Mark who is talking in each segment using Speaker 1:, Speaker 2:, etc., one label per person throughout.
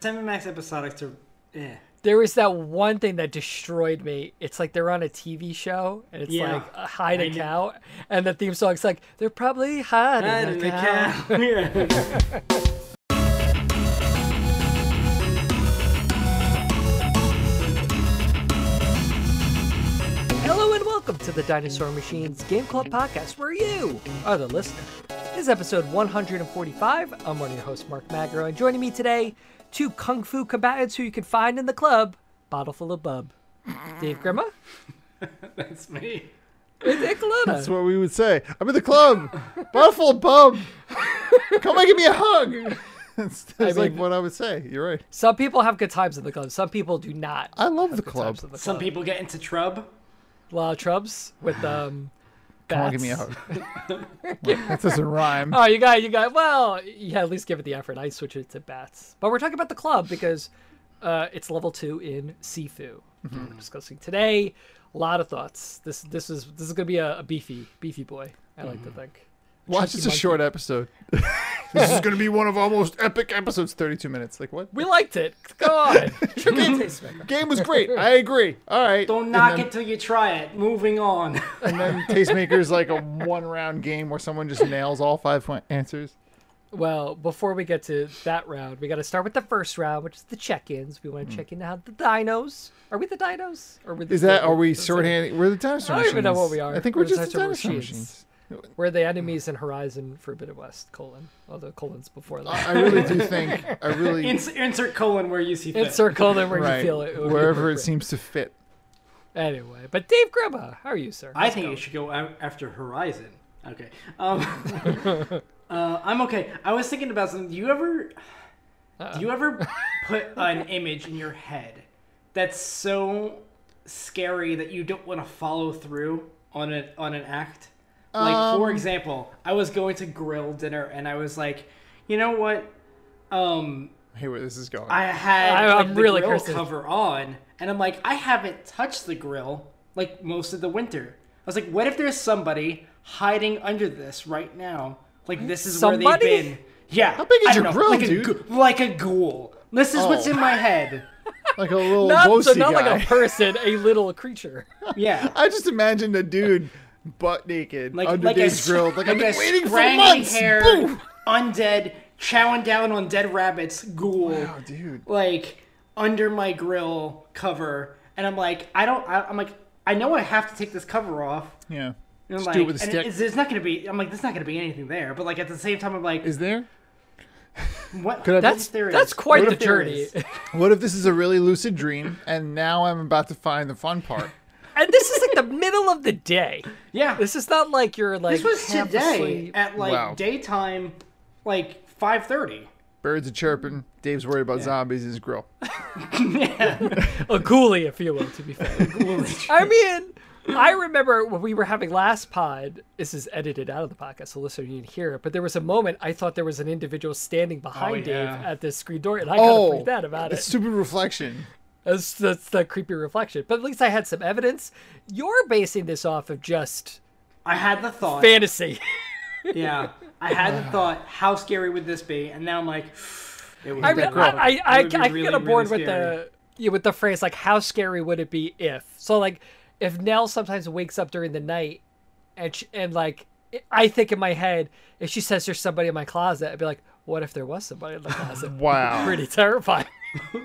Speaker 1: Sam and Max episodics are, eh.
Speaker 2: There was that one thing that destroyed me. It's like they're on a TV show and it's
Speaker 1: Yeah.
Speaker 2: like uh, hide
Speaker 1: I
Speaker 2: a
Speaker 1: kn-
Speaker 2: cow, and the theme song's like they're probably hiding,
Speaker 1: Hide
Speaker 2: a
Speaker 1: in the
Speaker 2: cow.
Speaker 1: cow. Yeah.
Speaker 2: Hello and welcome to the Dinosaur Machines Game Club podcast, where you are the listener. This is episode 145. I'm one of your hosts, Mark Magro, and joining me today, two kung fu combatants who you can find in the club, bottle full of bub, Dave Grima
Speaker 1: That's me.
Speaker 2: and Nick Luna.
Speaker 3: That's what we would say. I'm in the club. Buffalo bum. Come and give me a hug. That's, that's like
Speaker 2: mean-
Speaker 3: what I would say. You're right.
Speaker 2: Some people have good times in the club. Some people do not.
Speaker 3: I love the
Speaker 2: Good
Speaker 3: club.
Speaker 2: times in the
Speaker 1: Some
Speaker 2: club.
Speaker 1: people get into trub.
Speaker 2: Well, Trubs with um.
Speaker 3: Come on, give me a
Speaker 2: bats.
Speaker 3: hug. that doesn't rhyme.
Speaker 2: Oh, you got, you got. Well, yeah, at least give it the effort. I switch it to bats, but we're talking about the club because uh, it's level two in Sifu.
Speaker 3: Mm-hmm.
Speaker 2: We're discussing today. A lot of thoughts. This, this is, this is gonna be a, a beefy, beefy boy. I like
Speaker 3: Mm-hmm.
Speaker 2: to think.
Speaker 3: Watch, it's a short episode. this is going to be one of our most epic episodes. 32 minutes. Like what?
Speaker 2: We liked it. Go on. Tricky tastemaker.
Speaker 3: Game was great. I agree. All right.
Speaker 1: Don't
Speaker 3: And
Speaker 1: knock
Speaker 3: then-
Speaker 1: it till you try it. Moving on.
Speaker 3: And then Tastemaker's like a one-round game where someone just nails all five point answers.
Speaker 2: Well, before we get to that round, we got to start with the first round, which is the check-ins. We want to check in how the dinos. Are we the dinos? Or are we the,
Speaker 3: Mm-hmm. Is that? Are we
Speaker 2: the-
Speaker 3: shorthanded? We're the dinosaur
Speaker 2: I don't even know what
Speaker 3: machines.
Speaker 2: we are.
Speaker 3: I think we're,
Speaker 2: We're the
Speaker 3: just the
Speaker 2: dinosaur
Speaker 3: dinosaur
Speaker 2: machines.
Speaker 3: machines.
Speaker 2: We're the enemies in Horizon Forbidden West, colon. Although colon's before that.
Speaker 3: I really do think. I really.
Speaker 1: Ins- insert colon where you see fit.
Speaker 2: Insert colon where
Speaker 3: right.
Speaker 2: you feel it. it would be
Speaker 3: wherever it
Speaker 2: appropriate.
Speaker 3: seems to fit.
Speaker 2: Anyway, but Dave Gribba, how are you, sir?
Speaker 1: I think it should go a- after Horizon. Okay. Um, uh, I'm okay. I was thinking about something. Do you ever, do you ever put an image in your head that's so scary that you don't want to follow through on an on an act? Like for example, I was going to grill dinner and I was like, you know what? Um,
Speaker 3: Hey, where this is going?
Speaker 1: I had
Speaker 2: I-
Speaker 1: like,
Speaker 2: I'm
Speaker 1: the
Speaker 2: really
Speaker 1: grill
Speaker 2: cursing.
Speaker 1: cover on, and I'm like, I haven't touched the grill like most of the winter. I was like, what if there's somebody hiding under this right now? Like this is
Speaker 2: Somebody?
Speaker 1: where they've been. Yeah. How
Speaker 3: big is
Speaker 1: I don't know,
Speaker 3: your grill,
Speaker 1: like A,
Speaker 3: dude?
Speaker 1: ghou- like a ghoul. This is what's
Speaker 3: Oh.
Speaker 1: in my head.
Speaker 3: like a little
Speaker 2: not, so
Speaker 3: wussy
Speaker 2: not
Speaker 3: guy.
Speaker 2: like a person, a little creature.
Speaker 1: Yeah.
Speaker 3: I just imagined a dude butt naked
Speaker 1: Like
Speaker 3: under
Speaker 1: like a
Speaker 3: Dave's
Speaker 1: s-
Speaker 3: grill. Like, I've
Speaker 1: a
Speaker 3: been waiting for
Speaker 1: scraggly
Speaker 3: months.
Speaker 1: hair,
Speaker 3: Boo!
Speaker 1: undead, chowing down on dead rabbits, ghoul.
Speaker 3: Oh, dude.
Speaker 1: like under my grill cover, and I'm like, I don't. I, I'm like, I know I have to take this cover off.
Speaker 3: Yeah.
Speaker 1: And I'm
Speaker 3: Just
Speaker 1: like,
Speaker 3: do it with a
Speaker 1: and
Speaker 3: stick.
Speaker 1: It's, it's not gonna be. I'm like, there's not gonna be anything there. But like at the same time, I'm like,
Speaker 3: Is there?
Speaker 1: what?
Speaker 3: could I-
Speaker 1: what
Speaker 2: That's
Speaker 1: if there
Speaker 2: that's
Speaker 1: is?
Speaker 2: quite
Speaker 1: What
Speaker 2: the
Speaker 1: if there
Speaker 2: journey.
Speaker 1: is?
Speaker 3: What if this is a really lucid dream and now I'm about to find the fun part?
Speaker 2: and this is like the middle of the day.
Speaker 1: Yeah, this,
Speaker 2: This is not like you're like
Speaker 1: was
Speaker 2: half
Speaker 1: today
Speaker 2: asleep.
Speaker 1: at like
Speaker 3: Wow.
Speaker 1: daytime, like 5:30.
Speaker 3: Birds are chirping. Dave's worried about zombies in his grill.
Speaker 2: a ghoulie, if you will, to be fair. I mean, I remember when we were having last pod. This is edited out of the podcast, so listener, you didn't hear it. But there was a moment I thought there was an individual standing behind Dave
Speaker 1: yeah.
Speaker 2: at this screen door, and I kind of
Speaker 3: Oh,
Speaker 2: freaked out about
Speaker 3: that's
Speaker 2: it.
Speaker 3: stupid reflection.
Speaker 2: That's, that's the creepy reflection. But at least I had some evidence. You're basing this off of just
Speaker 1: I had the thought.
Speaker 2: fantasy.
Speaker 1: Yeah, I had the thought. How scary would this be? And now I'm like, it would
Speaker 2: I,
Speaker 1: be
Speaker 2: mean,
Speaker 1: rough.
Speaker 2: I, I, I, I
Speaker 1: would be
Speaker 2: can
Speaker 1: really,
Speaker 2: get aboard
Speaker 1: really
Speaker 2: with the yeah, with the phrase like, "How scary would it be if?" So like, if Nell sometimes wakes up during the night, and she, and like, I think in my head, if she says there's somebody in my closet, I'd be like, "What if there was somebody in the closet?"
Speaker 3: Wow.
Speaker 2: Pretty terrifying.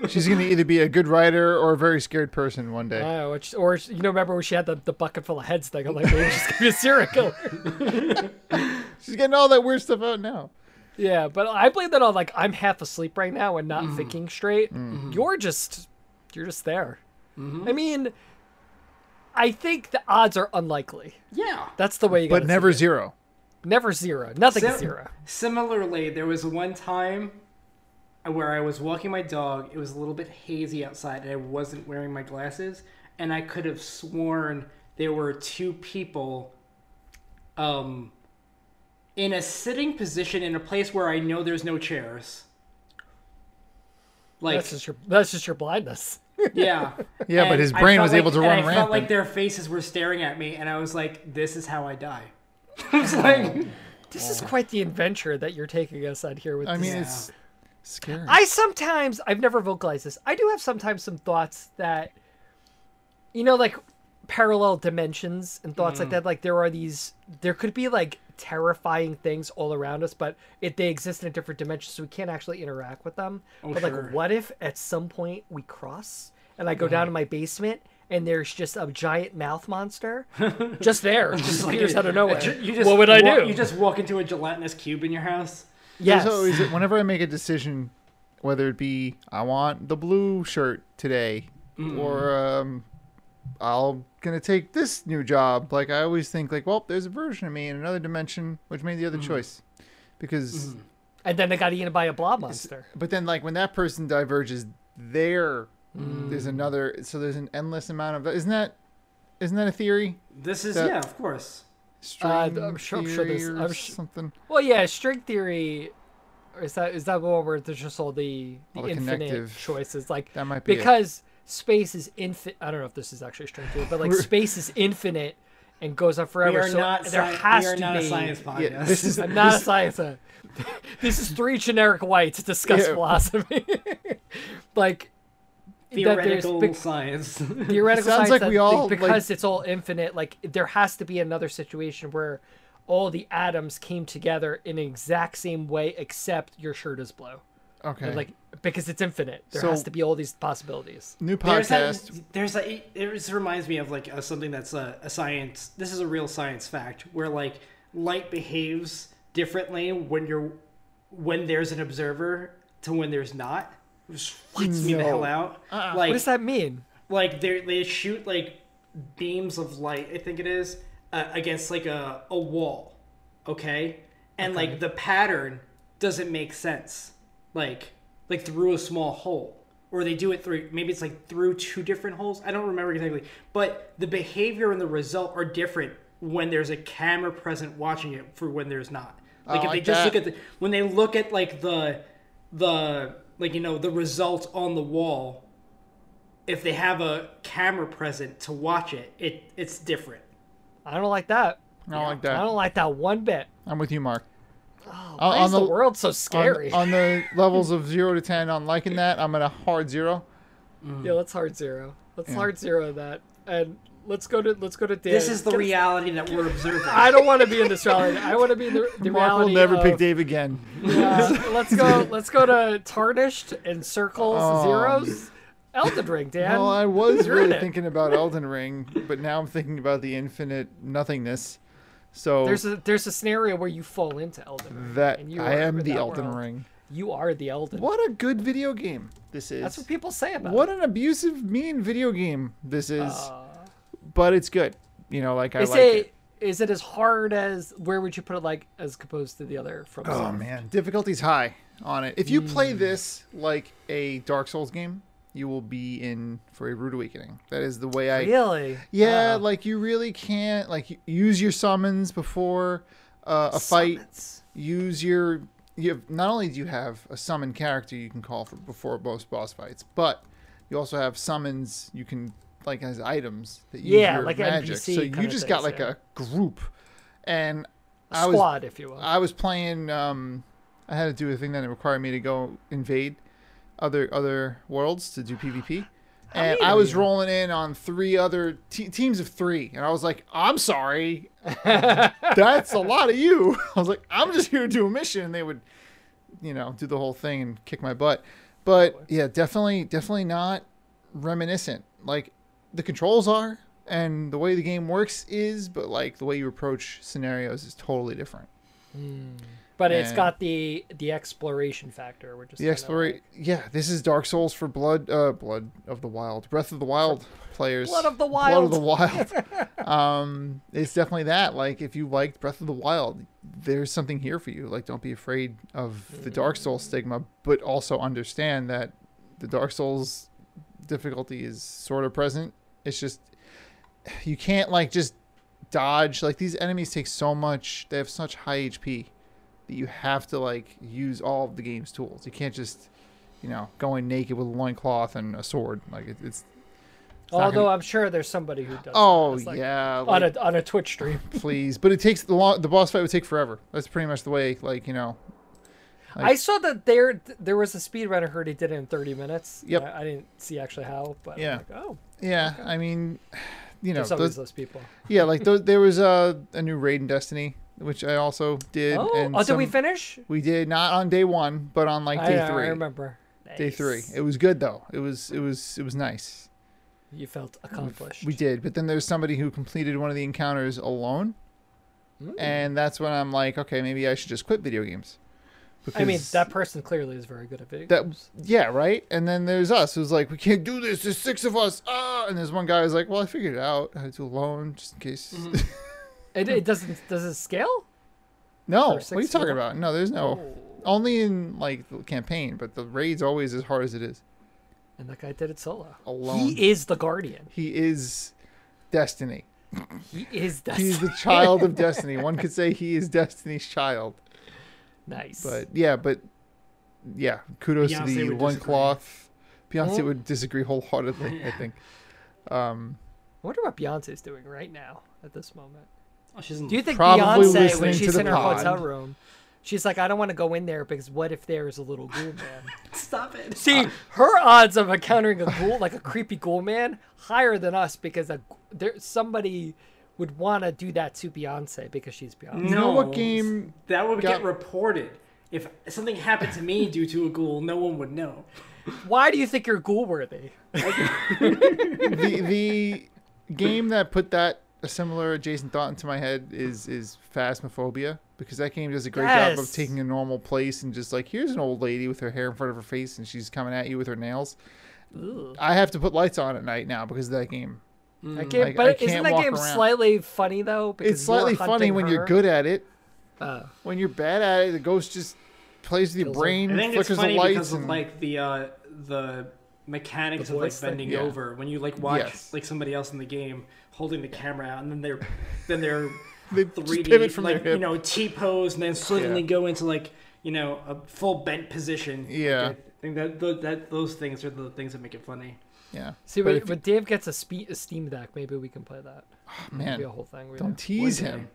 Speaker 3: She's going to either be a good writer or a very scared person one day.
Speaker 2: Oh, which, or you know, remember when she had the, the bucket full of heads thing? I'm like, maybe she's gonna be a serial killer.
Speaker 3: She's getting all that weird stuff out now.
Speaker 2: Yeah, but I blame that on like I'm half asleep right now and not thinking straight. You're just you're just there. I mean, I think the odds are unlikely.
Speaker 1: Yeah.
Speaker 2: That's the way you.
Speaker 3: But
Speaker 2: gotta
Speaker 3: never
Speaker 2: see
Speaker 3: zero.
Speaker 2: it. never zero. Nothing
Speaker 1: Sim-
Speaker 2: zero.
Speaker 1: Similarly, there was one time where I was walking my dog. It was a little bit hazy outside, and I wasn't wearing my glasses. And I could have sworn there were two people, um, in a sitting position in a place where I know there's no chairs. Like,
Speaker 2: That's just your that's just your blindness.
Speaker 1: yeah,
Speaker 3: Yeah, but
Speaker 1: And
Speaker 3: his
Speaker 1: I
Speaker 3: brain
Speaker 1: felt
Speaker 3: was able
Speaker 1: like-
Speaker 3: to
Speaker 1: and
Speaker 3: run
Speaker 1: I felt like
Speaker 3: rampant.
Speaker 1: their faces were staring at me, and I was like, "This is how I die." I was like,
Speaker 2: This is quite the adventure that you're taking us on here with.
Speaker 3: I
Speaker 2: this.
Speaker 3: mean,
Speaker 1: Yeah.
Speaker 3: it's Scary.
Speaker 2: I sometimes I've never vocalized this. I do have sometimes some thoughts that you know like parallel dimensions and thoughts
Speaker 1: Mm.
Speaker 2: like that like there are these there could be like terrifying things all around us but if they exist in a different dimension so we can't actually interact with them but
Speaker 1: Oh, sure.
Speaker 2: like what if at some point we cross and i go down to
Speaker 1: Mm.
Speaker 2: my basement and there's just a giant mouth monster just there just
Speaker 1: Like,
Speaker 2: appears
Speaker 1: you-
Speaker 2: out of nowhere
Speaker 1: you just
Speaker 2: what would i
Speaker 1: wa-
Speaker 2: do
Speaker 1: You just walk into a gelatinous cube in your house.
Speaker 2: yes
Speaker 3: So is it whenever I make a decision, whether it be I want the blue shirt today, or um, I'm gonna take this new job. Like I always think, like, well, there's a version of me in another dimension which made the other choice, because.
Speaker 2: and then they got eaten by a blob monster
Speaker 3: But then, like, when that person diverges, there, there's another. So there's an endless amount of. Isn't that? Isn't that a theory?
Speaker 1: This is
Speaker 3: That-
Speaker 1: yeah, of course.
Speaker 3: String
Speaker 2: Uh, I'm sure- I'm sure
Speaker 3: theory
Speaker 2: there's-
Speaker 3: or
Speaker 2: I'm sh-
Speaker 3: something.
Speaker 2: Well, yeah, string theory. or Is that is that the one where there's just all the the,
Speaker 3: All the
Speaker 2: infinite
Speaker 3: connective-
Speaker 2: choices? Like
Speaker 3: that might be it.
Speaker 2: because space is infinite. I don't know if this is actually string theory, but like space is infinite and goes on
Speaker 1: We
Speaker 2: forever.
Speaker 1: are
Speaker 2: so
Speaker 1: not.
Speaker 2: there
Speaker 1: sci-
Speaker 2: has
Speaker 1: we are
Speaker 2: to
Speaker 1: not
Speaker 2: be.
Speaker 1: a science podcast.
Speaker 3: Yeah, this is
Speaker 2: I'm not a science. this is three generic whites discuss
Speaker 3: Yeah.
Speaker 2: philosophy. like that there's
Speaker 1: theoretical
Speaker 2: big-
Speaker 1: science.
Speaker 2: theoretical
Speaker 3: Sounds
Speaker 2: science
Speaker 3: like
Speaker 2: that,
Speaker 3: we all, like-
Speaker 2: because it's all infinite like there has to be another situation where all the atoms came together in the exact same way except your shirt is blue
Speaker 3: Okay.
Speaker 2: like because it's infinite there
Speaker 3: So-
Speaker 2: has to be all these possibilities
Speaker 3: new
Speaker 1: there's that.
Speaker 3: podcast.
Speaker 1: There's a. It, it just reminds me of like uh something that's a, a science. This is a real science fact where like light behaves differently when you're when there's an observer to when there's not. It just freaks me the
Speaker 3: No.
Speaker 1: hell out. Like
Speaker 2: what does that mean
Speaker 1: like they they shoot like beams of light i think it is uh, against like a, a wall okay and like the pattern doesn't make sense like like through a small hole or they do it through maybe it's like through two different holes i don't remember exactly but the behavior and the result are different when there's a camera present watching it for when there's not like if
Speaker 3: like
Speaker 1: they just
Speaker 3: that.
Speaker 1: look at the when they look at like the the like you know the result on the wall if they have a camera present to watch it, it it's different.
Speaker 2: i don't like that
Speaker 3: I don't like
Speaker 2: i
Speaker 3: that.
Speaker 2: don't like that one bit
Speaker 3: I'm with you, Mark. Oh,
Speaker 2: why is the, world's so scary
Speaker 3: On, on the levels of zero to ten, on liking that, I'm at a hard zero.
Speaker 2: yeah let's hard zero let's hard zero that and let's go to let's go to Dan.
Speaker 1: This is the reality that we're observing.
Speaker 2: i don't want to be in this reality i want to be in the, the
Speaker 3: Mark will
Speaker 2: reality
Speaker 3: never
Speaker 2: of,
Speaker 3: pick Dave again.
Speaker 2: Uh, let's go. Let's go to tarnished and circles zeros. Elden Ring, Dan.
Speaker 3: Well, Oh, I was
Speaker 2: You're in
Speaker 3: really
Speaker 2: it.
Speaker 3: thinking about Elden Ring, but now I'm thinking about the infinite nothingness. So
Speaker 2: There's a there's a scenario where you fall into Elden Ring.
Speaker 3: that
Speaker 2: and you
Speaker 3: I
Speaker 2: are
Speaker 3: am
Speaker 2: in
Speaker 3: the
Speaker 2: that
Speaker 3: Elden
Speaker 2: world.
Speaker 3: Ring.
Speaker 2: You are the Elden.
Speaker 3: What a good video game this is.
Speaker 2: That's what people say about
Speaker 3: what
Speaker 2: it.
Speaker 3: an abusive, mean video game this is. but it's good. You know, like
Speaker 2: Uh.
Speaker 3: I
Speaker 2: They
Speaker 3: like
Speaker 2: say,
Speaker 3: it.
Speaker 2: is it as hard as where would you put it? Like as opposed to the other from.
Speaker 3: Oh man, difficulty's high on it. If you play this like a Dark Souls game, you will be in for a rude awakening. That is the way I
Speaker 2: Really? Uh,
Speaker 3: Yeah, like you really can't like y- use your summons before uh, a fight.
Speaker 2: Summons.
Speaker 3: Use your you have, not only do you have a summon character you can call for before most boss fights, but you also have summons you can like as items that use
Speaker 2: Yeah,
Speaker 3: your
Speaker 2: like an
Speaker 3: magic.
Speaker 2: NPC
Speaker 3: so
Speaker 2: kind
Speaker 3: you
Speaker 2: of
Speaker 3: just got
Speaker 2: things,
Speaker 3: like
Speaker 2: yeah.
Speaker 3: a group, and
Speaker 2: A
Speaker 3: I was Ah,
Speaker 2: squad, if you will.
Speaker 3: I was playing. Um, I had to do a thing that required me to go invade other other worlds to do PvP, and
Speaker 2: many
Speaker 3: I
Speaker 2: are
Speaker 3: was
Speaker 2: you?
Speaker 3: rolling in on three other te- teams of three, and I was like, "I'm sorry, that's a lot of you." I was like, "I'm just here to do a mission," and they would, you know, do the whole thing and kick my butt. But yeah, definitely, definitely not reminiscent. Like the controls are, and the way the game works is, but like the way you approach scenarios is totally different.
Speaker 2: but it's
Speaker 3: man.
Speaker 2: got the the exploration factor, which is
Speaker 3: The exploration, yeah, this is Dark Souls for Blood, uh, Blood of the Wild, Breath of the Wild players.
Speaker 2: Blood of the
Speaker 3: Blood of the Wild. um, it's definitely that. Like, if you liked Breath of the Wild, there's something here for you. Like, don't be afraid of the Dark Souls stigma, but also understand that the Dark Souls difficulty is sort of present. It's just you can't like just dodge. Like these enemies take so much. They have such high HP that you have to like use all of the game's tools. You can't just you know go in naked with a loincloth and a sword. Like it, it's not
Speaker 2: Although
Speaker 3: gonna-
Speaker 2: I'm sure there's somebody who does.
Speaker 3: oh
Speaker 2: that. It's like,
Speaker 3: yeah,
Speaker 2: On
Speaker 3: like,
Speaker 2: a on a Twitch stream.
Speaker 3: please. But it takes the long. The boss fight would take forever. That's pretty much the way. Like you know. Like-
Speaker 2: I saw that there there was a speedrunner heard he did it in 30 minutes.
Speaker 3: Yep.
Speaker 2: I, I didn't see actually how, but
Speaker 3: Yeah.
Speaker 2: I'm like, oh,
Speaker 3: Yeah, I mean, you know,
Speaker 2: there's always
Speaker 3: those-
Speaker 2: those people.
Speaker 3: yeah, like those, there was a a new raid in Destiny, which I also did.
Speaker 2: Oh,
Speaker 3: and
Speaker 2: oh did we
Speaker 3: some-
Speaker 2: finish?
Speaker 3: We did not on day one, but on like day
Speaker 2: I,
Speaker 3: three.
Speaker 2: I remember.
Speaker 3: Day three.
Speaker 2: Nice.
Speaker 3: It was good though. It was it was it was nice.
Speaker 2: You felt accomplished.
Speaker 3: We did, but then there's somebody who completed one of the encounters alone,
Speaker 2: Hmm.
Speaker 3: and that's when I'm like, okay, maybe I should just quit video games.
Speaker 2: I mean,
Speaker 3: Because
Speaker 2: that person clearly is very good at video
Speaker 3: that
Speaker 2: games.
Speaker 3: yeah, right. And then there's us who's like, we can't do this. There's six of us. Ah, and there's one guy who's like, well, I figured it out. I do alone just in case.
Speaker 2: It, it doesn't does it scale?
Speaker 3: no,
Speaker 2: Or
Speaker 3: what are you
Speaker 2: six
Speaker 3: talking
Speaker 2: people?
Speaker 3: about? No, there's no. Only in like the campaign, but the raid's always as hard as it is.
Speaker 2: And that guy did it solo.
Speaker 3: Alone.
Speaker 2: He is the guardian.
Speaker 3: He is destiny.
Speaker 2: He is
Speaker 3: He's
Speaker 2: destiny.
Speaker 3: the child of destiny. One could say he is destiny's child.
Speaker 2: nice.
Speaker 3: But yeah, but yeah, kudos
Speaker 1: Beyonce
Speaker 3: to the
Speaker 1: would
Speaker 3: one
Speaker 1: disagree.
Speaker 3: cloth. Beyonce
Speaker 2: Mhm.
Speaker 3: would disagree wholeheartedly, I think. Um,
Speaker 2: I wonder what Beyonce's doing right now at this moment.
Speaker 1: Oh, she's in
Speaker 2: Do you think
Speaker 3: Probably
Speaker 2: Beyonce,
Speaker 3: listening
Speaker 2: when
Speaker 3: to
Speaker 2: she's
Speaker 3: the
Speaker 2: in her
Speaker 3: pod.
Speaker 2: hotel room, she's like, I don't want to go in there because what if there is a little ghoul man?
Speaker 1: Stop it.
Speaker 3: Uh,
Speaker 2: See, her odds of encountering a ghoul, like a creepy ghoul man, higher than us because a, there somebody would want to do that to Beyonce because she's Beyonce.
Speaker 3: know what game
Speaker 1: that would
Speaker 3: got-
Speaker 1: get reported if something happened to me due to a ghoul? No one would know.
Speaker 3: Mm.
Speaker 2: Why do you think you're ghoul worthy?
Speaker 3: the the game that put that a similar adjacent thought into my head is is Phasmophobia because that game does a great job of
Speaker 2: Yes.
Speaker 3: taking a normal place and just like here's an old lady with her hair in front of her face and she's coming at you with her nails. I have to put lights on at night now because of that game.
Speaker 2: That game,
Speaker 3: Mm, I- I
Speaker 2: but isn't
Speaker 3: can't
Speaker 2: that
Speaker 3: walk
Speaker 2: game
Speaker 3: around.
Speaker 2: slightly funny though? Because
Speaker 3: It's
Speaker 2: you're
Speaker 3: slightly funny
Speaker 2: hunting
Speaker 3: when
Speaker 2: her?
Speaker 3: you're good at it.
Speaker 2: Oh.
Speaker 3: When you're bad at it, the ghost just plays with your
Speaker 2: Kills her.
Speaker 3: brain,
Speaker 1: I think it's
Speaker 3: flickers
Speaker 1: funny
Speaker 3: the lights,
Speaker 1: because
Speaker 3: and
Speaker 1: of like the uh, the mechanics of like
Speaker 2: voice thing?
Speaker 1: bending
Speaker 3: Yeah.
Speaker 1: over when you like watch
Speaker 3: Yes.
Speaker 1: like somebody else in the game holding the camera out and then they're then they're
Speaker 3: they just
Speaker 1: 3D
Speaker 3: pivot from
Speaker 1: like
Speaker 3: their
Speaker 1: you
Speaker 3: hip.
Speaker 1: know T pose and then suddenly
Speaker 3: Yeah.
Speaker 1: go into like you know a full bent position.
Speaker 3: Yeah.
Speaker 1: Like, I think that, tho- that those things are the things that make it funny.
Speaker 3: yeah.
Speaker 2: See,
Speaker 3: But
Speaker 2: when,
Speaker 3: if you-
Speaker 2: when Dave gets a, spe- a Steam Deck, maybe we can play that. It'll be a
Speaker 3: man,
Speaker 2: whole thing. We
Speaker 3: don't
Speaker 2: do.
Speaker 3: tease
Speaker 1: One day.
Speaker 3: him.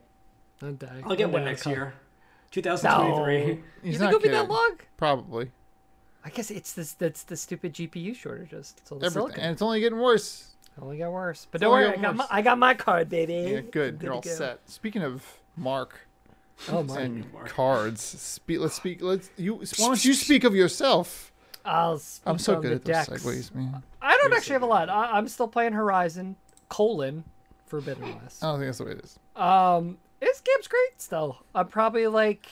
Speaker 2: One day.
Speaker 1: I'll get
Speaker 2: day
Speaker 1: one next
Speaker 2: come.
Speaker 1: year, 2023.
Speaker 2: Oh, No. you
Speaker 3: He's not
Speaker 2: think it'll be that
Speaker 3: kidding.
Speaker 2: long?
Speaker 3: Probably
Speaker 2: I guess it's this. That's the stupid GPU shortages. It's all the
Speaker 3: everything,
Speaker 2: silicon.
Speaker 3: and it's only getting worse.
Speaker 2: It only got worse. But
Speaker 3: It's
Speaker 2: don't
Speaker 3: only
Speaker 2: worry, I
Speaker 3: got
Speaker 2: got my,
Speaker 3: worse.
Speaker 2: I got my card, baby.
Speaker 3: Yeah,
Speaker 2: I'm
Speaker 3: good. You're
Speaker 2: to
Speaker 3: all
Speaker 2: go.
Speaker 3: set. Speaking of Mark
Speaker 2: Oh my!
Speaker 3: and
Speaker 1: Mark.
Speaker 3: cards, spe- let's speak. Let's you. Why don't you speak of yourself?
Speaker 2: I'll. Speak
Speaker 3: I'm so
Speaker 2: on
Speaker 3: good
Speaker 2: the
Speaker 3: at those
Speaker 2: decks.
Speaker 3: segues, man.
Speaker 2: I don't actually have a lot. I, I'm still playing Horizon colon Forbidden West.
Speaker 3: I don't think that's the way it is.
Speaker 2: Um, this game's great still. I'm probably like,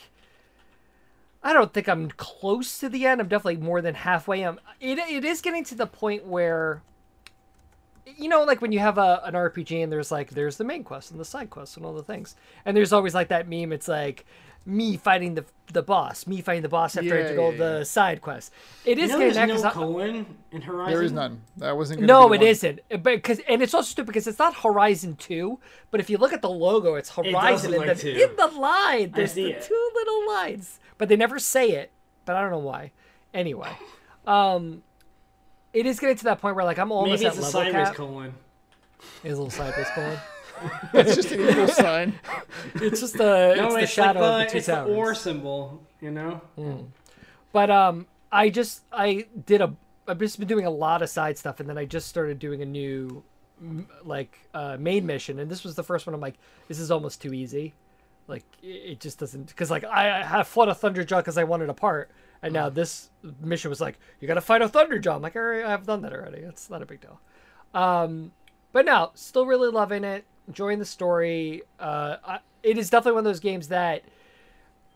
Speaker 2: I don't think I'm close to the end. I'm definitely more than halfway. Um, it it is getting to the point where, you know, like when you have a an RPG and there's like there's the main quest and the side quest and all the things, and there's always like that meme. It's like me fighting the the boss, me fighting the boss after I
Speaker 3: Yeah,
Speaker 2: did all
Speaker 3: yeah,
Speaker 2: the side quests. It is
Speaker 1: You know, there's
Speaker 2: getting that
Speaker 1: no
Speaker 2: 'cause I-
Speaker 1: colon in Horizon.
Speaker 3: There is none. That wasn't. Gonna
Speaker 2: no,
Speaker 3: be
Speaker 2: it
Speaker 3: the one.
Speaker 2: isn't. Uh, But because and it's also stupid because it's not Horizon Two. But if you look at the logo, it's Horizon,
Speaker 1: look
Speaker 2: and
Speaker 1: like
Speaker 2: then
Speaker 1: two.
Speaker 2: in the line there's
Speaker 1: see
Speaker 2: the
Speaker 1: it.
Speaker 2: two little lines, but they never say it. But I don't know why. Anyway, um, it is getting to that point where like I'm almost
Speaker 1: Maybe it's
Speaker 2: at
Speaker 1: a
Speaker 2: level
Speaker 1: sideways
Speaker 2: cap.
Speaker 1: colon.
Speaker 2: It's a little sideways colon.
Speaker 3: It's just an equal sign.
Speaker 2: It's just the
Speaker 1: No,
Speaker 2: it's
Speaker 1: it's,
Speaker 2: the shadow
Speaker 1: like the,
Speaker 2: of the two
Speaker 1: it's
Speaker 2: towers.
Speaker 1: the or symbol. You know.
Speaker 2: But um, I just I did a I've just been doing a lot of side stuff, and then I just started doing a new m- like uh, main mission, and this was the first one. I'm like, this is almost too easy. Like i- it just doesn't because like I I had fought a thunderjaw because I wanted a part, and now this mission was like you got to fight a thunderjaw. I'm like, all right, I've done that already. It's not a big deal. Um, but no, still really loving it, enjoying the story. Uh, I, it is definitely one of those games that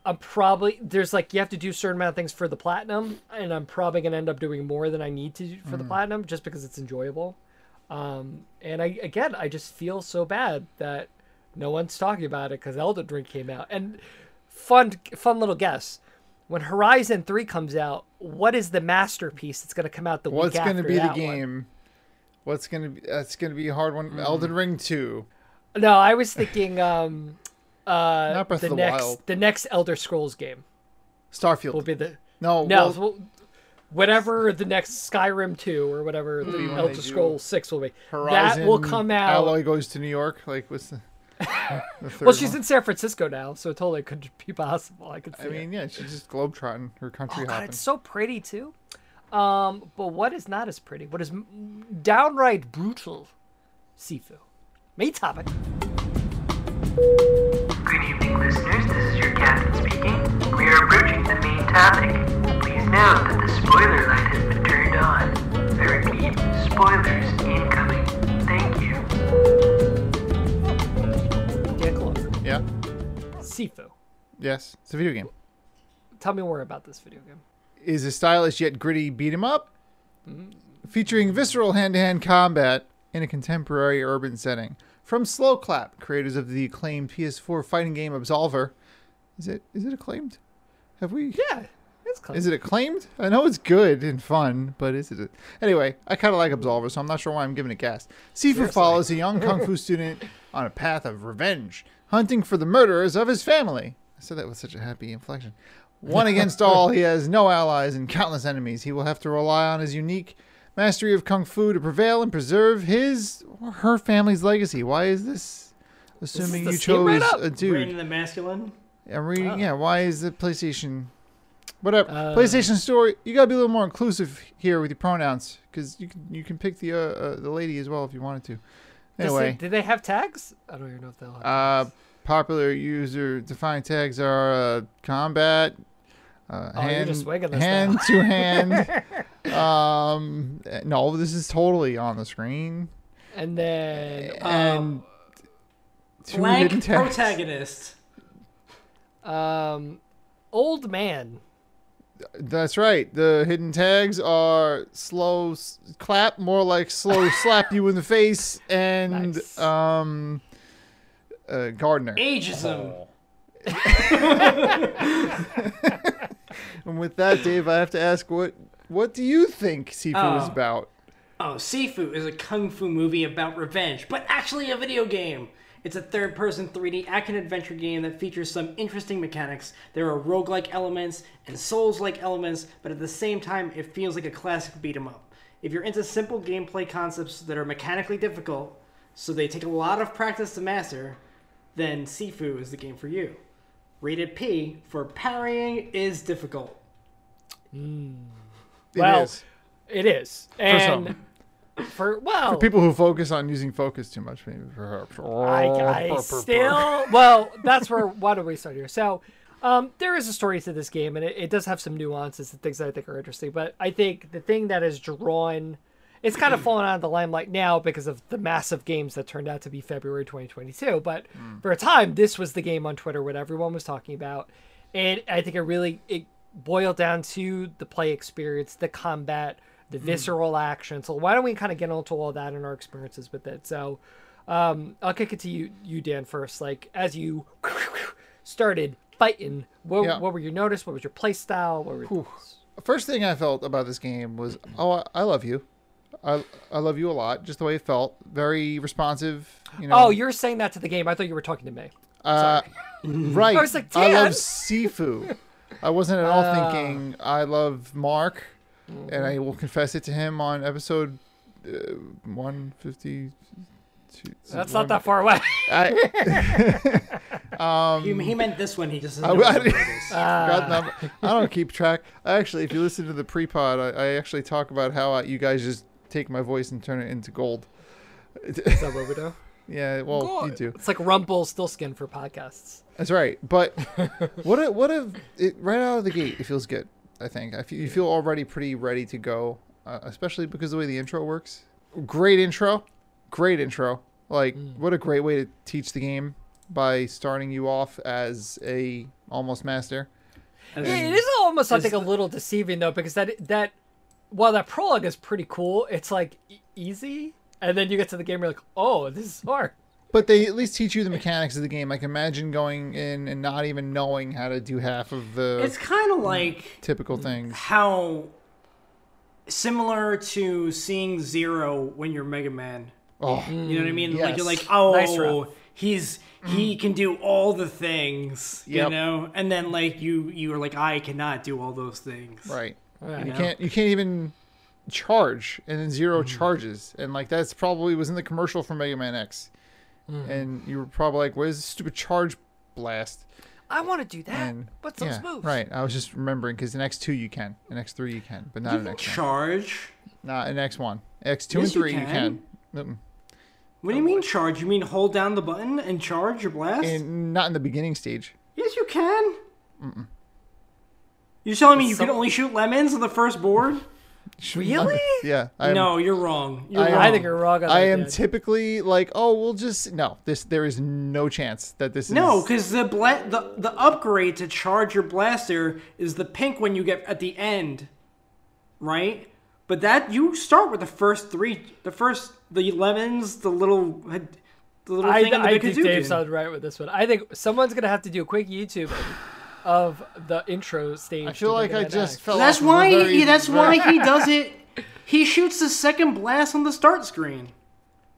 Speaker 2: I'm probably there's like you have to do a certain amount of things for the platinum, and I'm probably gonna end up doing more than I need to do for
Speaker 3: Hmm.
Speaker 2: the platinum just because it's enjoyable. Um, and I again, I just feel so bad that no one's talking about it because Elden Ring came out. And fun, fun little guess: when Horizon Three comes out, what is the masterpiece that's gonna come out the
Speaker 3: What's
Speaker 2: week
Speaker 3: going to
Speaker 2: after
Speaker 3: be the
Speaker 2: that one?
Speaker 3: game? What's going to be? That's going to be a hard one.
Speaker 2: Mm.
Speaker 3: Elden Ring two.
Speaker 2: No, I was thinking um, uh,
Speaker 3: Not Breath
Speaker 2: the
Speaker 3: of the
Speaker 2: next
Speaker 3: Wild.
Speaker 2: the next Elder Scrolls game
Speaker 3: Starfield.
Speaker 2: will be the
Speaker 3: no,
Speaker 2: No,
Speaker 3: well,
Speaker 2: well, whatever the next Skyrim 2 or whatever the
Speaker 3: when Hmm. they
Speaker 2: Elder
Speaker 3: do
Speaker 2: Scrolls 6 will be,
Speaker 3: Horizon.
Speaker 2: that will come out.
Speaker 3: Alloy goes to New York. Like, what's the?
Speaker 2: well, she's in San Francisco now, so it totally could be possible. I could see.
Speaker 3: I mean, yeah, she's just globetrotting her country
Speaker 2: it. Oh, God,
Speaker 3: hopping.
Speaker 2: it's so pretty too. Um, but what is not as pretty? What is m- downright brutal? Sifu. Main topic.
Speaker 4: Good evening, listeners. This is your captain speaking. We are approaching the main topic. Please note that the spoiler light has been turned on. I repeat, spoilers incoming. Thank you.
Speaker 2: Dan Glover.
Speaker 3: Yeah.
Speaker 2: Sifu.
Speaker 3: Yes. It's a video game.
Speaker 2: Tell me more about this video game.
Speaker 3: Is a stylish yet gritty beat 'em up, featuring visceral hand-to-hand combat in a contemporary urban setting. From Slow Clap, creators of the acclaimed PS4 fighting game Absolver. Is it? Is it acclaimed? Have we?
Speaker 2: Yeah, it's close.
Speaker 3: Is it acclaimed? I know it's good and fun, but is it? Anyway, I kind of like Absolver, so I'm not sure why I'm giving it gas. Sifu follows a young kung fu student on a path of revenge, hunting for the murderers of his family. I said that with such a happy inflection. One against all, he has no allies and countless enemies. He will have to rely on his unique mastery of kung fu to prevail and preserve his or her family's legacy. Why is this? Assuming
Speaker 2: the
Speaker 3: you
Speaker 2: scene right
Speaker 3: chose
Speaker 2: up.
Speaker 3: a dude.
Speaker 1: Reign of the masculine.
Speaker 3: I'm reading.
Speaker 2: Oh.
Speaker 3: Yeah, why is the PlayStation? Whatever.
Speaker 2: Uh,
Speaker 3: PlayStation Store. You gotta be a little more inclusive here with your pronouns, because you can you can pick the uh, uh, the lady as well if you wanted to.
Speaker 2: Does it-
Speaker 3: Anyway,
Speaker 2: did they have tags? I don't even know if they'll have
Speaker 3: uh, popular user defined tags are uh, combat, uh,
Speaker 2: Oh, you're
Speaker 3: hand
Speaker 2: just swinging this
Speaker 3: hand to hand. um, uh, no, this is totally on the screen.
Speaker 2: And then
Speaker 3: And two hidden
Speaker 1: Blank
Speaker 3: tags.
Speaker 1: protagonist.
Speaker 2: um, old man.
Speaker 3: That's right. The hidden tags are slow s- clap, more like slow slap you in the face, and
Speaker 2: Nice.
Speaker 3: um, uh, Gardner.
Speaker 1: Ageism.
Speaker 3: And with that, Dave, I have to ask what what do you think Sifu is
Speaker 1: Oh.
Speaker 3: about?
Speaker 1: Oh, Sifu is a kung fu movie about revenge, but actually a video game. It's a third person 3D action adventure game that features some interesting mechanics. There are roguelike elements and souls like elements, but at the same time, it feels like a classic beat 'em up. If you're into simple gameplay concepts that are mechanically difficult, so they take a lot of practice to master, then Sifu is the game for you. Rated P for parrying is difficult.
Speaker 3: It
Speaker 2: Well,
Speaker 3: is.
Speaker 2: It is. And
Speaker 3: some.
Speaker 2: for, well,
Speaker 3: people who focus on using focus too much, maybe perhaps.
Speaker 2: I, I
Speaker 3: Oh,
Speaker 2: still well, that's where why don't we start here? So, um, there is a story to this game, and it, it does have some nuances and things that I think are interesting. But I think the thing that is drawn, it's kind of fallen out of the limelight now because of the massive games that turned out to be February 2022. But for a time, this was the game on Twitter what everyone was talking about, and I think it really it boiled down to the play experience, the combat. The visceral action. So why don't we kind of get into all that and our experiences with it? So, um, I'll kick it to you, you Dan first. Like as you started fighting, what,
Speaker 3: Yeah.
Speaker 2: what were your notice? What was your play style? What were
Speaker 3: first thing I felt about this game was, oh, I, I love you. I, I love you a lot. Just the way it felt, very responsive. You know.
Speaker 2: Oh, you're saying that to the game. I thought you were talking to me.
Speaker 3: Uh, right. I
Speaker 2: was like,
Speaker 3: I love
Speaker 2: "Dan."
Speaker 3: Sifu. I wasn't at all
Speaker 2: Uh,
Speaker 3: thinking I love Mark, and I will confess it to him on episode uh, one fifty.
Speaker 2: That's not that far away.
Speaker 1: He, he meant this one, he just doesn't
Speaker 3: I-
Speaker 1: know what
Speaker 3: I-
Speaker 1: number it is.
Speaker 3: God, no, I don't keep track. Actually, if you listen to the pre-pod, I, I actually talk about how I, you guys just take my voice and turn it into gold.
Speaker 2: Is that what we do?
Speaker 3: Yeah, well, you do.
Speaker 2: It's like Rumble Stillskin for podcasts.
Speaker 3: That's right. But what if, what if it right out of the gate it feels good? I think I feel, you feel already pretty ready to go, uh, especially because of the way the intro works. Great intro, great intro. Like what a great way to teach the game by starting you off as a almost master.
Speaker 1: And
Speaker 2: Yeah,
Speaker 1: then-
Speaker 2: it is almost I think a little deceiving though because that that while that prologue is pretty cool, it's like e- easy, and then you get to the game, you're like, oh, this is hard.
Speaker 3: But they at least teach you the mechanics of the game. Like imagine going in and not even knowing how to do half of the
Speaker 1: It's kind of like
Speaker 3: typical things.
Speaker 1: how similar to seeing Zero when you're Mega Man.
Speaker 3: Oh,
Speaker 1: You know what I mean? Like you're like,
Speaker 3: Yes.
Speaker 1: oh,
Speaker 2: Nice ref.
Speaker 1: he's he can do all the things, you
Speaker 3: Yep.
Speaker 1: know. And then like you you are like, I cannot do all those things.
Speaker 3: right.
Speaker 2: Yeah.
Speaker 3: You can't you can't even
Speaker 2: Mm.
Speaker 3: charge and then 0 charges and like that's probably was in the commercial for Mega Man X.
Speaker 2: Mm.
Speaker 3: and you were probably like, "Where's this stupid charge blast?"
Speaker 2: I want to do that,
Speaker 3: And
Speaker 2: but those
Speaker 3: yeah,
Speaker 2: moves.
Speaker 3: right. I was just remembering because in X two you can, in X three you can, but not in X one.
Speaker 1: Charge?
Speaker 3: Not in X one. X two
Speaker 1: Yes,
Speaker 3: and
Speaker 1: you
Speaker 3: three you
Speaker 1: can.
Speaker 3: can. Mm-mm.
Speaker 1: What do you mean charge? You mean hold down the button and charge your blast?
Speaker 3: And not in the beginning stage.
Speaker 1: yes, you can. You're telling me you
Speaker 2: Some-
Speaker 1: can only shoot lemons on the first board?
Speaker 3: Shoot lemon.
Speaker 2: Really?
Speaker 3: Yeah. I'm,
Speaker 1: no, you're wrong. You're
Speaker 3: I
Speaker 1: wrong.
Speaker 3: am-
Speaker 2: I think you're wrong. On
Speaker 3: I
Speaker 2: that,
Speaker 3: am
Speaker 2: dude.
Speaker 3: typically like, oh, we'll just no. This there is no chance that this
Speaker 1: No,
Speaker 3: is
Speaker 1: because the, bla- the the upgrade to charge your blaster is the pink one you get at the end, right? But that you start with the first three, the first the lemons, the little the little
Speaker 2: I,
Speaker 1: thing in the
Speaker 2: I
Speaker 1: big
Speaker 2: think
Speaker 1: Hadouken.
Speaker 2: Dave's on right with this one. I think someone's gonna have to do a quick YouTube of the intro stage.
Speaker 3: I feel
Speaker 2: to
Speaker 3: like I
Speaker 2: Mega Man
Speaker 3: just
Speaker 2: X.
Speaker 3: fell.
Speaker 1: That's
Speaker 3: off of a
Speaker 1: why.
Speaker 3: very-
Speaker 1: yeah, that's
Speaker 3: very-
Speaker 1: why he does it. He shoots the second blast on the start screen,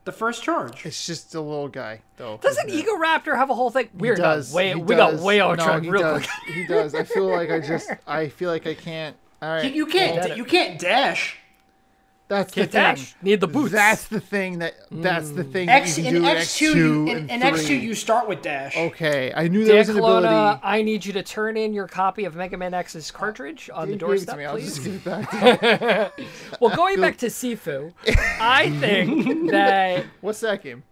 Speaker 1: the first charge.
Speaker 3: It's just a little guy though.
Speaker 2: Doesn't
Speaker 3: isn't it?
Speaker 2: Ego Raptor have a whole thing?
Speaker 3: He
Speaker 2: We're
Speaker 3: does.
Speaker 2: way
Speaker 3: he
Speaker 2: we
Speaker 3: does.
Speaker 2: got way off
Speaker 3: No,
Speaker 2: track
Speaker 3: he
Speaker 2: real
Speaker 3: does.
Speaker 2: quick.
Speaker 3: He does. I feel like I just. I feel like I can't. All right.
Speaker 1: You can't.
Speaker 2: Well,
Speaker 1: da- you can't dash.
Speaker 3: that's the
Speaker 2: Can't
Speaker 3: thing.
Speaker 2: dash. Need the boots. Mm.
Speaker 3: That's the thing that. That's the thing.
Speaker 1: X
Speaker 3: that you
Speaker 1: in
Speaker 3: can do
Speaker 1: X two. In,
Speaker 3: and
Speaker 1: in X two,
Speaker 3: three.
Speaker 1: you start with dash.
Speaker 3: Okay, I knew there
Speaker 2: Dick
Speaker 3: was an ability. Oh,
Speaker 2: Lona, I need you to turn in your copy of Mega Man X's cartridge on the
Speaker 3: Dave gave it to
Speaker 2: doorstep,
Speaker 3: me, I'll
Speaker 2: please.
Speaker 3: just give it back to you.
Speaker 2: Well, going back to Sifu, I think that
Speaker 3: What's that game?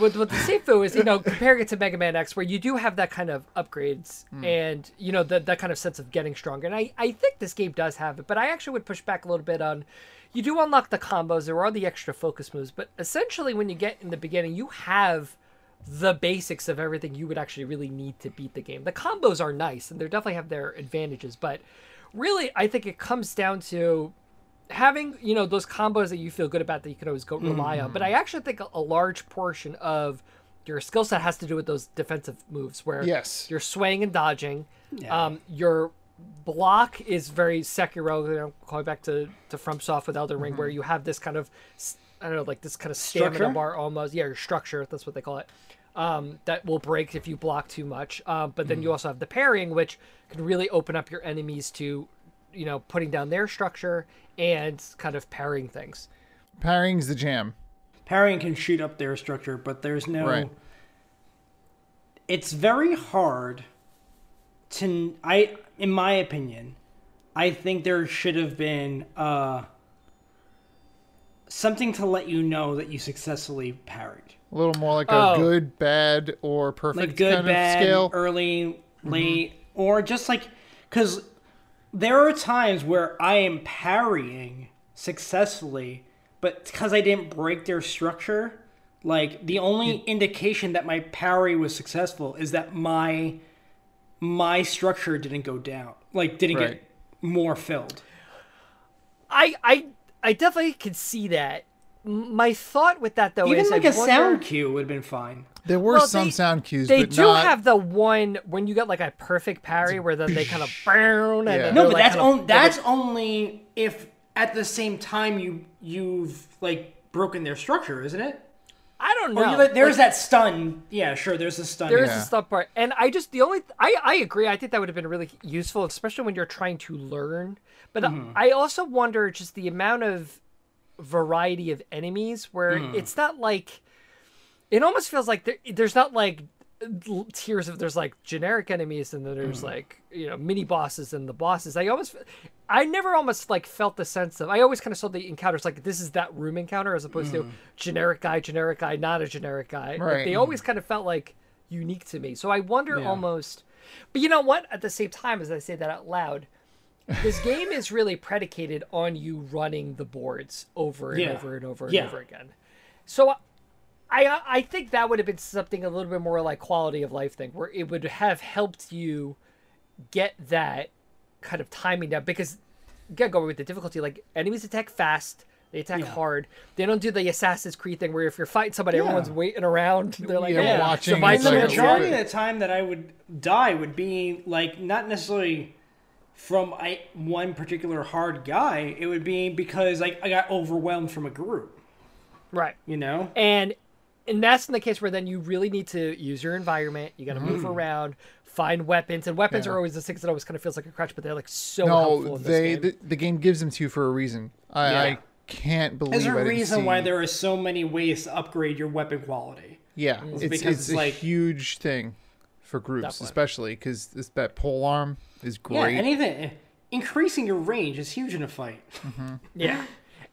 Speaker 2: with, with the Sifu is, you know, comparing it to Mega Man X, where you do have that kind of upgrades and, you know, that that kind of sense of getting stronger. And I, I think this game does have it, but I actually would push back a little bit on you do unlock the combos, there are the extra focus moves, but essentially when you get in the beginning, you have the basics of everything you would actually really need to beat the game. The combos are nice and they definitely have their advantages, but really I think it comes down to having you know those combos that you feel good about that you can always go rely on but i actually think a, a large portion of your skill set has to do with those defensive moves where
Speaker 3: Yes.
Speaker 2: you're swaying and dodging um your block is very sekiro you know, going back to to from soft with elden ring where you have this kind of s- i don't know like this kind of stamina
Speaker 1: Mm-hmm. Structure?
Speaker 2: bar almost yeah your structure that's what they call it um, that will break if you block too much um, but
Speaker 1: Mm.
Speaker 2: then you also have the parrying which can really open up your enemies to you know putting down their structure and kind of parrying things
Speaker 3: Parrying's the jam.
Speaker 1: parrying can shoot up their structure, but there's no.
Speaker 3: Right.
Speaker 1: It's very hard to. I, in my opinion, I think there should have been uh, something to let you know that you successfully parried,
Speaker 3: A little more like
Speaker 2: Oh.
Speaker 3: a good, bad, or perfect
Speaker 1: like good,
Speaker 3: kind
Speaker 1: bad,
Speaker 3: of scale. Mm-hmm.
Speaker 1: early, late, or just like because there are times where I am parrying successfully, but because I didn't break their structure, like the only indication that my parry was successful is that my my structure didn't go down, like didn't
Speaker 3: Right.
Speaker 1: get more filled.
Speaker 2: i i i definitely can see that M- my thought with that though
Speaker 1: Even
Speaker 2: is
Speaker 1: like
Speaker 2: I
Speaker 1: a
Speaker 2: wonder-
Speaker 1: sound cue would have been fine.
Speaker 3: There were
Speaker 2: Well,
Speaker 3: some
Speaker 2: they-
Speaker 3: sound cues,
Speaker 2: they
Speaker 3: but
Speaker 2: do
Speaker 3: not.
Speaker 2: have the one when you get like a perfect parry where then they kind of burn and then
Speaker 1: No,
Speaker 2: they're,
Speaker 1: but
Speaker 2: like,
Speaker 1: that's
Speaker 2: kind of-
Speaker 1: on, that's only if at the same time you you've like broken their structure, isn't it?
Speaker 2: i don't
Speaker 1: Or
Speaker 2: know
Speaker 1: you let- there's that stun. Yeah, sure. There's a stun.
Speaker 2: Oh, There is
Speaker 1: yeah.
Speaker 2: a stuff part, and I just the only I I agree. I think that would have been really useful, especially when you're trying to learn. But uh,
Speaker 1: Mm-hmm.
Speaker 2: I also wonder just the amount of variety of enemies where
Speaker 1: Mm.
Speaker 2: it's not like it almost feels like there, there's not like l- tiers of there's like generic enemies and then there's like you know mini bosses and the bosses i almost i never almost like felt the sense of i always kind of saw the encounters like this is that room encounter as opposed to generic guy generic guy not a generic guy Like,
Speaker 3: Right.
Speaker 2: they always kind of felt like unique to me so i wonder almost but you know what at the same time as i say that out loud this game is really predicated on you running the boards over and
Speaker 1: Yeah.
Speaker 2: over and over and
Speaker 1: Yeah.
Speaker 2: over again so I I think that would have been something a little bit more like quality of life thing, where it would have helped you get that kind of timing down. Because again, going with the difficulty, like enemies attack fast, they attack hard. They don't do the Assassin's Creed thing where if you're fighting somebody, everyone's waiting around. They're like,
Speaker 3: Yeah,
Speaker 2: "Oh,
Speaker 3: watching
Speaker 2: survive
Speaker 1: And
Speaker 3: is
Speaker 1: the
Speaker 2: them
Speaker 3: like
Speaker 2: or
Speaker 3: a
Speaker 2: die."
Speaker 1: majority of the time that I would die would be like not necessarily from I, one particular hard guy. It would be because like I got overwhelmed from a group.
Speaker 2: right.
Speaker 1: You know.
Speaker 2: And and that's in the case where then you really need to use your environment. You got to move around, find weapons, and weapons
Speaker 3: Mm. Yeah.
Speaker 2: are always the things that always kind of feels like a crutch, but they're like so helpful.
Speaker 3: no,
Speaker 2: In
Speaker 3: they
Speaker 2: this game.
Speaker 3: The, the game gives them to you for a reason. I,
Speaker 1: Yeah.
Speaker 3: I can't believe.
Speaker 1: There's a
Speaker 3: I didn't
Speaker 1: reason
Speaker 3: see-
Speaker 1: why there are so many ways to upgrade your weapon quality.
Speaker 3: Yeah, it's it's,
Speaker 1: Mm. because it's
Speaker 3: a
Speaker 1: like-
Speaker 3: huge thing for groups,
Speaker 2: Definitely.
Speaker 3: especially because this that pole arm is great.
Speaker 1: Yeah, anything increasing your range is huge in a fight.
Speaker 2: Yeah.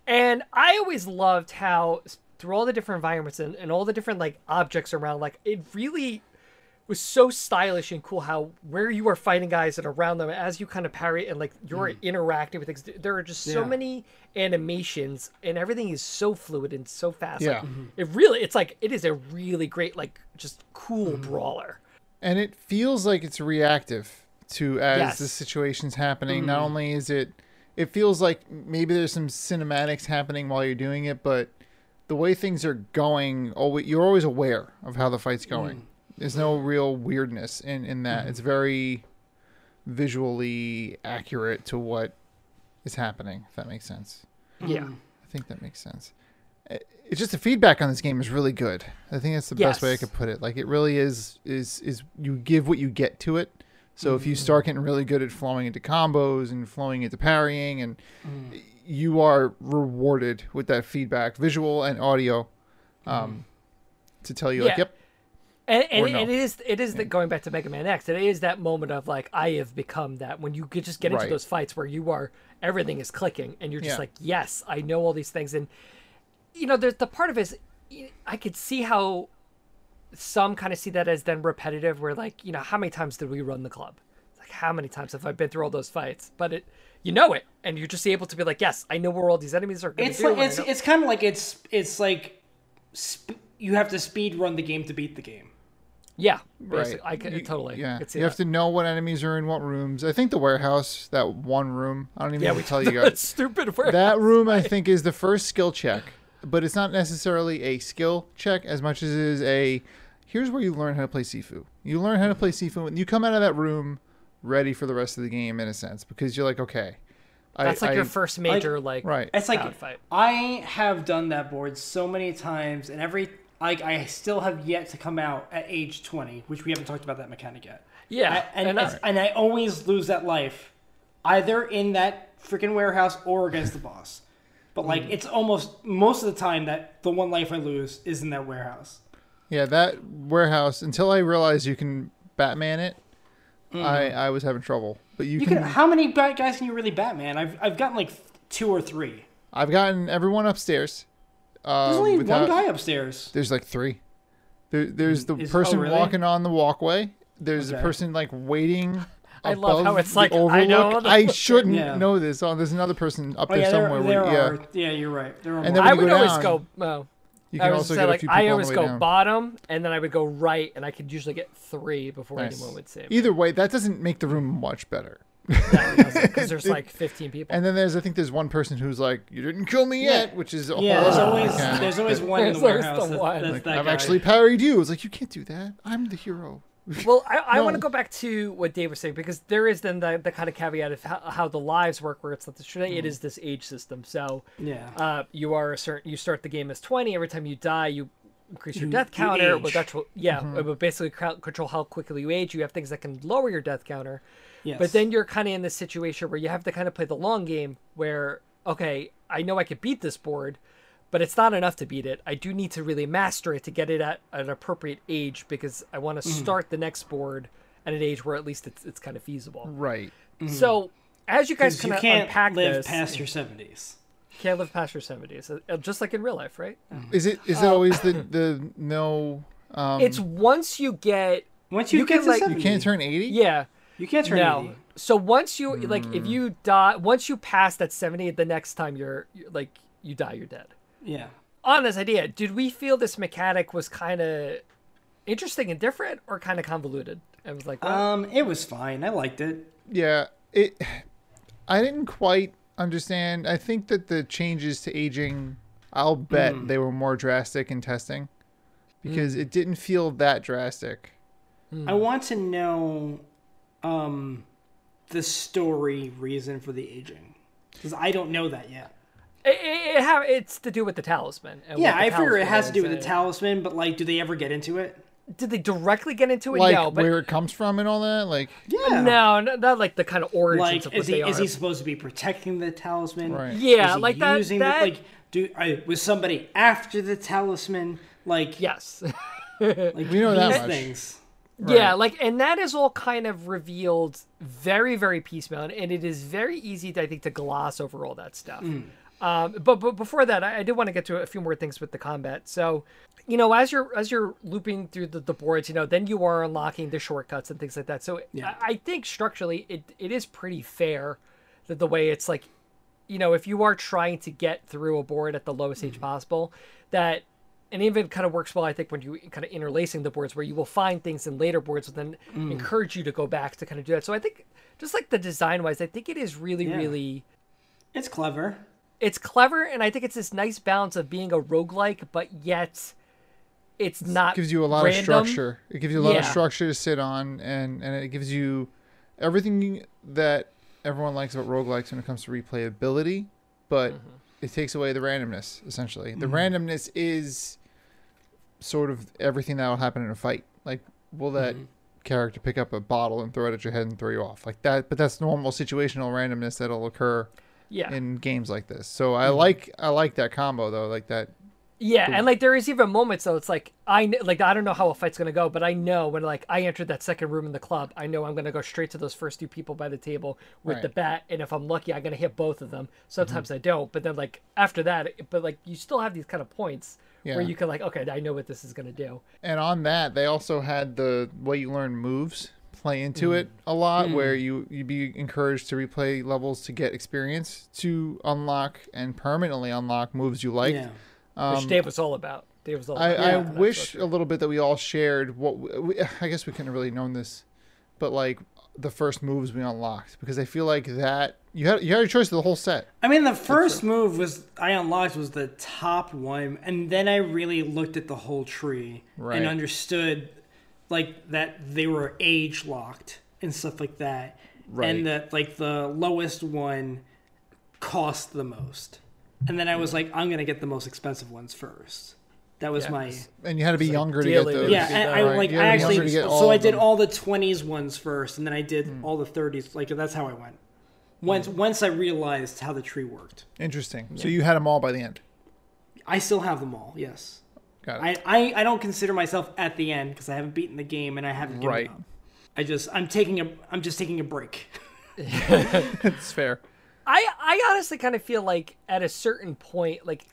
Speaker 2: And I always loved how s- through all the different environments and, and all the different like objects around, like it really was so stylish and cool how where you are fighting guys and around them as you kind of parry and like you're interacting with things. th- There are just so
Speaker 1: Yeah.
Speaker 2: many animations and everything is so fluid and so fast. Like,
Speaker 3: Yeah. Mhm.
Speaker 2: It really, it's like, it is a really great, like just cool brawler.
Speaker 3: and it feels like it's reactive to as
Speaker 2: Yes.
Speaker 3: the situation's happening. Not only is it, it feels like maybe there's some cinematics happening while you're doing it, but the way things are going, always you're always aware of how the fight's going. There's no real weirdness in in that. It's very visually accurate to what is happening. If that makes sense.
Speaker 2: Yeah.
Speaker 3: I think that makes sense. I- It's just the feedback on this game is really good. I think that's the best way I
Speaker 2: Yes.
Speaker 3: could put it. Like it really is is is you give what you get to it. So if
Speaker 2: Mm.
Speaker 3: you start getting really good at flowing into combos and flowing into parrying and
Speaker 2: Mm.
Speaker 3: you are rewarded with that feedback, visual and audio, um, to tell you like,
Speaker 2: Mm. Yeah.
Speaker 3: yep,
Speaker 2: And, and,
Speaker 3: Or no.
Speaker 2: and it is it is that going back to Mega Man X, it is that moment of like I have become that when you could just get into
Speaker 3: Right.
Speaker 2: those fights where you are everything is clicking and you're just
Speaker 3: Yeah.
Speaker 2: like yes I know all these things and you know there's the part of it is y- I could see how some kind of see that as then repetitive where like you know how many times did we run the club It's like how many times have I been through all those fights but it you know it and you're just able to be like yes I know where all these enemies are going to
Speaker 1: It's
Speaker 2: do
Speaker 1: like
Speaker 2: and I
Speaker 1: it's
Speaker 2: know-
Speaker 1: it's kind of like it's it's like sp- you have to speed run the game to beat the game.
Speaker 2: yeah
Speaker 3: right.
Speaker 2: basically, I could
Speaker 3: You-
Speaker 2: totally
Speaker 3: Yeah,
Speaker 2: could see
Speaker 3: you have
Speaker 2: that.
Speaker 3: to know what enemies are in what rooms. I think the warehouse, that one room. I don't even
Speaker 2: yeah
Speaker 3: have
Speaker 2: we
Speaker 3: to tell you guys.
Speaker 2: that stupid word.
Speaker 3: that room I think is the first skill check, but it's not necessarily a skill check as much as it is a here's where you learn how to play Sifu. You learn how to play Sifu and you come out of that room ready for the rest of the game in a sense because you're like, okay.
Speaker 2: That's
Speaker 3: I,
Speaker 2: like your
Speaker 3: I-
Speaker 2: first major, like,
Speaker 3: Right.
Speaker 1: It's like
Speaker 2: Crowd fight.
Speaker 1: I have done that board so many times, and every like I still have yet to come out at age twenty, which we haven't talked about that mechanic yet.
Speaker 2: Yeah,
Speaker 1: I- and
Speaker 2: and
Speaker 1: and,
Speaker 2: I-
Speaker 1: and I always lose that life, either in that freaking warehouse or against the boss. But like it's almost most of the time that the one life I lose is in that warehouse.
Speaker 3: Yeah, that warehouse until I realized you can Batman it, I I was having trouble. But you,
Speaker 1: You
Speaker 3: can,
Speaker 1: can, how many bad guys can you really Batman? I've I've gotten like two or three.
Speaker 3: I've gotten everyone upstairs. Um,
Speaker 1: There's only
Speaker 3: without-
Speaker 1: one guy upstairs.
Speaker 3: There's like three. There, there's the
Speaker 1: Is- oh,
Speaker 3: person
Speaker 1: really?
Speaker 3: walking on the walkway. There's a
Speaker 1: Okay.
Speaker 3: person like waiting.
Speaker 2: I love how
Speaker 3: above
Speaker 2: it's
Speaker 3: the
Speaker 2: like, I know
Speaker 3: overlook.
Speaker 2: the-
Speaker 3: I shouldn't
Speaker 1: Yeah.
Speaker 3: know this. Oh, there's another person up
Speaker 1: Oh
Speaker 3: there
Speaker 1: yeah, there,
Speaker 3: somewhere.
Speaker 1: there
Speaker 3: where, yeah,
Speaker 1: are. Yeah, you're right. There are.
Speaker 3: And
Speaker 1: more.
Speaker 3: then
Speaker 2: I
Speaker 3: when you
Speaker 2: would
Speaker 3: go
Speaker 2: always
Speaker 3: down,
Speaker 2: go. Well,
Speaker 3: you
Speaker 2: I
Speaker 3: can
Speaker 2: was
Speaker 3: also
Speaker 2: say,
Speaker 3: get a
Speaker 2: like,
Speaker 3: few people
Speaker 2: I
Speaker 3: on
Speaker 2: always
Speaker 3: the way
Speaker 2: go
Speaker 3: down.
Speaker 2: bottom, and then I would go right, and I could usually get three before
Speaker 3: Nice.
Speaker 2: anyone would save.
Speaker 3: Either way, that doesn't make the room much better.
Speaker 2: because there's like 15 people.
Speaker 3: And then there's, I think, there's one person who's like, "You didn't kill me yet," which is a
Speaker 1: Yeah,
Speaker 3: whole
Speaker 1: there's
Speaker 3: other
Speaker 1: always
Speaker 3: mechanic
Speaker 1: there's always
Speaker 3: that-
Speaker 1: one in the
Speaker 2: There's always
Speaker 1: warehouse.
Speaker 2: the
Speaker 1: that-
Speaker 2: one.
Speaker 1: that's that
Speaker 3: I've
Speaker 1: guy.
Speaker 3: actually parried you. It's like you can't do that. I'm the hero.
Speaker 2: Well, I, I want to
Speaker 3: No.
Speaker 2: go back to what Dave was saying because there is then the, the kind of caveat of how, how the lives work, where it's not the
Speaker 3: Mm.
Speaker 2: it is this age system. So
Speaker 1: Yeah.
Speaker 2: uh, you are a certain you start the game as 20 every time you die you increase your death
Speaker 1: you
Speaker 2: counter
Speaker 1: age. Mm-hmm.
Speaker 2: but that's what- yeah it would basically cou- control how quickly you age you have things that can lower your death counter
Speaker 1: Yes.
Speaker 2: but then you're kind of in this situation where you have to kind of play the long game where okay i know i could beat this board but it's not enough to beat it i do need to really master it to get it at an appropriate age because i want
Speaker 1: Mm-hmm.
Speaker 2: to start the next board at an age where at least it's, it's kind of feasible
Speaker 3: Right.
Speaker 2: so as you guys
Speaker 1: Mm-hmm. you
Speaker 2: kind of
Speaker 1: can't
Speaker 2: unpack
Speaker 1: live
Speaker 2: this
Speaker 1: past your seventies.
Speaker 2: can't live past your 70s uh, just like in real life right
Speaker 3: Is it
Speaker 1: Oh.
Speaker 3: is it always the the no? Um,
Speaker 2: It's once you get
Speaker 1: Once you,
Speaker 2: You
Speaker 1: get
Speaker 2: can,
Speaker 1: to
Speaker 2: like-
Speaker 3: you
Speaker 1: seventy,
Speaker 3: can't turn eighty.
Speaker 2: yeah
Speaker 1: You can't turn
Speaker 2: no.
Speaker 1: 80.
Speaker 2: So once you like
Speaker 1: Hmm.
Speaker 2: if you die once you pass that 70 the next time you're, you're like you die you're dead.
Speaker 1: Yeah.
Speaker 2: On this idea, did we feel this mechanic was kind of interesting and different or kind of convoluted? I was like, well,
Speaker 1: Um, it was fine. I liked it.
Speaker 3: Yeah, it. I didn't quite understand. I think that the changes to aging, I'll bet they were more drastic in testing, because it didn't feel that drastic.
Speaker 1: I
Speaker 2: Hmm.
Speaker 1: want to know, um, the story reason for the aging, because I don't know that yet.
Speaker 2: it, it, it ha- it's to do with the talisman. and
Speaker 1: Yeah,
Speaker 2: what the
Speaker 1: I figure it
Speaker 2: talisman
Speaker 1: has to do
Speaker 2: is,
Speaker 1: with the
Speaker 2: and-
Speaker 1: talisman, but like, do they ever get into it?
Speaker 2: Did they directly get into it?
Speaker 3: Like
Speaker 2: no, but
Speaker 3: where it comes from and all that. Like
Speaker 1: Yeah.
Speaker 2: no, no, not like the kind of origins
Speaker 1: Like,
Speaker 2: of what
Speaker 1: is he
Speaker 2: they
Speaker 1: is
Speaker 2: are.
Speaker 1: he supposed to be protecting the talisman?
Speaker 3: Right.
Speaker 2: Yeah,
Speaker 1: Is he
Speaker 2: like that-
Speaker 1: Using
Speaker 2: that-
Speaker 1: The, like, do I, was somebody after the talisman? Like,
Speaker 2: Yes.
Speaker 1: Like
Speaker 3: We know that
Speaker 1: these
Speaker 3: much.
Speaker 1: things.
Speaker 2: Yeah, like, and that is all kind of revealed very, very piecemeal, and it is very easy, I think, to gloss over all that stuff. Um, but but before that, I, I did want to get to a few more things with the combat. So, you know, as you're as you're looping through the, the boards, you know, then you are unlocking the shortcuts and things like that. So,
Speaker 1: Yeah.
Speaker 2: I, I think structurally, it it is pretty fair that the way it's like you know, if you are trying to get through a board at the lowest
Speaker 1: Mm-hmm.
Speaker 2: age possible, that and even kind of works well, I think, when you kind of interlacing the boards where you will find things in later boards and then
Speaker 1: Mm.
Speaker 2: encourage you to go back to kind of do that. So I think just like the design wise, I think it is really,
Speaker 1: Yeah.
Speaker 2: really
Speaker 1: It's clever.
Speaker 2: it's clever and I think it's this nice balance of being a roguelike, but yet it's not
Speaker 3: gives you a lot
Speaker 2: random.
Speaker 3: of structure. It gives you a lot of
Speaker 2: Yeah.
Speaker 3: structure to sit on, and and it gives you everything that everyone likes about roguelikes when it comes to replayability, but
Speaker 2: Mm-hmm.
Speaker 3: it takes away the randomness essentially. The randomness is sort of everything that will happen in a fight. Like, will that
Speaker 2: Mm-hmm.
Speaker 3: character pick up a bottle and throw it at your head and throw you off like that? But that's normal situational randomness that'll occur
Speaker 2: Yeah. Mm-hmm.
Speaker 3: in games like this. So I like I like that combo though, like that
Speaker 2: Yeah, and like there is even moments though. It's like I kn- like I don't know how a fight's gonna go, but I know when like I entered that second room in the club, I know I'm gonna go straight to those first two people by the table with the
Speaker 3: Right. Mm-hmm.
Speaker 2: bat, and if I'm lucky, I'm gonna hit both of them. Sometimes I don't, but then like after that, it- but like you still have these kind of points
Speaker 3: Yeah.
Speaker 2: where you can like, okay, I know what this is gonna do.
Speaker 3: and on that they also had the way you learn moves play into
Speaker 1: Mm.
Speaker 3: it a lot where you you'd be encouraged to replay levels to get experience to unlock and permanently unlock moves you like
Speaker 1: Yeah.
Speaker 2: Which Dave was all about. Dave was all.
Speaker 3: Um, i,
Speaker 2: about
Speaker 3: I
Speaker 1: Yeah.
Speaker 3: wish a little bit that we all shared what we, we- i guess we couldn't have really known this but like the first moves we unlocked because i feel like that you had you had a choice of the whole set
Speaker 1: I mean, the first move was I unlocked was the top one, and then I really looked at the whole tree
Speaker 3: Right.
Speaker 1: and understood, like that they were age locked and stuff like that,
Speaker 3: Right.
Speaker 1: and that like the lowest one cost the most, and then I was like, I'm gonna get the most expensive ones first. That was
Speaker 2: Yeah,
Speaker 1: my
Speaker 2: it's-
Speaker 3: and you had to be younger to
Speaker 2: deal
Speaker 3: get
Speaker 2: it.
Speaker 3: those
Speaker 1: yeah.
Speaker 2: see
Speaker 1: And
Speaker 2: that,
Speaker 1: I
Speaker 3: right.
Speaker 1: like
Speaker 3: You
Speaker 1: I
Speaker 3: had to be younger
Speaker 1: actually
Speaker 3: to get
Speaker 1: so
Speaker 3: all
Speaker 1: I
Speaker 3: of
Speaker 1: did
Speaker 3: them. Hmm.
Speaker 1: all the twenties ones first, and then I did all the thirties. Like that's how I went. Once once I realized how the tree worked.
Speaker 3: interesting so you had them all by the end
Speaker 1: I still have them all. Yes,
Speaker 3: got it
Speaker 1: I I, I don't consider myself at the end because I haven't beaten the game and I haven't given
Speaker 3: Right.
Speaker 1: up. I just I'm taking a I'm just taking a break.
Speaker 3: it's fair
Speaker 2: I I honestly kind of feel like at a certain point, like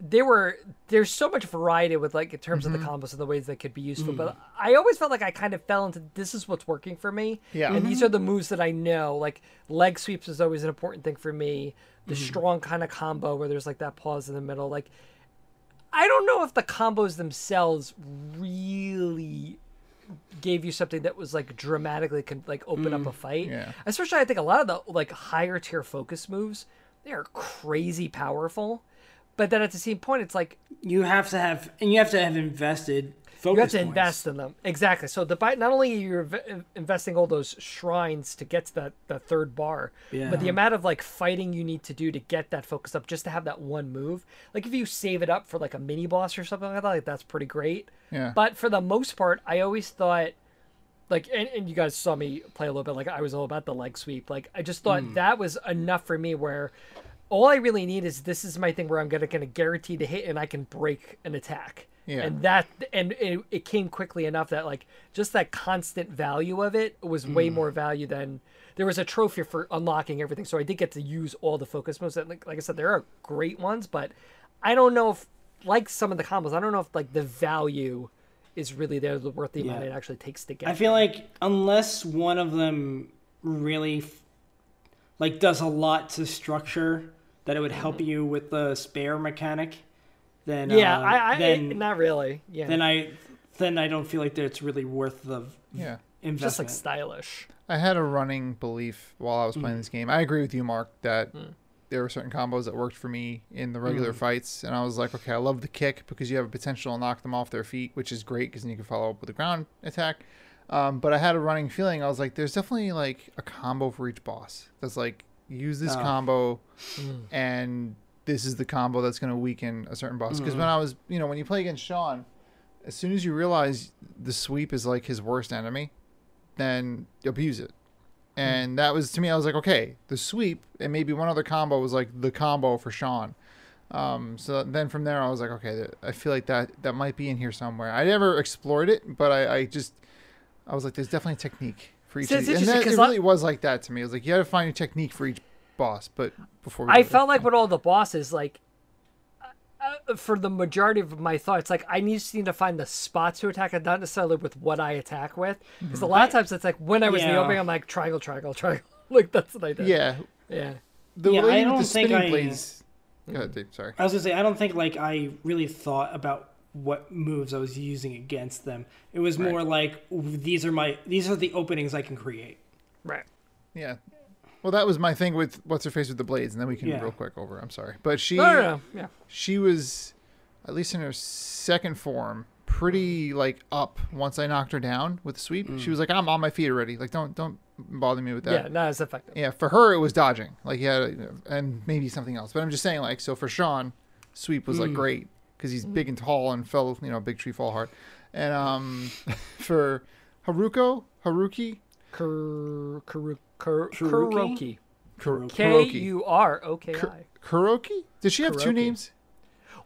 Speaker 2: there were there's so much variety with like in terms of the combos and the ways that could be useful. But I always felt like I kind of fell into this is what's working for me.
Speaker 3: Yeah.
Speaker 2: and these are the moves that I know. Like leg sweeps is always an important thing for me. The strong kind of combo where there's like that pause in the middle, like. I don't know if the combos themselves really gave you something that was like dramatically can like open up a fight.
Speaker 3: yeah.
Speaker 2: Especially I think a lot of the like higher tier focus moves, they are crazy powerful. But then at the same point it's like
Speaker 1: You have to have and you have to have invested. Focus
Speaker 2: you have to
Speaker 1: points.
Speaker 2: invest in them. Exactly. So the by not only are you inv- investing all those shrines to get to that the third bar, but the
Speaker 1: Yeah.
Speaker 2: amount of like fighting you need to do to get that focus up just to have that one move. Like if you save it up for like a mini boss or something like that, like that's pretty great.
Speaker 3: Yeah.
Speaker 2: But for the most part, I always thought like and, and you guys saw me play a little bit like i was all about the leg sweep like i just
Speaker 1: Hmm.
Speaker 2: thought that was enough for me where all i really need is this is my thing where i'm gonna, gonna guarantee to hit and i can break an attack
Speaker 3: Yeah.
Speaker 2: and that and it, it came quickly enough that like just that constant value of it was way
Speaker 1: Hmm.
Speaker 2: more value than there was a trophy for unlocking everything so i did get to use all the focus moves and like, like i said there are great ones but i don't know if like some of the combos i don't know if like the value is really there worth the amount
Speaker 1: Yeah.
Speaker 2: it actually takes to get
Speaker 1: I feel like unless one of them really f- like does a lot to structure that it would help you with the spare mechanic, then
Speaker 2: Mm-hmm. Yeah,
Speaker 1: uh,
Speaker 2: I, I
Speaker 1: then
Speaker 2: not really. Yeah,
Speaker 1: then I then I don't feel like that it's really worth the
Speaker 3: yeah
Speaker 1: investment.
Speaker 2: just like stylish.
Speaker 3: I had a running belief while I was playing this game. I agree with you, Mark, that there were certain combos that worked for me in the regular fights, and I was like, okay, I love the kick because you have a potential to knock them off their feet, which is great because then you can follow up with a ground attack. Um, but I had a running feeling I was like, there's definitely like a combo for each boss that's like use this combo,
Speaker 2: Mm.
Speaker 3: and this is the combo that's going to weaken a certain boss.
Speaker 2: Mm-hmm.
Speaker 3: Because when I was, you know, when you play against Sean, as soon as you realize the sweep is like his worst enemy, then abuse it.
Speaker 2: Hmm.
Speaker 3: And that was to me, I was like, okay, the sweep, and maybe one other combo was like the combo for Sean.
Speaker 2: Hmm.
Speaker 3: Um, so then from there, I was like, okay, th- I feel like that that might be in here somewhere. I never explored it, but I, I just I was like, there's definitely a technique for each.
Speaker 2: See,
Speaker 3: of
Speaker 2: it's
Speaker 3: these. And
Speaker 2: interesting
Speaker 3: that, it
Speaker 2: 'cause I-
Speaker 3: really was like that to me. It was like you had to find your technique for each boss. But before we
Speaker 2: I
Speaker 3: go there-
Speaker 2: felt like with all the bosses, like uh, uh, for the majority of my thoughts, like I need- just need to find the spot to attack, and not necessarily with what I attack with. Because a lot
Speaker 3: Mm-hmm.
Speaker 2: of times it's like when I was in the
Speaker 1: Yeah.
Speaker 2: opening, I'm like triangle, triangle, triangle. like that's what I did.
Speaker 3: yeah,
Speaker 2: yeah.
Speaker 3: the
Speaker 1: Yeah, I
Speaker 3: lady
Speaker 1: don't
Speaker 3: with the
Speaker 1: think
Speaker 3: spinning
Speaker 1: I-
Speaker 3: blades. Go ahead, Dave. Sorry.
Speaker 1: I was gonna say I don't think like I really thought about what moves I was using against them. It was more like "Ooh, these are my these are the openings I can create.
Speaker 2: Right.
Speaker 3: Yeah. Well, that was my thing with what's her face with the blades, and then we can
Speaker 1: Yeah.
Speaker 3: real quick over. I'm sorry, but she
Speaker 2: No, no, no. Yeah.
Speaker 3: she was at least in her second form pretty like up once I knocked her down with the sweep.
Speaker 1: Mm.
Speaker 3: She was like, "I'm on my feet already. Like, don't don't bother me with that."
Speaker 2: Yeah. Not as effective.
Speaker 3: yeah for her it was dodging like yeah and maybe something else but i'm just saying like so for sean sweep
Speaker 2: Mm.
Speaker 3: was like great because
Speaker 1: Mm.
Speaker 3: he's big and tall and fell you know big tree fall hard and um for haruko haruki
Speaker 2: Kur, kuru, kur,
Speaker 1: Kuroki?
Speaker 2: kuroki.
Speaker 3: Kur-
Speaker 2: K
Speaker 3: kuroki
Speaker 2: U R O K I.
Speaker 3: kuroki did she have two
Speaker 2: Kuroki.
Speaker 3: names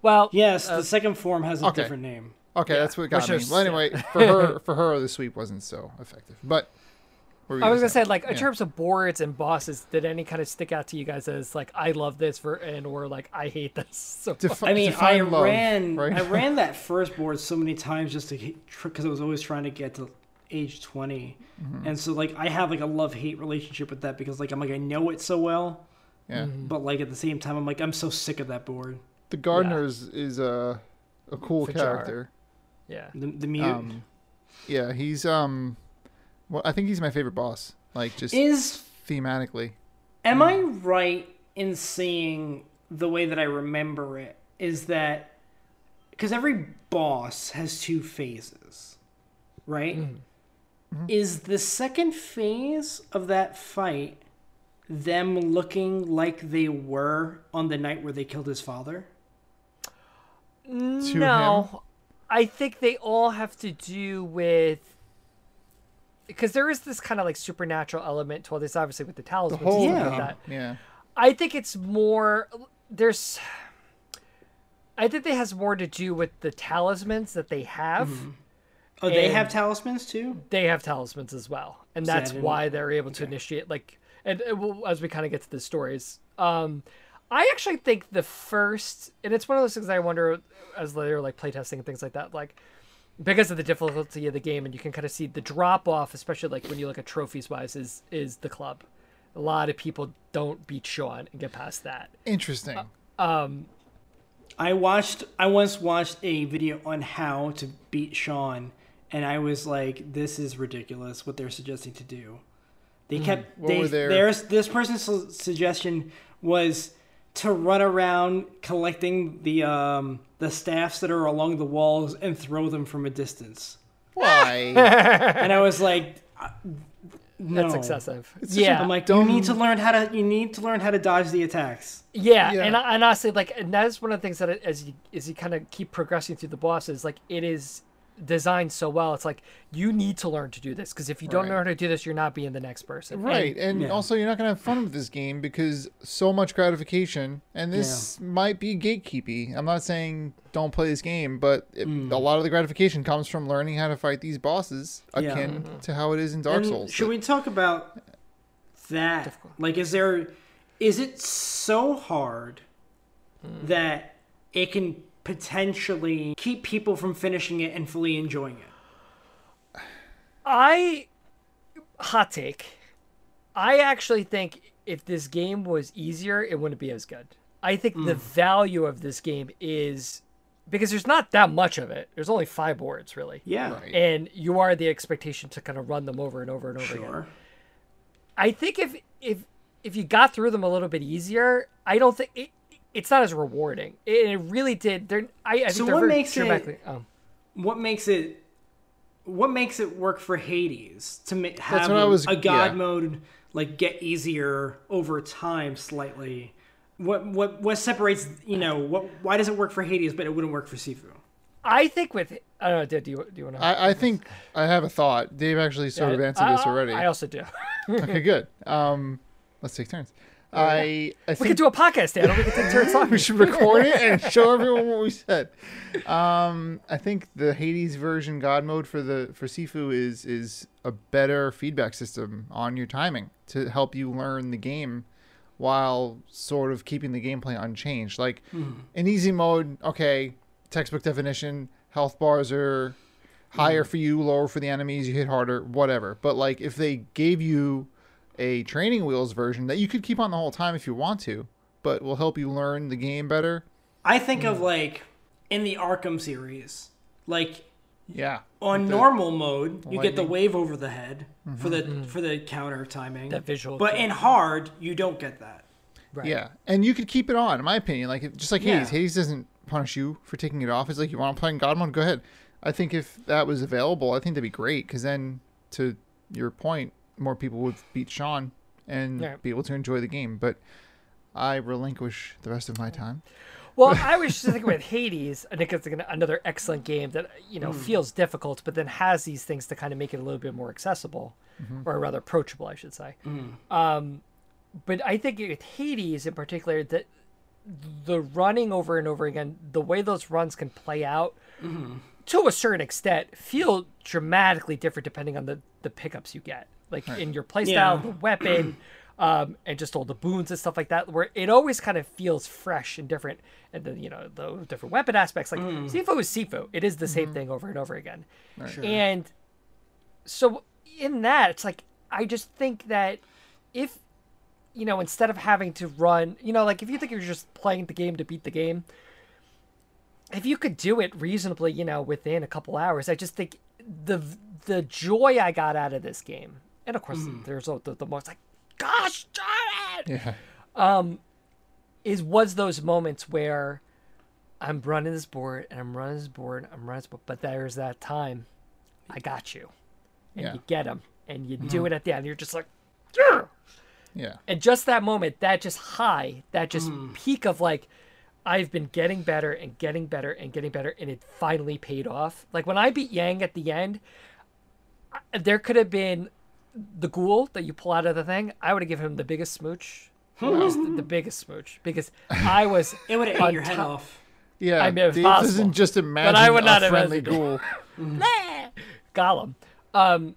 Speaker 2: Well,
Speaker 1: Yes, the second form has a
Speaker 3: okay.
Speaker 1: different name.
Speaker 3: okay that's what got
Speaker 2: Which
Speaker 3: me
Speaker 2: is-
Speaker 3: well anyway for her for her the sweep wasn't so effective but what were you
Speaker 2: I was
Speaker 3: gonna
Speaker 2: gonna say, like, in
Speaker 3: Yeah.
Speaker 2: terms of boards and bosses, did any kind of stick out to you guys as like I love this for and or like I hate this? So
Speaker 3: Defi-
Speaker 1: I mean, I
Speaker 3: define love,
Speaker 1: ran
Speaker 3: right?
Speaker 1: I ran that first board so many times just to because I was always trying to get to age 20
Speaker 3: Mm-hmm.
Speaker 1: and so like I have like a love hate relationship with that because like I'm like I know it so well,
Speaker 3: yeah
Speaker 2: Mm-hmm.
Speaker 1: but like at the same time I'm like I'm so sick of that board.
Speaker 3: the gardener is, is a a cool
Speaker 2: Fajar.
Speaker 3: character
Speaker 2: yeah,
Speaker 1: The, the mute
Speaker 3: Um, yeah, he's um, well, I think he's my favorite boss. Like just
Speaker 1: is
Speaker 3: thematically,
Speaker 1: Am I right in seeing the way that I remember it is that because every boss has two phases, right? Is the second phase of that fight them looking like they were on the night where they killed his father?
Speaker 3: him?
Speaker 2: no, I think they all have to do with because there is this kind of like supernatural element to all this, obviously with the talismans. and
Speaker 3: whole
Speaker 2: stuff like
Speaker 1: thing.
Speaker 2: that.
Speaker 3: yeah,
Speaker 2: I think it's more there's I think it has more to do with the talismans that they have.
Speaker 1: Oh, they
Speaker 2: And-
Speaker 1: have talismans too?
Speaker 2: They have talismans as well, and
Speaker 1: I
Speaker 2: that's
Speaker 1: didn't-
Speaker 2: why they're able to initiate. Like, and uh, well, as we kind of get to the stories, um, I actually think the first, and it's one of those things I wonder as later like playtesting and things like that, like because of the difficulty of the game, and you can kind of see the drop off, especially like when you look at trophies wise, is is the club. A lot of people don't beat Sean and get past that.
Speaker 3: interesting.
Speaker 1: Uh, I watched I once watched a video on how to beat Sean and I was like this is ridiculous what they're suggesting to do. They kept
Speaker 3: Hmm, What
Speaker 1: they,
Speaker 3: were their-
Speaker 1: there's this person's su- suggestion was to run around collecting the um the staffs that are along the walls and throw them from a distance.
Speaker 3: Why?
Speaker 1: And I was like I- no.
Speaker 2: That's excessive.
Speaker 3: such a
Speaker 2: yeah,
Speaker 1: I'm like you need to learn how to you need to learn how to dodge the attacks.
Speaker 2: Yeah,
Speaker 3: Yeah.
Speaker 2: and I- and honestly, like, and that is one of the things that it- as you as you kind of keep progressing through the bosses, like, it is designed so well. It's like you need to learn to do this because if you don't
Speaker 3: Right.
Speaker 2: know how to do this, you're not being the next person.
Speaker 3: right, and
Speaker 1: Yeah.
Speaker 3: also you're not gonna have fun with this game because so much gratification, and this might be gatekeepy. I'm not saying don't play this game, but it,
Speaker 1: Mm.
Speaker 3: a lot of the gratification comes from learning how to fight these bosses,
Speaker 1: Yeah.
Speaker 3: akin to how it is in
Speaker 1: Mm-hmm.
Speaker 3: Dark
Speaker 1: And
Speaker 3: Souls.
Speaker 1: Should
Speaker 3: Like,
Speaker 1: we talk about that? Like, is there, is it so hard
Speaker 3: Hmm.
Speaker 1: that it can potentially keep people from finishing it and fully enjoying it?
Speaker 2: I hot take. I actually think if this game was easier, it wouldn't be as good. I think the value of this game is because there's not that much of it. There's only five boards really.
Speaker 1: Yeah,
Speaker 3: Right.
Speaker 2: And you are the expectation to kind of run them over and over and over again.
Speaker 1: sure.
Speaker 2: I think if if if you got through them a little bit easier, I don't think it, it's not as rewarding. It, it really did. They're I, I think
Speaker 1: So
Speaker 2: they're
Speaker 1: what
Speaker 2: very
Speaker 1: makes it-
Speaker 2: dramatically- um,
Speaker 1: What makes it, what makes it work for Hades to ma- have
Speaker 3: what I
Speaker 1: a-
Speaker 3: was-
Speaker 1: a god
Speaker 3: yeah.
Speaker 1: mode like get easier over time slightly? What what what separates you know what why does it work for Hades but it wouldn't work for Sifu?
Speaker 2: I think with I don't know. Dave, do you do you want to?
Speaker 3: I, I think I have a thought.
Speaker 1: Uh,
Speaker 3: Dave actually sort of answered this already.
Speaker 2: I also do.
Speaker 3: okay, good. Um, let's take turns. I, I
Speaker 2: We could do a podcast, Dan. We could take turns talking.
Speaker 3: we should record it and show everyone what we said. Um, I think the Hades version God mode for the for Sifu is is a better feedback system on your timing to help you learn the game while sort of keeping the gameplay unchanged. Like in easy mode, okay, textbook definition, health bars are higher for you, lower for the enemies, you hit harder, whatever. But like if they gave you a training wheels version that you could keep on the whole time if you want to, but will help you learn the game better.
Speaker 1: I think
Speaker 3: Hmm.
Speaker 1: of like in the Arkham series, like
Speaker 3: Yeah.
Speaker 1: on
Speaker 3: With the-
Speaker 1: normal mode, you get the
Speaker 3: lightning. Mm-hmm.
Speaker 1: wave over the head for the for the counter timing.
Speaker 2: Hmm. That visual
Speaker 1: But
Speaker 2: cue.
Speaker 1: in hard, you don't get that.
Speaker 2: Right.
Speaker 3: Yeah, and you could keep it on, in my opinion. Like if- just like
Speaker 1: Yeah.
Speaker 3: Hades, Hades doesn't punish you for taking it off. It's like you want to play in God mode, go ahead. I think if that was available, I think that'd be great because then, to your point, more people would beat Sean and
Speaker 2: Yeah.
Speaker 3: be able to enjoy the game. But I relinquish the rest of my time.
Speaker 2: Well, I was just thinking with Hades. I think it's like an- another excellent game that you know feels difficult, but then has these things to kind of make it a little bit more accessible, or rather approachable, I should say. Um, but I think with Hades in particular, that the running over and over again, the way those runs can play out to a certain extent, feel dramatically different depending on the the pickups you get, like in your
Speaker 1: Yeah.
Speaker 2: playstyle, the weapon, um, and just all the boons and stuff like that. Where it always kind of feels fresh and different, and then you know the different weapon aspects. Like Sifu is Sifu; it is the same thing over and over again. And so in that, it's like I just think that if you know, instead of having to run, you know, like if you think you're just playing the game to beat the game, if you could do it reasonably, you know, within a couple hours, I just think the the joy I got out of this game, and of course, there's the, the most like, gosh darn it,
Speaker 3: Yeah.
Speaker 2: is was those moments where I'm running this board and I'm running this board, I'm running this board, but there's that time, I got you, and
Speaker 3: Yeah.
Speaker 2: you get them, and you do it at the end. You're just like, yeah.
Speaker 3: Yeah.
Speaker 2: And just that moment, that just high, that just peak of like, I've been getting better and getting better and getting better, and it finally paid off. Like when I beat Yang at the end, I- there could have been the ghoul that you pull out of the thing. I would have given him the biggest smooch, Just the, the biggest smooch, because I was.
Speaker 1: It would have
Speaker 2: on
Speaker 1: ate your head
Speaker 2: top-
Speaker 1: off.
Speaker 3: Yeah.
Speaker 2: I mean, it's
Speaker 3: Dave
Speaker 2: possible,
Speaker 3: doesn't just imagine I
Speaker 2: would not
Speaker 3: a
Speaker 2: have
Speaker 3: friendly
Speaker 2: imagined
Speaker 3: ghoul.
Speaker 2: Gollum. Um,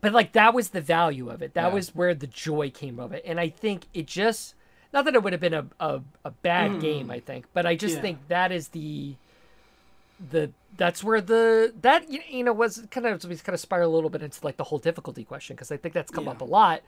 Speaker 2: but like that was the value of it. That was where the joy came of it. And I think it just not that it would have been a, a, a bad game, I think, but I just
Speaker 1: Mm. Yeah.
Speaker 2: think that is the the that's where the that you, you know was kind of was kind of spiral a little bit into like the whole difficulty question because I think that's come
Speaker 1: Yeah.
Speaker 2: up a lot.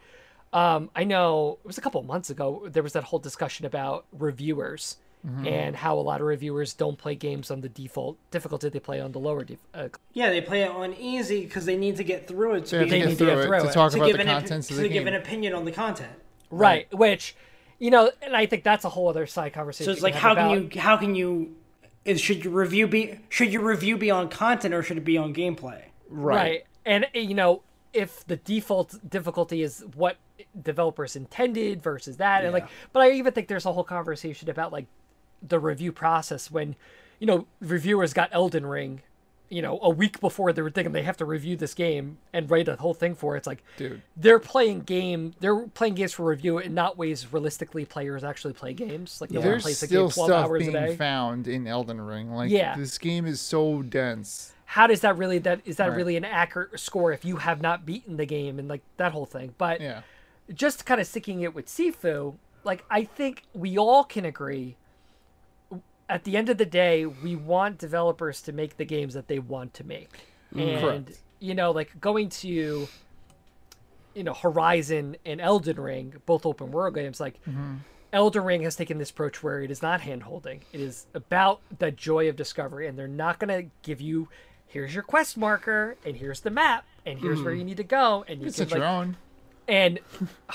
Speaker 2: Um, I know it was a couple of months ago there was that whole discussion about reviewers
Speaker 1: Mm-hmm.
Speaker 2: and how a lot of reviewers don't play games on the default difficulty they play on the lower def- uh,
Speaker 1: Yeah, they play it on easy because they need to get through it to
Speaker 3: They
Speaker 1: be
Speaker 3: have to
Speaker 1: able
Speaker 3: get
Speaker 2: need
Speaker 3: through
Speaker 2: to
Speaker 3: it
Speaker 2: throw
Speaker 3: to
Speaker 2: it.
Speaker 3: talk
Speaker 1: to
Speaker 3: about
Speaker 1: give
Speaker 3: the
Speaker 1: an opi-
Speaker 3: contents of
Speaker 1: to
Speaker 3: the
Speaker 1: give an
Speaker 3: game.
Speaker 1: opinion on the content.
Speaker 2: right which you know and i think that's a whole other side conversation
Speaker 1: So it's
Speaker 2: we
Speaker 1: like,
Speaker 2: have
Speaker 1: how can
Speaker 2: about-
Speaker 1: you? How can you? Is, should your review be? Should your review be on content or should it be on gameplay?
Speaker 2: right. and uh, you know if the default difficulty is what developers intended versus that and like
Speaker 1: Yeah.
Speaker 2: but i even think there's a whole conversation about like the review process when you know reviewers got elden ring you know a week before they were thinking they have to review this game and write a whole thing for it. it's like
Speaker 3: Dude.
Speaker 2: they're playing game they're playing games for review and not ways realistically players actually play games like no one
Speaker 3: There's
Speaker 2: plays a
Speaker 3: still
Speaker 2: game 12
Speaker 3: stuff
Speaker 2: hours a day
Speaker 3: being found in Elden Ring. Like
Speaker 2: Yeah.
Speaker 3: this game is so dense.
Speaker 2: how does that really that is that
Speaker 3: Right.
Speaker 2: really an accurate score if you have not beaten the game and like that whole thing but
Speaker 3: Yeah.
Speaker 2: just kind of sticking it with sifu like i think we all can agree at the end of the day we want developers to make the games that they want to make and
Speaker 3: Mm, Correct.
Speaker 2: you know like going to you know horizon and elden ring both open world games like
Speaker 3: Mm-hmm.
Speaker 2: Elden Ring has taken this approach where it is not hand holding. It is about the joy of discovery, and they're not going to give you here's your quest marker, and here's the map, and here's where you need to go, and you
Speaker 3: Mm. It's
Speaker 2: can
Speaker 3: at your
Speaker 2: like-
Speaker 3: own.
Speaker 2: and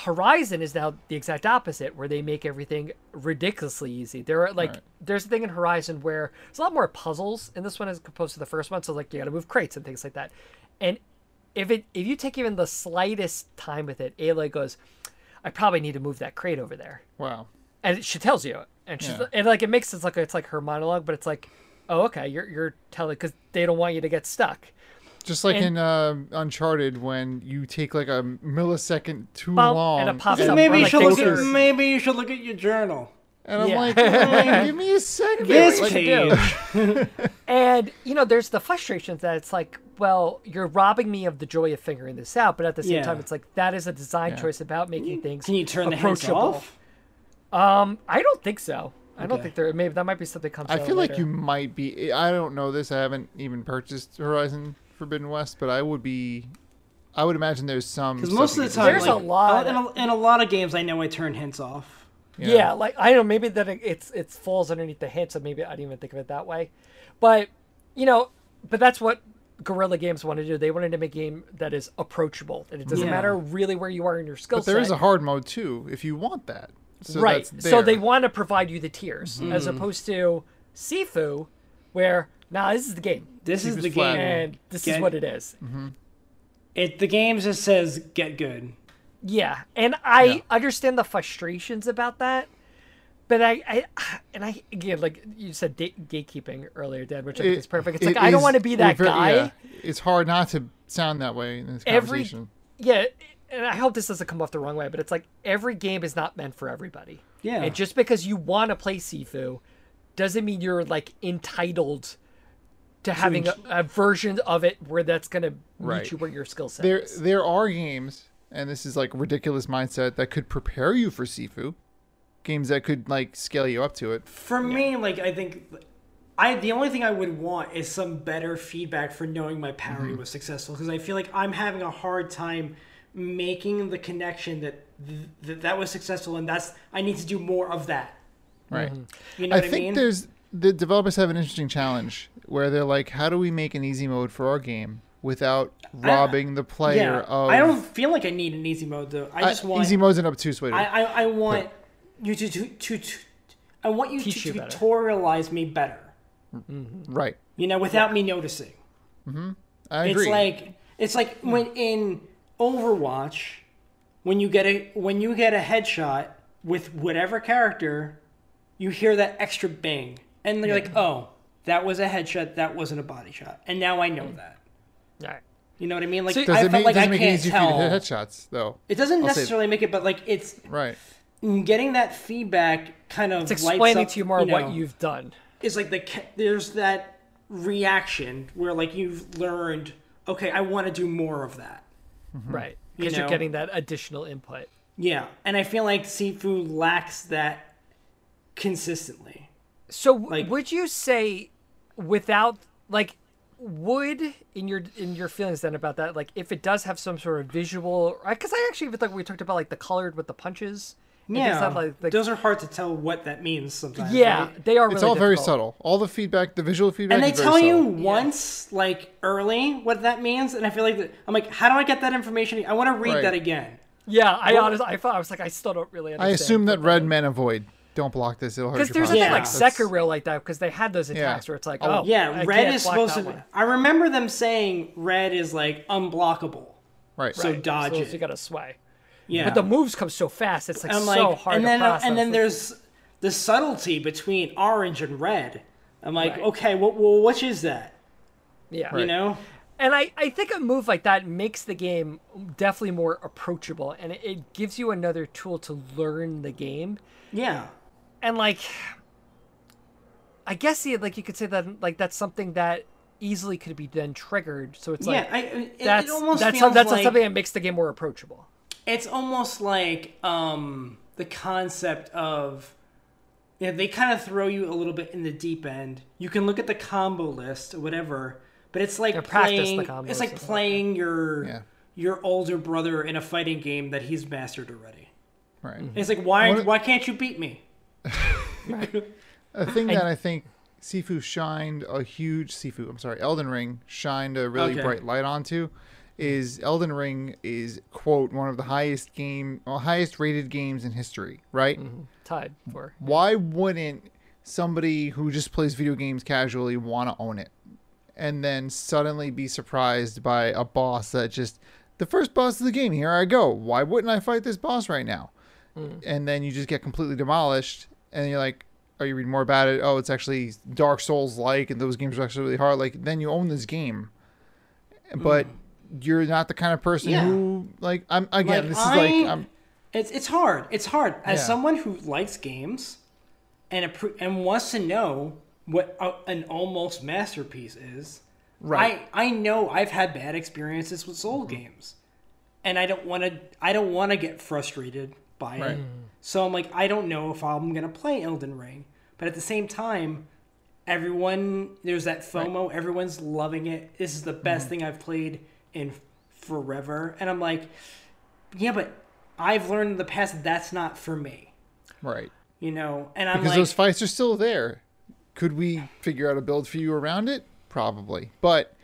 Speaker 2: Horizon is now the exact opposite, where they make everything ridiculously easy. There are like
Speaker 3: Right.
Speaker 2: there's a thing in Horizon where it's a lot more puzzles, and this one is opposed to the first one. So like you got to move crates and things like that. And if it if you take even the slightest time with it, Ayla goes, "I probably need to move that crate over there."
Speaker 3: Wow.
Speaker 2: and she tells you, and she's
Speaker 3: Yeah.
Speaker 2: and like it makes sense like it's like her monologue, but it's like, oh okay, you're you're telling because they don't want you to get stuck,
Speaker 3: Just like
Speaker 2: And-
Speaker 3: in uh, Uncharted, when you take like a millisecond too
Speaker 2: Bump,
Speaker 3: long,
Speaker 2: and it pops
Speaker 3: and-
Speaker 2: up.
Speaker 1: Maybe you
Speaker 2: Like
Speaker 1: should look at,
Speaker 2: Dexter's-
Speaker 1: maybe you should look at your journal.
Speaker 3: and I'm
Speaker 2: Yeah.
Speaker 3: like, "Oh, give me a second.
Speaker 1: This
Speaker 3: Like,
Speaker 1: page.
Speaker 2: And you know, there's the frustration that it's like, well, you're robbing me of the joy of figuring this out, but at the same
Speaker 1: Yeah. Mm.
Speaker 2: time, it's like that is a design choice about making things.
Speaker 1: Can you turn the heads
Speaker 2: approachable.
Speaker 1: off?
Speaker 2: Um, I don't think so. I don't
Speaker 1: Okay.
Speaker 2: think there. Maybe that might be something that comes.
Speaker 3: I
Speaker 2: out
Speaker 3: feel like
Speaker 2: later.
Speaker 3: you might be. eh, I don't know this. I haven't even purchased Horizon Forbidden West, but I would be. I would imagine there's some.
Speaker 1: Because
Speaker 3: stuff
Speaker 1: most
Speaker 3: you
Speaker 1: of the
Speaker 3: can
Speaker 1: time,
Speaker 2: There's
Speaker 1: like,
Speaker 2: a lot
Speaker 1: in a, in a lot of games, I know I turn hints off.
Speaker 2: Yeah. like I don't know, maybe that it- it's it falls underneath the hint, so maybe I didn't even think of it that way. But you know, but that's what Guerrilla Games want to do. They wanted to make a game that is approachable, and it doesn't
Speaker 1: Yeah.
Speaker 2: matter really where you are in your skill
Speaker 3: But
Speaker 2: set.
Speaker 3: there is a hard mode too, if you want that. So
Speaker 2: right.
Speaker 3: That's
Speaker 2: So they
Speaker 3: there. Hmm.
Speaker 2: want to provide you the tiers, as opposed to Sifu, where nah, this is the game,
Speaker 1: This is
Speaker 3: was
Speaker 1: the
Speaker 3: flat.
Speaker 1: game.
Speaker 2: and this is
Speaker 1: Get-
Speaker 2: what it is.
Speaker 3: Mm-hmm.
Speaker 1: It the game just says get good.
Speaker 2: Yeah, and I understand the frustrations about that, but I, I and I again, like you said, da- gatekeeping earlier, Dad, which I think
Speaker 3: It-
Speaker 2: is perfect. It's
Speaker 3: it
Speaker 2: like I don't
Speaker 3: is-
Speaker 2: want to be that
Speaker 3: we're ver-
Speaker 2: guy.
Speaker 3: yeah. It's hard not to sound that way in this
Speaker 2: Every-
Speaker 3: conversation.
Speaker 2: yeah, and I hope this doesn't come off the wrong way, but it's like every game is not meant for everybody.
Speaker 1: Yeah.
Speaker 2: and just because you want to play Sifu, doesn't mean you're like entitled to having a, a version of it where that's gonna meet
Speaker 3: Right.
Speaker 2: you where your skill set
Speaker 3: There,
Speaker 2: is.
Speaker 3: there are games, and this is like ridiculous mindset that could prepare you for Sifu. Games that could like scale you up to it.
Speaker 1: For me, like I think, I the only thing I would want is some better feedback for knowing my parry
Speaker 3: Mm-hmm.
Speaker 1: was successful because I feel like I'm having a hard time making the connection that th- that that was successful and that's I need to do more of that.
Speaker 3: Right.
Speaker 2: Mm-hmm.
Speaker 1: You know
Speaker 3: I
Speaker 1: what
Speaker 3: think
Speaker 1: I mean?
Speaker 3: there's the developers have an interesting challenge where they're like, how do we make an easy mode for our game without robbing the player
Speaker 1: yeah,
Speaker 3: of
Speaker 1: I don't feel like I need an easy mode though. I
Speaker 3: I-
Speaker 1: just want
Speaker 3: easy mode's an obtuse way to
Speaker 1: I, I, I want you to, to, to, to I want you
Speaker 2: Teach
Speaker 1: to
Speaker 2: you better.
Speaker 1: tutorialize me better.
Speaker 3: right.
Speaker 1: You know, without me noticing.
Speaker 3: I
Speaker 1: It's
Speaker 3: agree.
Speaker 1: like it's like when in Overwatch, when you get a when you get a headshot with whatever character, you hear that extra bang, and they're like, "Oh, that was a headshot. That wasn't a body shot." And now I know that.
Speaker 2: All right.
Speaker 1: You know what I mean? Like
Speaker 2: So- Does
Speaker 1: I
Speaker 3: does it
Speaker 1: felt
Speaker 3: make,
Speaker 1: like
Speaker 3: does
Speaker 1: I
Speaker 3: it make it
Speaker 1: can't
Speaker 3: easy for
Speaker 1: tell.
Speaker 3: you to hit headshots though?
Speaker 1: It doesn't
Speaker 3: I'll say-
Speaker 1: necessarily make it, but like it's
Speaker 3: Right.
Speaker 1: getting that feedback kind of
Speaker 2: It's
Speaker 1: lights
Speaker 2: explaining
Speaker 1: up,
Speaker 2: to you more
Speaker 1: know,
Speaker 2: what you've done.
Speaker 1: it's like the ca- there's that reaction where like you've learned, okay, I want to do more of that.
Speaker 2: Right. Because you
Speaker 1: know.
Speaker 2: are getting that additional input.
Speaker 1: Yeah, and I feel like Sifu lacks that consistently.
Speaker 2: So w- would you say without like would in your in your feelings then about that like if it does have some sort of visual because I actually even like we talked about like the colored with the punches and things
Speaker 1: Yeah,
Speaker 2: not like, like-
Speaker 1: those are hard to tell what that means sometimes.
Speaker 2: yeah
Speaker 1: right?
Speaker 2: they are really
Speaker 3: It's all very
Speaker 2: difficult.
Speaker 3: subtle. All the feedback, the visual feedback,
Speaker 1: and they
Speaker 3: is very
Speaker 1: tell you
Speaker 3: subtle.
Speaker 1: once, like early, what that means, and I feel like that, I'm like, how do I get that information? I want to read
Speaker 3: Right.
Speaker 1: that again.
Speaker 2: yeah I honestly I thought I was like I still don't really
Speaker 3: I
Speaker 2: understand
Speaker 3: assume that red men avoid. Don't block this; it'll hurt your
Speaker 2: because there's a
Speaker 3: pocket.
Speaker 2: thing like
Speaker 1: Yeah.
Speaker 2: Sekiro like that because they had those attacks where it's like oh,
Speaker 3: Oh,
Speaker 1: Yeah,
Speaker 2: I
Speaker 1: red
Speaker 2: can't
Speaker 1: is
Speaker 2: block
Speaker 1: supposed
Speaker 2: that
Speaker 1: to.
Speaker 2: one.
Speaker 1: I remember them saying red is like unblockable,
Speaker 3: Right.
Speaker 1: so dodge
Speaker 2: so
Speaker 1: it.
Speaker 2: you gotta sway
Speaker 1: yeah,
Speaker 2: but the moves come so fast it's like
Speaker 1: I'm like,
Speaker 2: so hard
Speaker 1: and then uh,
Speaker 2: to process
Speaker 1: and then
Speaker 2: It's-
Speaker 1: there's the subtlety between orange and red. I'm like,
Speaker 2: Right.
Speaker 1: okay, what well, which is that?
Speaker 2: yeah
Speaker 1: You know,
Speaker 2: And I, I think a move like that makes the game definitely more approachable and it, it gives you another tool to learn the game.
Speaker 1: yeah,
Speaker 2: And like I guess yeah, like you could say that like that's something that easily could be then triggered. So it's
Speaker 1: yeah.
Speaker 2: like
Speaker 1: I, it,
Speaker 2: that's
Speaker 1: it almost
Speaker 2: that's,
Speaker 1: feels
Speaker 2: that's
Speaker 1: like
Speaker 2: something that makes the game more approachable.
Speaker 1: it's almost like um the concept of you know, they kind of throw you a little bit in the deep end. You can look at the combo list or whatever, but it's like
Speaker 2: practice the
Speaker 1: playing.
Speaker 2: combo
Speaker 1: It's
Speaker 2: list
Speaker 1: like
Speaker 2: and stuff.
Speaker 1: playing your
Speaker 3: Yeah.
Speaker 1: your older brother in a fighting game that he's mastered already.
Speaker 3: Right.
Speaker 1: And it's like why
Speaker 3: What-
Speaker 1: why can't you beat me?
Speaker 3: A thing that I think Sifu shined a huge Sifu. I'm sorry, Elden Ring shined a really
Speaker 1: Okay.
Speaker 3: bright light onto. Is Elden Ring is quote one of the highest game, well, highest rated games in history, right?
Speaker 2: Tied for
Speaker 3: Why wouldn't somebody who just plays video games casually want to own it, and then suddenly be surprised by a boss that just the first boss of the game? Here I go. Why wouldn't I fight this boss right now?
Speaker 1: Hmm.
Speaker 3: and then you just get completely demolished and you're like oh you read more about it oh it's actually dark souls like and those games are actually really hard like then you own this game but you're not the kind of person
Speaker 1: Hmm. Yeah.
Speaker 3: who like I'm again.
Speaker 1: Like,
Speaker 3: this
Speaker 1: I-
Speaker 3: is like I'm
Speaker 1: It's it's hard. It's hard as
Speaker 3: Yeah.
Speaker 1: someone who likes games, and appro- and wants to know what a, an almost masterpiece is.
Speaker 3: Right. Mm-hmm.
Speaker 1: I I know I've had bad experiences with Soul games, and I don't want to. I don't want to get frustrated by
Speaker 3: Right.
Speaker 1: it. So I'm like, I don't know if I'm gonna play Elden Ring, but at the same time, everyone there's that FOMO. Everyone's loving it. This is the best
Speaker 3: Mm-hmm.
Speaker 1: thing I've played in forever, and I'm like, yeah, but I've learned in the past that's not for me,
Speaker 3: right
Speaker 1: you know. And I'm
Speaker 3: because
Speaker 1: like,
Speaker 3: those fights are still there. Could we figure out a build for you around it? Probably, but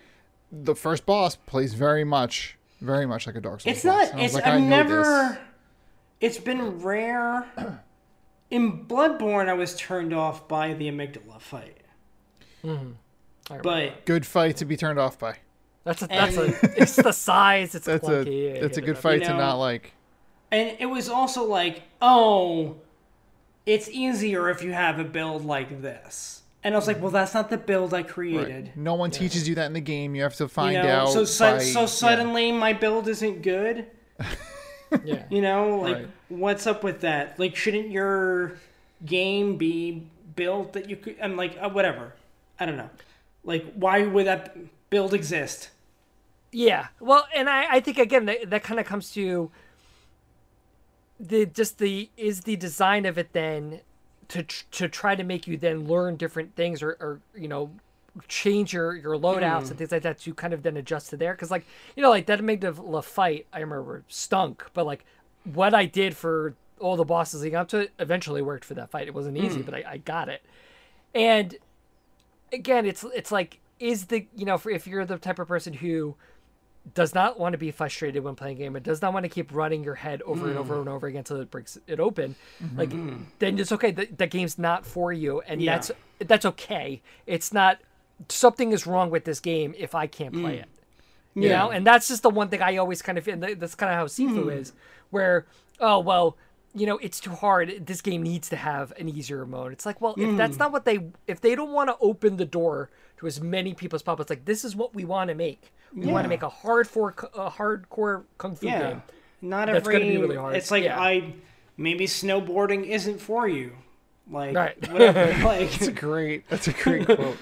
Speaker 3: the first boss plays very much, very much like a Dark Souls.
Speaker 1: it's
Speaker 3: boss.
Speaker 1: not.
Speaker 3: And I
Speaker 1: It's
Speaker 3: was like, I
Speaker 1: I've
Speaker 3: know this.
Speaker 1: never. It's been rare. In Bloodborne, I was turned off by the amygdala fight,
Speaker 3: Mm-hmm.
Speaker 2: I remember
Speaker 1: but
Speaker 2: that.
Speaker 3: good fight to be turned off by.
Speaker 2: that's a, that's a it's the size. It's
Speaker 3: That's
Speaker 2: clunky. yeah,
Speaker 3: a that's a
Speaker 2: yeah,
Speaker 3: good
Speaker 2: yeah.
Speaker 3: fight
Speaker 1: You
Speaker 3: to
Speaker 1: know,
Speaker 3: not like.
Speaker 1: and it was also like, oh, it's easier if you have a build like this. And I was like, well, that's not the build I created.
Speaker 3: Mm-hmm. Right. No one teaches you that in the game. You have to find
Speaker 1: You know,
Speaker 3: out.
Speaker 1: so su-
Speaker 3: by-
Speaker 1: so
Speaker 3: yeah.
Speaker 1: suddenly my build isn't good.
Speaker 2: Yeah.
Speaker 1: You know, like
Speaker 3: Right.
Speaker 1: what's up with that? Like, shouldn't your game be built that you could? I'm like, uh, whatever. I don't know. Like, why would that build exist?
Speaker 2: Yeah. Well, and I, I think again that, that kind of comes to the just the is the design of it then to tr- to try to make you then learn different things or, or you know change your your loadouts and things like that to kind of then adjust to there because like you know like that made the La fight I remember stunk but like what I did for all the bosses leading up to it eventually worked for that fight it wasn't easy but I, I got it and again it's it's like is the you know for if you're the type of person who does not want to be frustrated when playing a game and does not want to keep running your head over and over and over again until it breaks it open like then it's okay that the game's not for you and
Speaker 1: Yeah.
Speaker 2: that's that's okay it's not something is wrong with this game if i can't play it you know and that's just the one thing i always kind of and th- that's kind of how sifu
Speaker 1: Hmm.
Speaker 2: is where oh well you know it's too hard this game needs to have an easier mode it's like well if
Speaker 1: Hmm.
Speaker 2: that's not what they if they don't want to open the door to as many people as possible it's like this is what we want to make we want
Speaker 1: Yeah.
Speaker 2: to make a hard for a hardcore kung fu
Speaker 1: Yeah,
Speaker 2: game
Speaker 1: not
Speaker 2: That's
Speaker 1: every.
Speaker 2: gonna be really hard.
Speaker 1: It's like
Speaker 2: Yeah.
Speaker 1: I maybe snowboarding isn't for you. Like
Speaker 2: Right.
Speaker 1: whatever. like
Speaker 3: That's a great. That's a great quote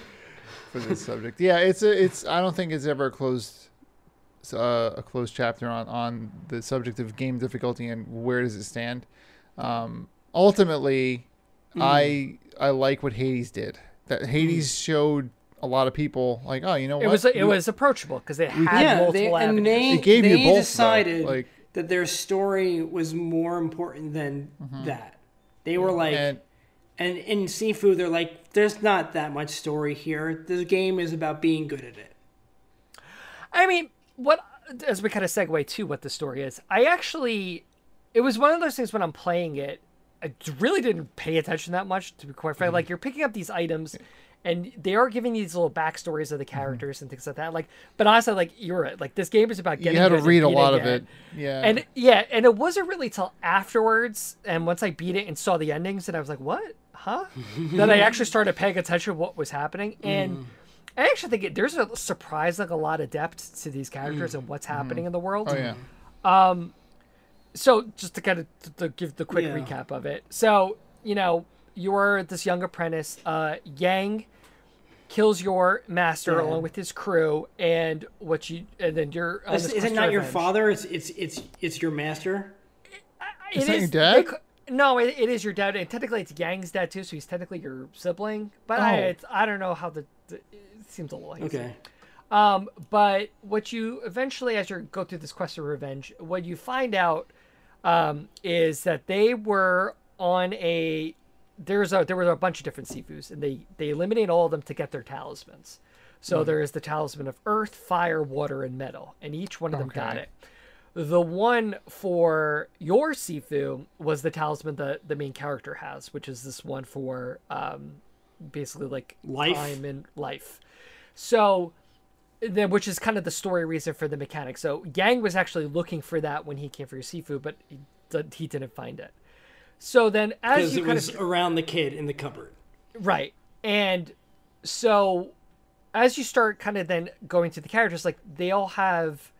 Speaker 3: for this subject. Yeah, it's a. It's. I don't think it's ever a closed, uh, a closed chapter on on the subject of game difficulty and where does it stand. Um, ultimately,
Speaker 2: Mm.
Speaker 3: I I like what Hades did. That Hades showed a lot of people like, oh, you know what?
Speaker 2: Mm. it was it
Speaker 3: You-
Speaker 2: was approachable because it had
Speaker 1: yeah,
Speaker 2: multiple
Speaker 1: they, and
Speaker 2: avenues
Speaker 1: they,
Speaker 3: It gave you
Speaker 1: they
Speaker 3: both, though,
Speaker 1: decided
Speaker 3: like-
Speaker 1: that their story was more important than
Speaker 2: Mm-hmm.
Speaker 1: that. They were like,
Speaker 3: And
Speaker 1: And in Sifu, they're like, there's not that much story here. This game is about being good at it.
Speaker 2: I mean, what as we kind of segue to what the story is, I actually it was one of those things when I'm playing it, I d- really didn't pay attention that much to be quite
Speaker 3: Mm-hmm.
Speaker 2: frank. Like you're picking up these items and they are giving you these little backstories of the
Speaker 3: Mm-hmm.
Speaker 2: characters and things like that. Like but honestly like you're right. Like this game is about getting
Speaker 3: you had to
Speaker 2: good and
Speaker 3: read a
Speaker 2: beating
Speaker 3: lot of it. Yeah.
Speaker 2: And yeah, and it wasn't really till afterwards and once I beat it and saw the endings and I was like, What? Huh? that I actually started paying attention to what was happening. And
Speaker 3: Mm.
Speaker 2: I actually think it, there's a surprise, like a lot of depth to these characters and what's happening in the world.
Speaker 3: Mm. oh yeah.
Speaker 2: So just to kind of to, to give the quick
Speaker 1: Yeah.
Speaker 2: recap of it. So you know, you're this young apprentice. Uh, Yang kills your master
Speaker 1: Yeah.
Speaker 2: along with his crew, and what you and then you're. on
Speaker 1: Is,
Speaker 2: this
Speaker 1: is
Speaker 2: quest
Speaker 1: it
Speaker 2: for
Speaker 1: not your
Speaker 2: revenge.
Speaker 1: father? It's it's it's it's your master.
Speaker 2: It
Speaker 3: Is that
Speaker 2: they
Speaker 3: your dad?
Speaker 2: ca- no, it, it is your dad, and technically it's Yang's dad too, so he's technically your sibling. But I,
Speaker 3: Oh.
Speaker 2: it's, I don't know how the, the it seems a little hazy.
Speaker 1: Okay.
Speaker 2: Um, but what you eventually, as you go through this quest of revenge, what you find out um, is that they were on a there's a there were a bunch of different sifus, and they they eliminate all of them to get their talismans. So there is the talisman of earth, fire, water, and metal, and each one of them got it. The one for your Sifu was the talisman that the main character has, which is this one for um, basically like
Speaker 1: Life?
Speaker 2: time and life. So then which is kind of the story reason for the mechanic. So Yang was actually looking for that when he came for your seafood, but he, d- he didn't find it. So then,
Speaker 1: Because
Speaker 2: as you
Speaker 1: it
Speaker 2: kind
Speaker 1: was
Speaker 2: of
Speaker 1: around the kid in the cupboard.
Speaker 2: right, and so as you start kind of then going to the characters, like they all have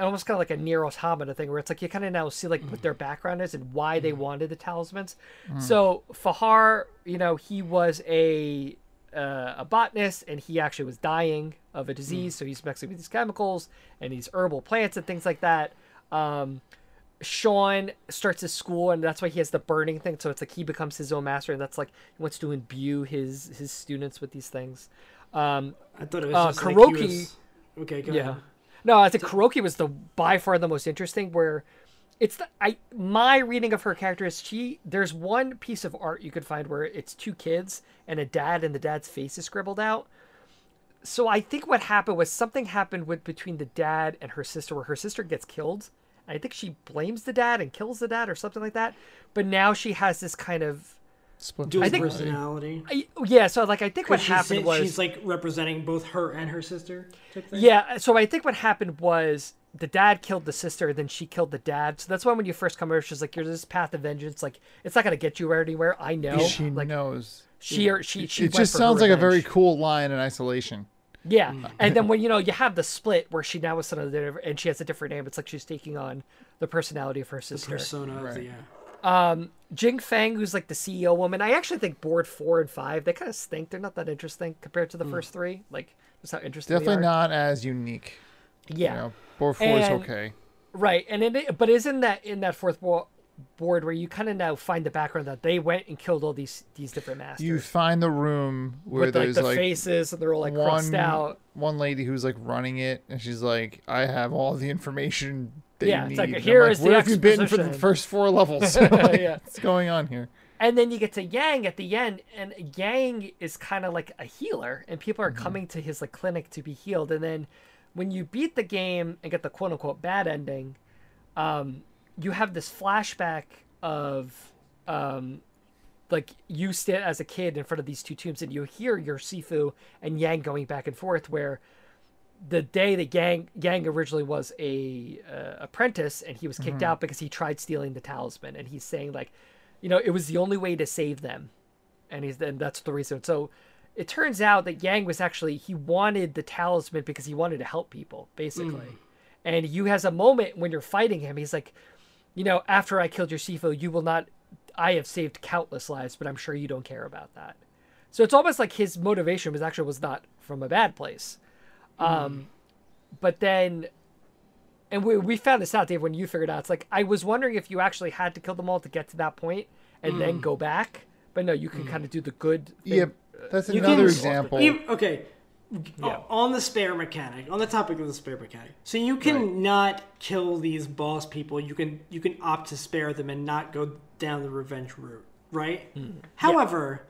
Speaker 2: almost kind of like a near automata thing where it's like you kind of now see like what their background is and why they wanted the talismans. So Fahar, you know, he was a uh, a botanist and he actually was dying of a disease, so he's mixing with these chemicals and these herbal plants and things like that. Um, Sean starts his school, and that's why he has the burning thing. So it's like he becomes his own master, and that's like he wants to imbue his his students with these things. Um,
Speaker 1: I thought it was
Speaker 2: Uh,
Speaker 1: just like
Speaker 2: Kuroki-
Speaker 1: he was- Okay, go
Speaker 2: yeah.
Speaker 1: ahead.
Speaker 2: No, I think Kuroki was the by far the most interesting. Where it's the, I my reading of her character is she there's one piece of art you could find where it's two kids and a dad and the dad's face is scribbled out. So I think what happened was something happened with between the dad and her sister where her sister gets killed. I think she blames the dad and kills the dad or something like that. But now she has this kind of
Speaker 3: Splinter
Speaker 1: Dual
Speaker 3: Cell.
Speaker 2: think-
Speaker 1: personality.
Speaker 2: I- yeah. So like I think what
Speaker 1: But she's,
Speaker 2: happened was
Speaker 1: she's like representing both her and her sister. Type thing.
Speaker 2: Yeah, so I think what happened was the dad killed the sister, then she killed the dad. So that's why when you first come over, she's like, "You're this path of vengeance. Like, it's not gonna get you anywhere. I know."
Speaker 3: she
Speaker 2: like
Speaker 3: knows.
Speaker 2: she or she. she went
Speaker 3: it just
Speaker 2: for her
Speaker 3: sounds like a very Mm.
Speaker 2: revenge.
Speaker 3: cool line in isolation.
Speaker 2: yeah. And then when you know you have the split where she now is sort of there and she has a different name. It's like she's taking on the personality of her sister.
Speaker 1: Persona. Of the, yeah.
Speaker 2: Jing Fang, who's like the CEO woman, I actually think board four and five they kind of stink. They're not that interesting compared to the first three. Like, just how interesting. they
Speaker 3: Mm. Definitely
Speaker 2: are.
Speaker 3: not as unique.
Speaker 2: Yeah.
Speaker 3: You know, board four is
Speaker 2: And-
Speaker 3: okay.
Speaker 2: Right, and in it, but isn't that in that fourth wall board where you kind of now find the background that they went and killed all these these different masters
Speaker 3: You find the room where
Speaker 2: with like
Speaker 3: there's
Speaker 2: the
Speaker 3: like,
Speaker 2: faces and they're all like crossed
Speaker 3: one
Speaker 2: out.
Speaker 3: one lady who's like running it, and she's like, "I have all the information that
Speaker 2: Yeah,
Speaker 3: you
Speaker 2: it's
Speaker 3: need."
Speaker 2: like,
Speaker 3: And I'm
Speaker 2: "Here is the
Speaker 3: Where have you been for the
Speaker 2: exposition."
Speaker 3: first four levels? Like,
Speaker 2: Yeah.
Speaker 3: What's going on here?
Speaker 2: And then you get to Yang at the end, and Yang is kind of like a healer, and people are coming to his like clinic to be healed. And then when you beat the game and get the quote unquote bad ending, um, you have this flashback of um, like you stand as a kid in front of these two tombs, and you hear your Sifu and Yang going back and forth, where the day that Yang Yang originally was a uh, apprentice and he was kicked out because he tried stealing the talisman and he's saying like you know it was the only way to save them and he's and that's the reason so it turns out that Yang was actually he wanted the talisman because he wanted to help people basically and you has a moment when you're fighting him he's like you know after I killed your Sifo you will not I have saved countless lives but I'm sure you don't care about that so it's almost like his motivation was actually was not from a bad place
Speaker 1: Hmm.
Speaker 2: Um, but then and we, we found this out dave when you figured out it's like i was wondering if you actually had to kill them all to get to that point and
Speaker 1: Hmm.
Speaker 2: then go back but no you can kind of do the good thing.
Speaker 3: Yep, that's
Speaker 1: You
Speaker 3: another
Speaker 1: can-
Speaker 3: example.
Speaker 1: Even- okay. O- On the spare mechanic, on the topic of the spare mechanic, so you can not kill these boss people. You can you can opt to spare them and not go down the revenge route, right?
Speaker 3: Hmm.
Speaker 1: However,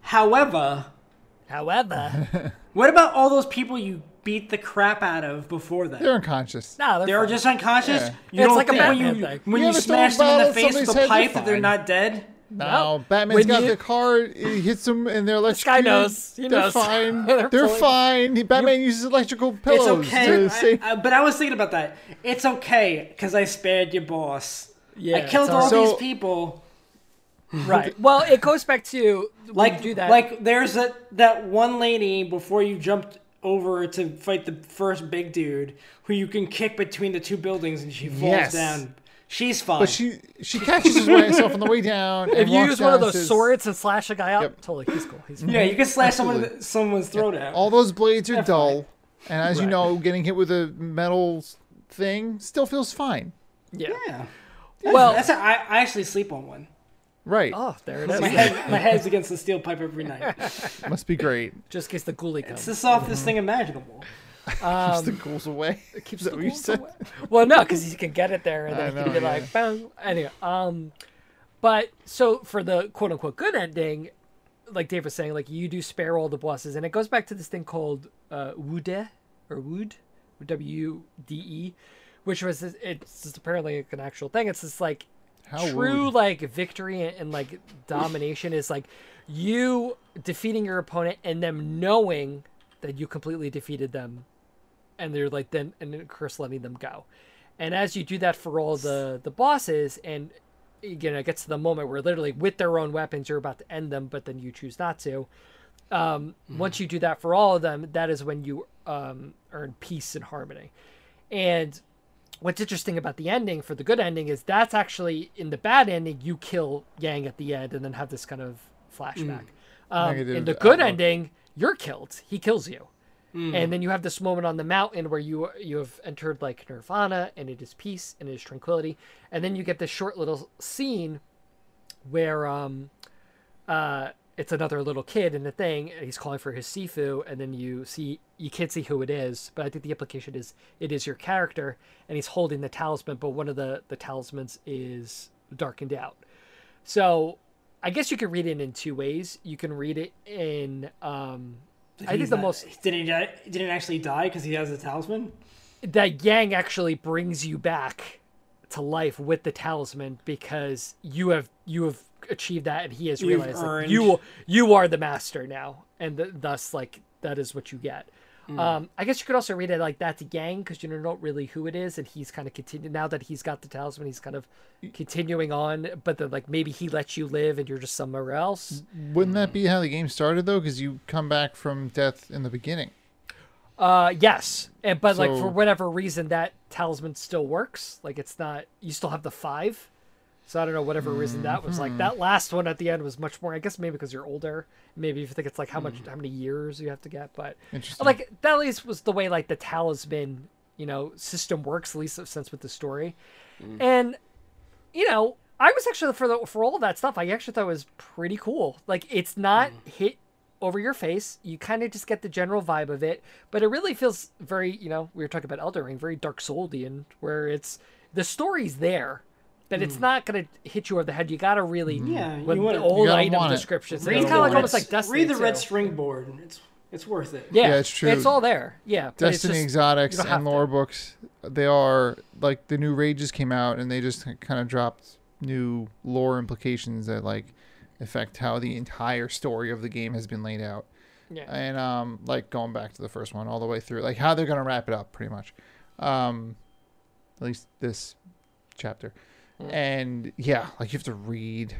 Speaker 1: however,
Speaker 2: however
Speaker 1: what about all those people you beat the crap out of before that?
Speaker 3: They're unconscious.
Speaker 2: no,
Speaker 1: They are just unconscious.
Speaker 3: Yeah.
Speaker 1: You
Speaker 2: It's
Speaker 1: don't
Speaker 2: like a
Speaker 1: think when
Speaker 2: Batman
Speaker 1: you
Speaker 2: thing.
Speaker 1: when
Speaker 3: You
Speaker 1: you,
Speaker 3: ever throw a
Speaker 1: smash them in
Speaker 3: bottle
Speaker 1: the
Speaker 3: at
Speaker 1: face with
Speaker 3: somebody's
Speaker 1: a
Speaker 3: head, you're
Speaker 1: pipe that they're
Speaker 3: fine.
Speaker 1: not dead.
Speaker 3: No,
Speaker 2: Nope.
Speaker 3: Batman's
Speaker 2: When
Speaker 3: got
Speaker 2: you-
Speaker 3: the car. It hits them, and they're
Speaker 2: guy
Speaker 3: electrocuted.
Speaker 2: knows. He
Speaker 3: they're
Speaker 2: knows.
Speaker 3: fine.
Speaker 2: They're
Speaker 3: they're
Speaker 2: fully-
Speaker 3: fine. He- Batman uses electrical
Speaker 1: It's
Speaker 3: pillows
Speaker 1: okay,
Speaker 3: to
Speaker 1: I-
Speaker 3: save.
Speaker 1: I- but I was thinking about that. It's okay because I spared your boss.
Speaker 2: yeah
Speaker 1: I killed
Speaker 2: it's
Speaker 1: all
Speaker 3: So-
Speaker 1: these people.
Speaker 2: right well it goes back to
Speaker 1: Like
Speaker 2: like do that
Speaker 1: Like there's that that one lady before you jumped over to fight the first big dude who you can kick between the two buildings and she falls
Speaker 3: Yes.
Speaker 1: down. She's fine.
Speaker 3: But she she catches his way herself on the way down.
Speaker 2: if
Speaker 3: and
Speaker 2: you
Speaker 3: walks
Speaker 2: use one of
Speaker 3: down and
Speaker 2: those
Speaker 3: says,
Speaker 2: swords and slash a guy out
Speaker 3: Yep.
Speaker 2: totally he's cool he's cool.
Speaker 1: yeah, you can slash someone
Speaker 3: Absolutely.
Speaker 1: someone's throat out.
Speaker 3: all those blades are
Speaker 1: Definitely.
Speaker 3: dull, and as you know, getting hit with a metal s- thing still feels fine.
Speaker 2: yeah,
Speaker 1: yeah.
Speaker 2: well
Speaker 1: That's how I, I actually sleep on one.
Speaker 3: Right,
Speaker 2: oh there it is
Speaker 1: My head my head's against the steel pipe every night.
Speaker 3: must be great.
Speaker 2: just in case the ghoulie comes
Speaker 1: It's the softest thing imaginable.
Speaker 3: Keeps the ghouls away. Keeps
Speaker 2: Um, the ghouls away. well, no, because he can get it there, and then
Speaker 3: I
Speaker 2: he can
Speaker 3: know,
Speaker 2: be
Speaker 3: yeah.
Speaker 2: like, bang. Anyway, um, but so for the quote unquote good ending, like Dave was saying, like you do spare all the bosses, and it goes back to this thing called uh, Wude or Wood, W D E, which was this- it's just apparently like an actual thing. It's this like
Speaker 3: How
Speaker 2: true
Speaker 3: rude.
Speaker 2: like victory and, and like domination is like you defeating your opponent and them knowing that you completely defeated them and they're like then and then of course letting them go and as you do that for all the the bosses and you know it gets to the moment where literally with their own weapons you're about to end them but then you choose not to Um,
Speaker 3: Mm-hmm.
Speaker 2: Once you do that for all of them, that is when you um, earn peace and harmony. And what's interesting about the ending for the good ending is that's actually in the bad ending you kill Yang at the end and then have this kind of flashback. Um, in
Speaker 3: Mm. Negative
Speaker 2: the good
Speaker 3: outlook. Mm.
Speaker 2: ending, you're killed. He kills you. And then you have this moment on the mountain where you you have entered like nirvana and it is peace and it is tranquility. And then you get this short little scene where um uh it's another little kid in the thing and he's calling for his sifu and then you see you can't see who it is but i think the implication is it is your character and he's holding the talisman but one of the the talismans is darkened out so i guess you can read it in two ways you can read it in um i think
Speaker 1: He's
Speaker 2: the
Speaker 1: not-
Speaker 2: most
Speaker 1: did he die, didn't actually die because he has the talisman.
Speaker 2: that Yang actually brings you back to life with the talisman because you have you have achieved that and he has
Speaker 1: You've
Speaker 2: realized like,
Speaker 1: earned-
Speaker 2: you you are the master now and th- thus like that is what you get.
Speaker 1: Mm.
Speaker 2: Um, I guess you could also read it like that's Yang because you don't know really who it is and he's kind of continuing now that he's got the talisman he's kind of continuing on but then like maybe he lets you live and you're just somewhere else.
Speaker 3: Wouldn't that be how the game started though? Because you come back from death in the beginning.
Speaker 2: Uh, yes, and but like for
Speaker 3: So-
Speaker 2: whatever reason, that talisman still works. Like it's not you still have the five. So I don't know whatever reason that was like that last one at the end was much more. I guess maybe because you're older. Maybe if you think it's like how much how many years you have to get, but
Speaker 3: Interesting.
Speaker 2: like that at least was the way like the talisman you know system works at least since with the story,
Speaker 1: Mm.
Speaker 2: and you know, I was actually for the for all of that stuff, I actually thought it was pretty cool. Like it's not
Speaker 1: Mm.
Speaker 2: hit over your face. You kind of just get the general vibe of it, but it really feels very, you know, we were talking about Elden Ring, very Dark Soulsian, where it's the story's there, but
Speaker 1: Mm.
Speaker 2: it's not gonna hit you over the head. You gotta really
Speaker 1: Yeah,
Speaker 2: when
Speaker 1: you wanna-
Speaker 2: the old
Speaker 3: gotta
Speaker 2: item
Speaker 3: want it.
Speaker 2: descriptions.
Speaker 1: Read
Speaker 2: It's kind
Speaker 1: the
Speaker 2: of like
Speaker 1: red-
Speaker 2: almost like Destiny.
Speaker 1: Read the red
Speaker 2: too.
Speaker 1: springboard. It's it's worth it.
Speaker 2: Yeah,
Speaker 3: Yeah, it's true.
Speaker 2: It's all there. Yeah, but it's
Speaker 3: Destiny
Speaker 2: just-
Speaker 3: Exotics
Speaker 2: you don't have
Speaker 3: and lore books, they are like the new rages came out and they just kind of dropped new lore implications that like affect how the entire story of the game has been laid out.
Speaker 2: Yeah.
Speaker 3: And um like going back to the first one all the way through, like how they're going to wrap it up pretty much. Um at least this chapter.
Speaker 2: Hmm.
Speaker 3: And yeah, like you have to read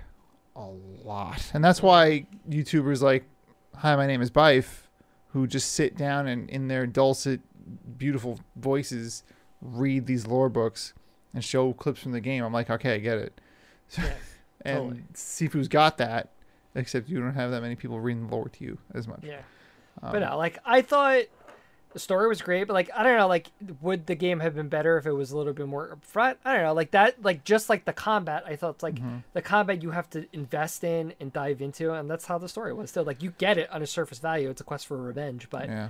Speaker 3: a lot. And that's why YouTubers like Hi, my name is Bife, who just sit down and in their dulcet, beautiful voices read these lore books and show clips from the game. I'm like, okay, I get it. and
Speaker 2: totally.
Speaker 3: Sifu's got that, except you don't have that many people reading the lore to you as much.
Speaker 2: Yeah.
Speaker 3: Um,
Speaker 2: but no, like I thought the story was great, but like I don't know, like would the game have been better if it was a little bit more upfront? I don't know, like that, like just like the combat, I thought like
Speaker 3: Mm-hmm.
Speaker 2: the combat you have to invest in and dive into, and that's how the story was. Still, like you get it on a surface value, it's a quest for revenge, but
Speaker 3: Yeah.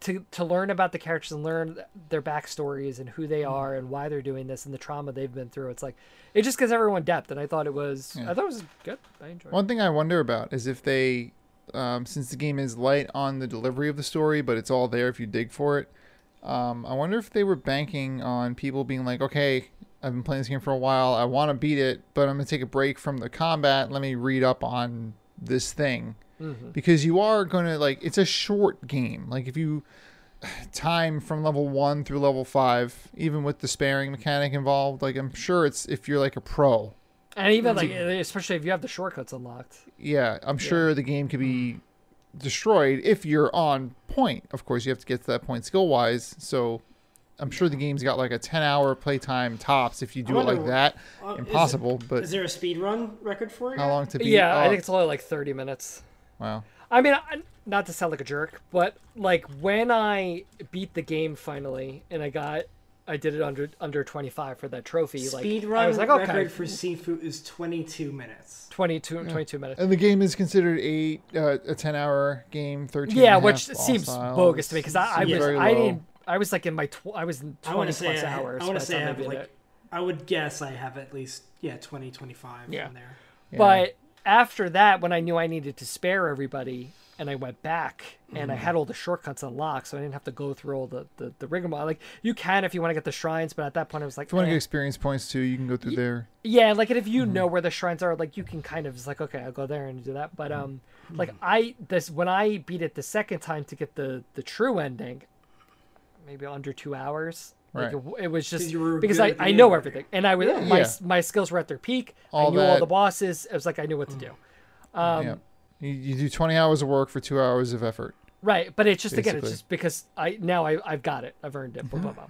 Speaker 2: to to learn about the characters and learn their backstories and who
Speaker 3: Mm-hmm.
Speaker 2: they are and why they're doing this and the trauma they've been through, it's like it just gives everyone depth, and I thought it was, I thought it was good, I enjoyed. it.
Speaker 3: One thing I wonder about is if they, um, since the game is light on the delivery of the story, but it's all there if you dig for it. Um, I wonder if they were banking on people being like, okay, I've been playing this game for a while. I want to beat it, but I'm going to take a break from the combat. Let me read up on this thing. Because you are going to, like, it's a short game. Like, if you time from level one through level five, even with the sparing mechanic involved, like, I'm sure it's if you're like a pro,
Speaker 2: and even like eh, especially if you have the shortcuts unlocked.
Speaker 3: yeah, I'm sure the game could be destroyed if you're on point. Of course, you have to get to that point skill wise. So I'm sure the game's got like a 10 hour playtime tops if you do it
Speaker 1: wonder
Speaker 3: like
Speaker 1: wh-
Speaker 3: that.
Speaker 1: Uh, is it-
Speaker 3: Impossible, but
Speaker 1: Is there a speed run record for it?
Speaker 3: how
Speaker 1: yet?
Speaker 3: long to be?
Speaker 2: Yeah, I
Speaker 3: Oh,
Speaker 2: think it's only like 30 minutes.
Speaker 3: Wow.
Speaker 2: I mean, I, not to sound like a jerk, but like when I beat the game finally and I got, I did it under under 25 for that trophy.
Speaker 1: Speed
Speaker 2: like, I
Speaker 1: run
Speaker 2: was like, okay,
Speaker 1: record for Sifu is 22 minutes.
Speaker 2: 22, 22 minutes.
Speaker 3: And the game is considered eight, uh, a 10 hour game, 13.
Speaker 2: Yeah,
Speaker 3: and a
Speaker 2: which
Speaker 3: half
Speaker 2: seems
Speaker 3: all
Speaker 2: bogus to me
Speaker 3: styles.
Speaker 2: because I, I
Speaker 3: Seems
Speaker 2: was,
Speaker 3: very
Speaker 2: I
Speaker 3: low.
Speaker 2: didn't, I was like in my, tw- I was in 20
Speaker 1: I want to say
Speaker 2: plus
Speaker 1: I,
Speaker 2: hours.
Speaker 1: I want to
Speaker 2: by the
Speaker 1: say I
Speaker 2: time
Speaker 1: have
Speaker 2: did
Speaker 1: like
Speaker 2: it.
Speaker 1: I would guess I have at least yeah 20 25
Speaker 2: Yeah.
Speaker 1: on there.
Speaker 2: But after that, when I knew I needed to spare everybody, and I went back and I
Speaker 3: Mm.
Speaker 2: had all the shortcuts unlocked, so I didn't have to go through all the the, the rigmarole. Like you can if you want to get the shrines, but at that point I was like,
Speaker 3: If you want to
Speaker 2: eh.
Speaker 3: get Mm-hmm. experience points too, you can go through there.
Speaker 2: yeah, like and if you know where the shrines are, like you can kind of just like okay, I'll go there and do that.
Speaker 3: Mm.
Speaker 2: But um, like I this when I beat it the second time to get the the true ending, maybe under two hours. Like
Speaker 3: Right.
Speaker 2: it, it was just
Speaker 1: you were
Speaker 2: because
Speaker 1: good
Speaker 2: I,
Speaker 1: at the
Speaker 2: I
Speaker 1: game
Speaker 2: know
Speaker 1: already.
Speaker 2: everything and I was my
Speaker 3: Yeah.
Speaker 2: my skills were at their peak. I
Speaker 3: All
Speaker 2: knew all
Speaker 3: that- Mm.
Speaker 2: the bosses. It was like I knew what to do.
Speaker 3: yeah. You, you do 20 hours of work for two hours of effort.
Speaker 2: Right, but it's just again,
Speaker 3: Basically.
Speaker 2: it's just because I now I I've got it, I've earned it. Blah blah blah.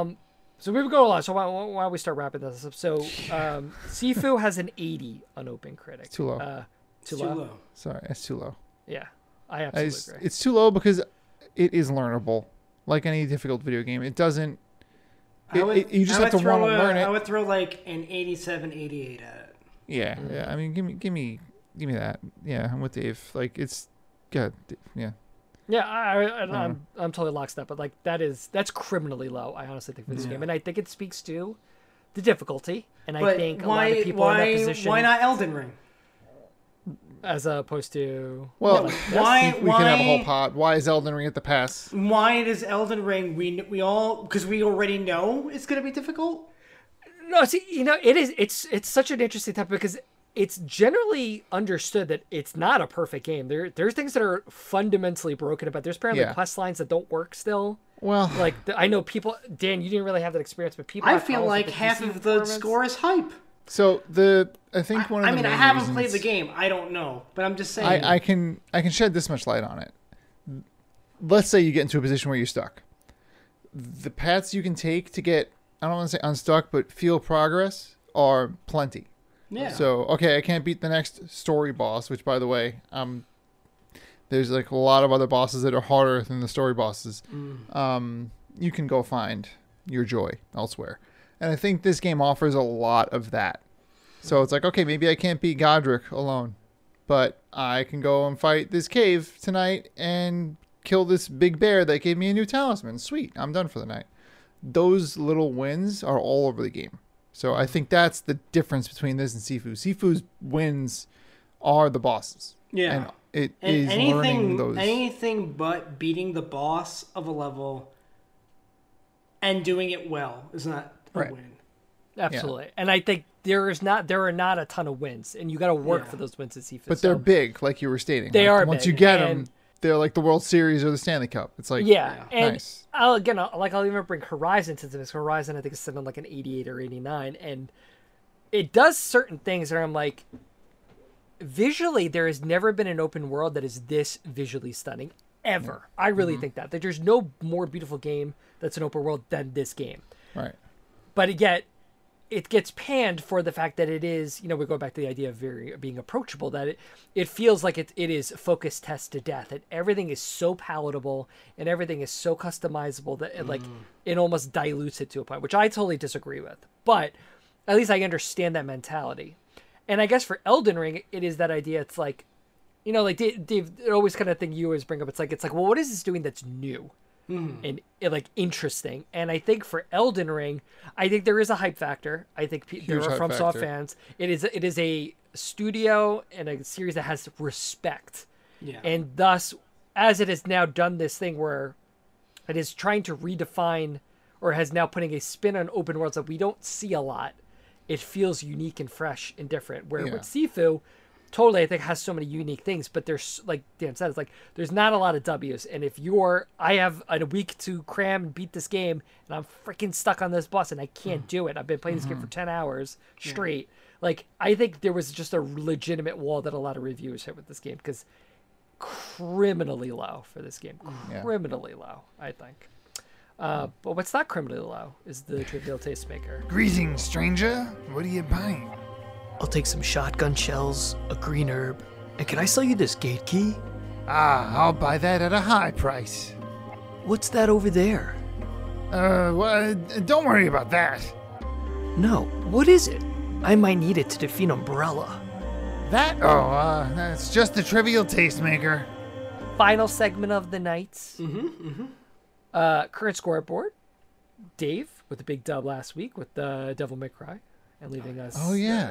Speaker 2: Um,
Speaker 3: Mm-hmm.
Speaker 2: so we would go along. So why, why why don't we start wrapping this up? So um, Sifu has an 80 on Open Critic.
Speaker 3: Too low.
Speaker 2: Uh, too,
Speaker 1: Too
Speaker 2: low.
Speaker 1: low.
Speaker 3: Sorry, that's too low.
Speaker 2: Yeah, I
Speaker 3: I
Speaker 2: absolutely
Speaker 3: just-
Speaker 2: agree.
Speaker 3: it's too low because it is learnable, like any difficult video game. It doesn't.
Speaker 1: I
Speaker 3: It- it- you just
Speaker 1: I
Speaker 3: have
Speaker 1: would
Speaker 3: to
Speaker 1: throw
Speaker 3: wanna
Speaker 1: a-
Speaker 3: learn it.
Speaker 1: I would throw like an 87, 88 at it.
Speaker 3: Yeah, yeah. I mean, give me, give me, give me that. Yeah, I'm with Dave. Like it's good. Yeah,
Speaker 2: Yeah, I, I, and I'm
Speaker 3: Uh-huh.
Speaker 2: I'm totally lockstep, but like that is that's criminally low. I honestly think for this game, and I think it speaks to the difficulty, and I
Speaker 1: But
Speaker 2: think
Speaker 1: why,
Speaker 2: a lot of people
Speaker 1: why,
Speaker 2: in that position,
Speaker 1: why not Elden Ring?
Speaker 2: as opposed to
Speaker 3: Well,
Speaker 1: Why?
Speaker 3: we
Speaker 1: why?
Speaker 3: can have a whole pot. Why is Elden Ring at the pass?
Speaker 1: Why does Elden Ring? We we all because we already know it's gonna be difficult.
Speaker 2: No, see, you know, it is. It's it's such an interesting topic because it's generally understood that it's not a perfect game. There there's things that are fundamentally broken about. There's apparently
Speaker 3: Yeah.
Speaker 2: quest lines that don't work still.
Speaker 3: Well,
Speaker 2: Like the, I know people, Dan, you didn't really have that experience, but people.
Speaker 1: I
Speaker 2: have
Speaker 1: feel
Speaker 2: problems
Speaker 1: like
Speaker 2: with
Speaker 1: half
Speaker 2: PC
Speaker 1: of the
Speaker 2: performance.
Speaker 1: score is hype.
Speaker 3: so the I think one of
Speaker 1: I
Speaker 3: the
Speaker 1: mean, I
Speaker 3: main
Speaker 1: haven't played the
Speaker 3: reasons-
Speaker 1: game. I don't know, but I'm just saying.
Speaker 3: I, I can I can shed this much light on it. Let's say you get into a position where you're stuck. The paths you can take to get I don't want to say unstuck, but feel progress are plenty.
Speaker 1: yeah.
Speaker 3: So okay, I can't beat the next story boss, which by the way, um, there's like a lot of other bosses that are harder than the story bosses. Um, you can go find your joy elsewhere, and I think this game offers a lot of that. So it's like okay, maybe I can't beat Godric alone, but I can go and fight this cave tonight and kill this big bear that gave me a new talisman. Sweet, I'm done for the night those little wins are all over the game. So I think that's the difference between this and Sifu. Sifu's wins are the bosses.
Speaker 1: Yeah.
Speaker 3: And it is
Speaker 1: and
Speaker 3: learning
Speaker 1: anything,
Speaker 3: those.
Speaker 1: anything but beating the boss of a level and doing it well is not a
Speaker 3: Right.
Speaker 1: win.
Speaker 2: Absolutely, and I think there is not there are not a ton of wins, and you got to work
Speaker 1: Yeah.
Speaker 2: for those wins to see. if
Speaker 3: but
Speaker 2: it's-
Speaker 3: they're
Speaker 2: so-
Speaker 3: big, like you were stating.
Speaker 2: They
Speaker 3: Like,
Speaker 2: are
Speaker 3: Once
Speaker 2: big,
Speaker 3: you get them,
Speaker 2: and-
Speaker 3: they're like the World Series or the Stanley Cup. It's like
Speaker 2: Yeah, and
Speaker 3: nice.
Speaker 2: I'll again, I'll, like I'll even bring Horizon to this. Horizon, I think is sitting on like an eighty-eight or eighty-nine, and it does certain things that I'm like, visually, there has never been an open world that is this visually stunning ever. I really
Speaker 3: Mm-hmm.
Speaker 2: think that that there's no more beautiful game that's an open world than this game
Speaker 3: Right.
Speaker 2: but yet it gets panned for the fact that it is you know we go back to the idea of very being approachable that it it feels like it, it is focus test to death that everything is so palatable and everything is so customizable that it like it almost dilutes it to a point which i totally disagree with but at least i understand that mentality and i guess for elden ring it is that idea it's like you know like dave, dave it always kind of thing you always bring up it's like it's like well what is this doing that's new
Speaker 3: Hmm.
Speaker 2: and uh, like interesting. And I think for Elden Ring, I think there is a hype factor. I think pe- there
Speaker 3: Huge
Speaker 2: are
Speaker 3: hype
Speaker 2: from
Speaker 3: factor.
Speaker 2: soft fans. It is it is a studio and a series that has respect,
Speaker 1: Yeah.
Speaker 2: and thus as it has now done this thing where it is trying to redefine or has now putting a spin on open worlds that we don't see a lot. It feels unique and fresh and different. Where
Speaker 3: Yeah.
Speaker 2: with Sifu, totally I think has so many unique things, but there's like Dan said, it's like there's not a lot of W's. And if you're I have a week to cram and beat this game and I'm freaking stuck on this boss and I can't do it. I've been playing this game for ten hours straight. Like I think there was just a legitimate wall that a lot of reviewers hit with this game because criminally low for this game.
Speaker 3: Mm. Yeah.
Speaker 2: Criminally low, I think. Uh, but what's not criminally low is the Trivial Tastemaker.
Speaker 5: Greetings, stranger. What are you buying?
Speaker 6: I'll take some shotgun shells, a green herb, and can I sell you this gate key?
Speaker 5: Ah, I'll buy that at a high price.
Speaker 6: What's that over there?
Speaker 5: Uh, well, don't worry about that.
Speaker 6: No, what is it? I might need it to defeat Umbrella.
Speaker 5: That? Oh, uh, that's just a trivial tastemaker.
Speaker 2: Final segment of the night. Mm-hmm, Uh, current scoreboard: Dave with the big dub last week with the Devil May Cry, and leaving us.
Speaker 3: Oh, yeah.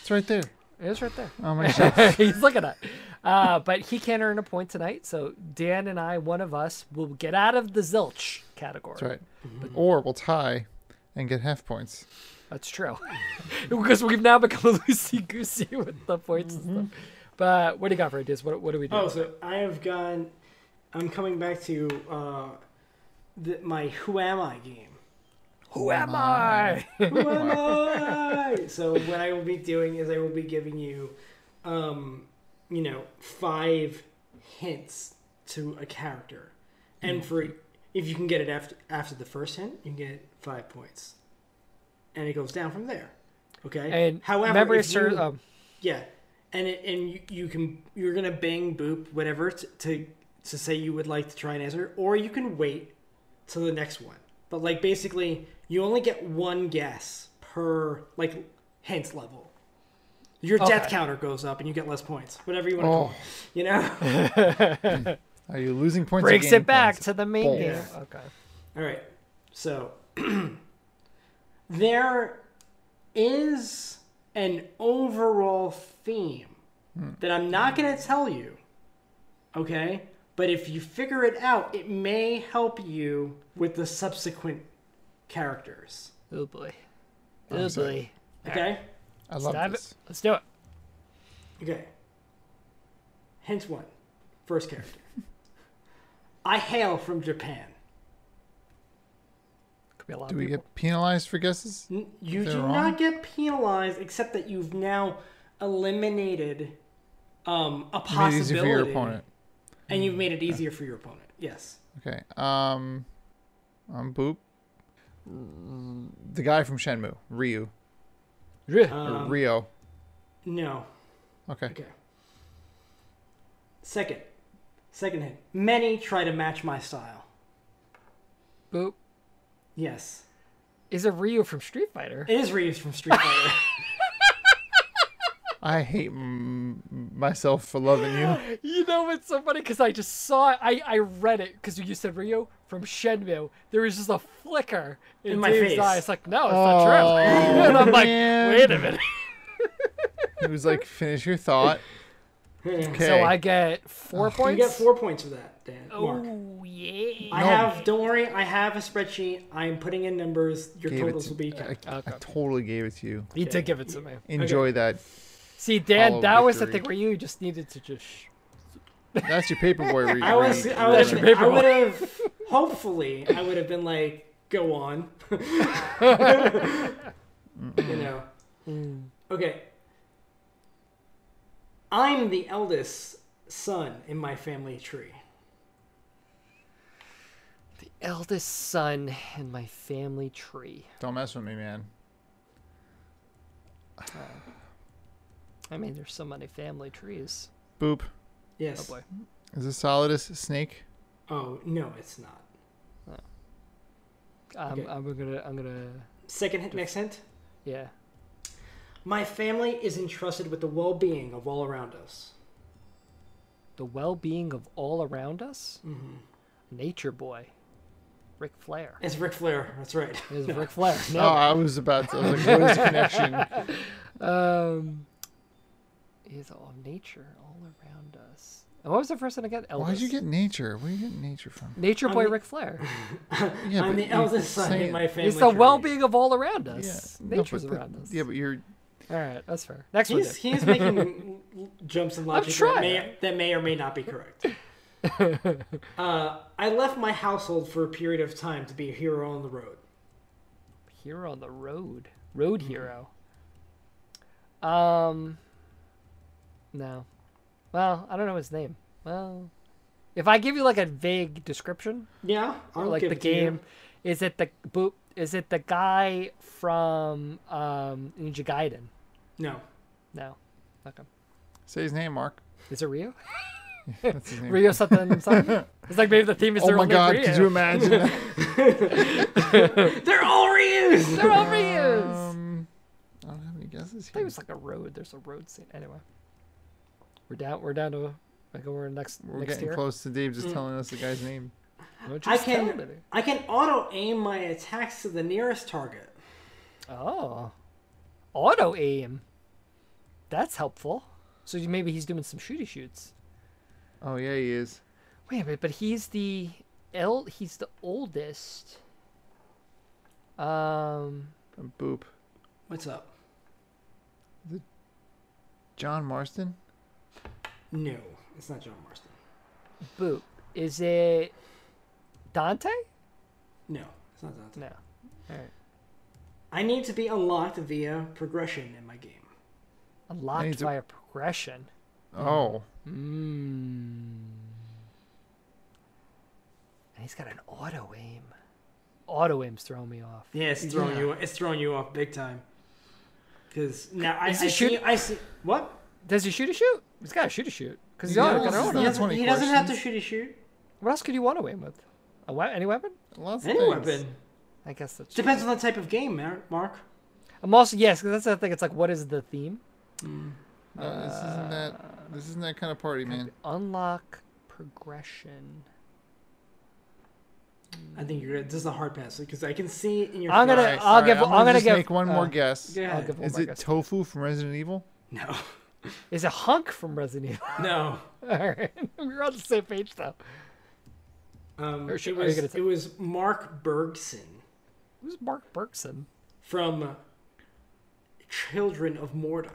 Speaker 3: It's right there.
Speaker 2: yeah, it's right there.
Speaker 3: Oh my god.
Speaker 2: He's looking at. it. Uh, but he can earn a point tonight, so Dan and I, one of us, will get out of the zilch category.
Speaker 3: That's right. Or we'll tie and get half points.
Speaker 2: That's true. because we've now become loosey goosey with the points and stuff. But what do you got for ideas? What, what do we do?
Speaker 1: Mm-hmm. Oh, so I have gone. I'm coming back to uh, the, my Who Am I game.
Speaker 2: Who am I?
Speaker 1: Who am I? So what I will be doing is I will be giving you um, you know, five hints to a character. And for if you can get it after after the first hint, you can get five points. And it goes down from there. Okay?
Speaker 2: And remember,
Speaker 1: if
Speaker 2: sir,
Speaker 1: you-
Speaker 2: um,
Speaker 1: yeah, and it, and you, you can you're gonna bang boop whatever t- to to say you would like to try and answer, or you can wait till the next one. But like basically, you only get one guess per like hint level. Your death
Speaker 2: Okay.
Speaker 1: counter goes up, and you get less points. Whatever you want to call it. You know.
Speaker 3: Are you losing points? or
Speaker 2: breaks
Speaker 3: gaining
Speaker 2: it back
Speaker 3: points?
Speaker 2: to the main
Speaker 3: Balls.
Speaker 2: game. Okay.
Speaker 1: All right. So there is an overall theme that I'm not going to tell you. Okay? But if you figure it out, it may help you with the subsequent characters.
Speaker 2: Oh boy. Oh boy.
Speaker 1: Okay?
Speaker 3: I love
Speaker 2: Dive it.
Speaker 3: this.
Speaker 2: Let's do it.
Speaker 1: Okay. Hint one. First character. I hail from Japan.
Speaker 2: Could be a lot
Speaker 3: Do
Speaker 2: of
Speaker 3: we
Speaker 2: people.
Speaker 3: get penalized for guesses?
Speaker 1: N- You
Speaker 3: they're
Speaker 1: do
Speaker 3: wrong?
Speaker 1: not get penalized, except that you've now eliminated um, a
Speaker 3: Made it
Speaker 1: possibility,
Speaker 3: easy for your opponent. Mm.
Speaker 1: and you've made it easier for your opponent. Yes.
Speaker 3: Okay. Um, um, boop. The guy from Shenmue, Ryu
Speaker 2: Ruh.
Speaker 1: Uh,
Speaker 3: or Rio.
Speaker 1: No.
Speaker 3: Okay.
Speaker 1: Okay. Second. Second hint. Many try to match my style.
Speaker 2: Boop.
Speaker 1: Yes.
Speaker 2: Is it Ryu from Street Fighter?
Speaker 1: It is Reeves from Street Fighter.
Speaker 3: I hate m- myself for loving you.
Speaker 2: You know, it's so funny because I just saw it. I, I read it because you said Ryu from Shenmue. There was just a flicker in,
Speaker 1: my
Speaker 2: Dave's
Speaker 1: face.
Speaker 2: eye. It's like, no, it's not true. And I'm like,
Speaker 3: man.
Speaker 2: wait a minute.
Speaker 3: It was like, finish your thought. Okay.
Speaker 2: So I get four
Speaker 1: you
Speaker 2: points.
Speaker 1: get four points for that, Dan. Mark.
Speaker 2: Oh, yeah.
Speaker 1: I have. Don't worry. I have a spreadsheet. I'm putting in numbers. Your
Speaker 3: Gave it
Speaker 1: totals
Speaker 3: to- uh,
Speaker 1: will be.
Speaker 3: I,
Speaker 1: kept.
Speaker 3: I
Speaker 2: Okay.
Speaker 3: totally gave it to you.
Speaker 2: He did give it to me.
Speaker 3: Enjoy that.
Speaker 2: See, Dan,
Speaker 3: Hollow
Speaker 2: that was the
Speaker 3: victory.
Speaker 2: thing where you just needed to just. sh-
Speaker 3: That's your paperboy. Ryu.
Speaker 1: I was, I
Speaker 2: That's your
Speaker 1: would, I
Speaker 2: paperwork.
Speaker 1: would have, hopefully, I would have been like, go on. you know. Okay. I'm the eldest son in my family tree.
Speaker 2: Eldest son in my family tree.
Speaker 3: Don't mess with me, man.
Speaker 2: I mean, there's so many family trees.
Speaker 3: Boop.
Speaker 1: Yes.
Speaker 2: Oh, boy.
Speaker 3: Is this Solidus Snake?
Speaker 1: Oh, no, it's not.
Speaker 2: I'm,
Speaker 1: Okay.
Speaker 2: Um, I'm gonna, I'm gonna,
Speaker 1: Second hint, next hint.
Speaker 2: yeah.
Speaker 1: My family is entrusted with the well being of all around us.
Speaker 2: The well-being of all around us.
Speaker 3: Mm-hmm.
Speaker 2: Nature boy, Ric Flair.
Speaker 1: It's Ric Flair. That's right.
Speaker 2: Is Ric Flair?
Speaker 3: Oh,
Speaker 2: No.
Speaker 3: I was about to. I was like, what is the connection?
Speaker 2: Um, is all nature all around us? And what was the first one again? Eldest.
Speaker 3: Why'd you get nature? Where are you getting nature from?
Speaker 2: nature boy
Speaker 1: the-
Speaker 2: Ric Flair?
Speaker 3: Yeah,
Speaker 1: I'm
Speaker 3: but
Speaker 1: the
Speaker 3: you
Speaker 1: eldest son
Speaker 3: say
Speaker 1: in my
Speaker 3: it.
Speaker 1: family
Speaker 2: It's the
Speaker 1: tree.
Speaker 2: well-being of all around us.
Speaker 3: no,
Speaker 2: Nature's
Speaker 3: but that-
Speaker 2: around us.
Speaker 3: Yeah, but you're.
Speaker 2: All right, that's fair. Next one.
Speaker 1: He's,
Speaker 2: Dave.
Speaker 1: he's making l- l- jumps in logic that
Speaker 2: trying.
Speaker 1: may, that may or may not be correct. uh, I left my household for a period of time to be a hero on the road.
Speaker 2: Hero on the road. Road
Speaker 3: Mm-hmm.
Speaker 2: hero. Um. No. Well, I don't know his name. Well, if I give you like a vague description,
Speaker 1: Yeah, I'll
Speaker 2: like
Speaker 1: give
Speaker 2: the
Speaker 1: it to you.
Speaker 2: game, is it the boop? Is it the guy from um, Ninja Gaiden?
Speaker 1: No,
Speaker 2: No. Okay.
Speaker 3: Say his name, Mark.
Speaker 2: Is it Rio?
Speaker 3: That's his name.
Speaker 2: Rio something something. It's like maybe the theme is
Speaker 3: oh
Speaker 2: their
Speaker 3: my
Speaker 2: only
Speaker 3: god,
Speaker 2: Rio.
Speaker 3: could you imagine?
Speaker 1: they're all reused.
Speaker 2: They're all Rios.
Speaker 3: um, I don't have any guesses
Speaker 2: I think
Speaker 3: here.
Speaker 2: it was like a road. There's a road scene. Anyway, we're down. We're down to. I go. We're next.
Speaker 3: We're
Speaker 2: next Mm.
Speaker 3: getting
Speaker 2: year.
Speaker 3: close to Dave just telling us the guy's name.
Speaker 2: Why don't you
Speaker 1: I
Speaker 2: just tell
Speaker 1: can
Speaker 2: me?
Speaker 1: I can auto aim my attacks to the nearest target.
Speaker 2: Oh, auto aim. That's helpful. So you- maybe he's doing some shooty shoots.
Speaker 3: Oh yeah, he is.
Speaker 2: Wait a minute, but he's the el. He's the oldest. Um,
Speaker 3: Boop.
Speaker 1: What's up?
Speaker 3: John Marston.
Speaker 1: No, it's not John Marston.
Speaker 2: boop. Is it Dante?
Speaker 1: No, it's not Dante.
Speaker 2: No. All right.
Speaker 1: I need to be unlocked via progression in my game.
Speaker 2: Unlocked
Speaker 3: to-
Speaker 2: by a progression.
Speaker 3: Oh.
Speaker 2: And he's got an auto aim. Auto aim's throwing me off.
Speaker 1: Yeah, it's throwing you. It's throwing you off big time. Because now I, I
Speaker 2: Is he
Speaker 1: see.
Speaker 2: shooting-
Speaker 1: I see. What?
Speaker 2: Does he shoot a shoot? He's got to shoot a shoot. Because he's
Speaker 3: Yeah,
Speaker 2: auto,
Speaker 3: this
Speaker 2: got an
Speaker 3: is
Speaker 2: auto.
Speaker 3: not-
Speaker 1: He
Speaker 3: That's
Speaker 1: doesn't,
Speaker 3: one of
Speaker 1: he
Speaker 3: the
Speaker 1: doesn't have to
Speaker 3: questions.
Speaker 1: shoot a shoot.
Speaker 2: What else could you auto aim with? A we- any weapon?
Speaker 3: Lots of
Speaker 1: Any
Speaker 3: things.
Speaker 1: weapon.
Speaker 2: I guess that's. true.
Speaker 1: Depends on the type of game, Mar- Mark.
Speaker 2: I'm also yes, because that's the thing. It's like, what is the theme?
Speaker 3: No, this isn't that. This isn't that kind of party, man.
Speaker 2: Unlock progression.
Speaker 1: I think you're. This is a hard pass because I can see it in your.
Speaker 2: I'm gonna-
Speaker 1: flash.
Speaker 2: I'll give-
Speaker 3: I'm gonna,
Speaker 2: I'm gonna
Speaker 3: just
Speaker 2: give-
Speaker 3: make one
Speaker 2: uh,
Speaker 3: more guess.
Speaker 1: Yeah.
Speaker 2: I'll give one
Speaker 3: Is
Speaker 2: more
Speaker 3: it
Speaker 2: guess.
Speaker 3: tofu from Resident Evil?
Speaker 1: No.
Speaker 2: Is it Hunk from Resident Evil?
Speaker 1: No.
Speaker 2: All right, we're on the same page though.
Speaker 1: Um,
Speaker 2: Or should-
Speaker 1: it
Speaker 2: are you
Speaker 1: was.
Speaker 2: gonna say-
Speaker 1: it was Mark Bergson
Speaker 2: Who's Mark Bergson?
Speaker 1: from Children of Morta.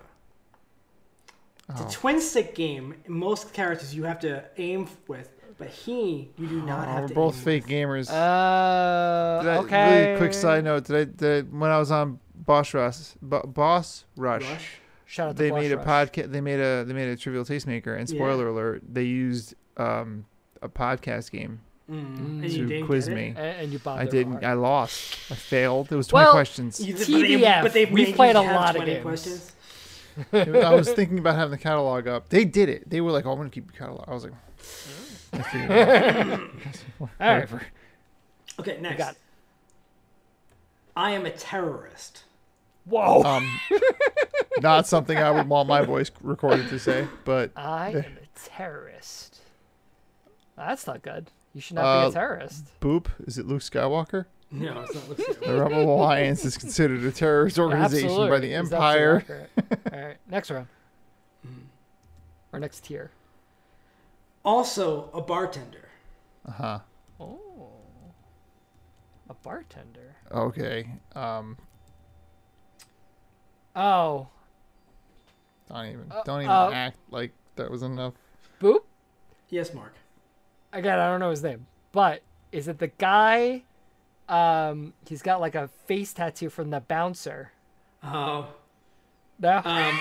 Speaker 1: It's
Speaker 2: Oh.
Speaker 1: a twin stick game. Most characters you have to aim with, but he you do not
Speaker 3: Oh,
Speaker 1: have
Speaker 3: we're
Speaker 1: to.
Speaker 3: both
Speaker 1: aim
Speaker 3: fake gamers.
Speaker 2: Uh,
Speaker 3: Did I-
Speaker 2: okay.
Speaker 3: Really quick side note: did I, did I, when I was on Boss Rush, Bo- Boss Rush,
Speaker 1: with. Rush.
Speaker 2: Shout out to
Speaker 3: they
Speaker 2: Flush
Speaker 3: made a
Speaker 2: Rush.
Speaker 3: podcast. They made a they made a Trivial Tastemaker, and
Speaker 1: Yeah.
Speaker 3: spoiler alert, they used um, a podcast game
Speaker 1: Mm. And you
Speaker 3: to
Speaker 1: didn't
Speaker 3: quiz
Speaker 1: get it?
Speaker 3: me.
Speaker 2: A- and, you bombed
Speaker 3: I
Speaker 2: it
Speaker 3: didn't.
Speaker 2: hard.
Speaker 3: I lost. I failed. There was twenty
Speaker 2: Well,
Speaker 3: questions.
Speaker 1: You-
Speaker 2: TBF, we've
Speaker 1: made you
Speaker 2: played a
Speaker 1: have
Speaker 2: lot of
Speaker 1: 20
Speaker 2: games.
Speaker 1: Questions.
Speaker 3: I was thinking about having the catalog up. They did it. They were like, "Oh, I'm gonna keep the catalog." I was like, I figured it out.
Speaker 2: All right.
Speaker 1: Okay, next.
Speaker 2: got it.
Speaker 1: I am a terrorist.
Speaker 2: Whoa.
Speaker 3: um, not something I would want my voice recorded to say, but
Speaker 2: I am a terrorist. That's not good. You should not be
Speaker 3: Uh,
Speaker 2: a terrorist.
Speaker 3: boop. Is it Luke Skywalker?
Speaker 1: No, it's not Luke Skywalker.
Speaker 3: The Rebel Alliance is considered a terrorist organization by
Speaker 2: Absolutely.
Speaker 3: the
Speaker 2: He's
Speaker 3: Empire. Hmm.
Speaker 2: absolutely accurate. All right, next round. Or next tier.
Speaker 1: also, a bartender.
Speaker 3: Oh.
Speaker 2: A bartender.
Speaker 3: Okay. Um,
Speaker 2: Oh,
Speaker 3: don't even don't even
Speaker 2: uh,
Speaker 3: act like that was enough.
Speaker 2: boop.
Speaker 1: Yes, Mark.
Speaker 2: Again, I don't know his name, but is it the guy? Um, he's got like a face tattoo from the bouncer.
Speaker 1: Oh,
Speaker 2: No.
Speaker 1: um,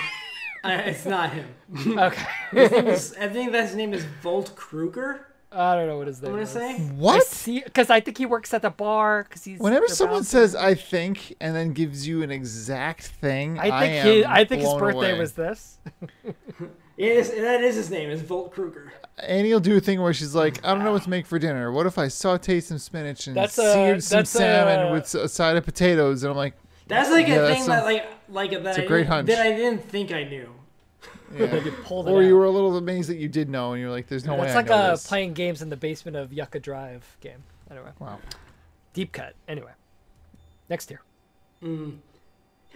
Speaker 1: I, it's not him.
Speaker 2: okay.
Speaker 1: It's- I think that his name is Volt Kruger.
Speaker 2: I don't know what his name
Speaker 1: I'm gonna
Speaker 2: is.
Speaker 1: say.
Speaker 2: I
Speaker 3: What?
Speaker 2: see, because I think he works at the bar. Because he's
Speaker 3: Whenever
Speaker 2: their
Speaker 3: someone
Speaker 2: bouncer.
Speaker 3: says "I think" and then gives you an exact thing,
Speaker 2: I think
Speaker 3: I
Speaker 2: he,
Speaker 3: am
Speaker 2: I think his
Speaker 3: blown
Speaker 2: birthday
Speaker 3: away.
Speaker 2: was this.
Speaker 1: It is, that is his name. Is Volt Kruger.
Speaker 3: Annie will do a thing where she's like, "I don't know what to make for dinner. What if I saute some spinach and
Speaker 2: That's a- uh,
Speaker 3: seared some
Speaker 2: that's
Speaker 3: salmon
Speaker 2: a-
Speaker 3: with a side of potatoes?" And I'm like,
Speaker 1: That's like
Speaker 3: Yeah,
Speaker 1: a
Speaker 3: that's
Speaker 1: thing
Speaker 3: some-
Speaker 1: that like like that. I
Speaker 3: a great
Speaker 1: didn't-
Speaker 3: hunch.
Speaker 1: That I didn't think I knew.
Speaker 2: You pulled it
Speaker 3: or you
Speaker 2: out.
Speaker 3: were a little amazed that you did know, and you're like, "There's no way."
Speaker 2: That's
Speaker 3: I
Speaker 2: like
Speaker 3: know
Speaker 2: a
Speaker 3: this."
Speaker 2: playing games in the basement of Yucca Drive game. Anyway,
Speaker 3: Wow.
Speaker 2: deep cut. Anyway, next tier.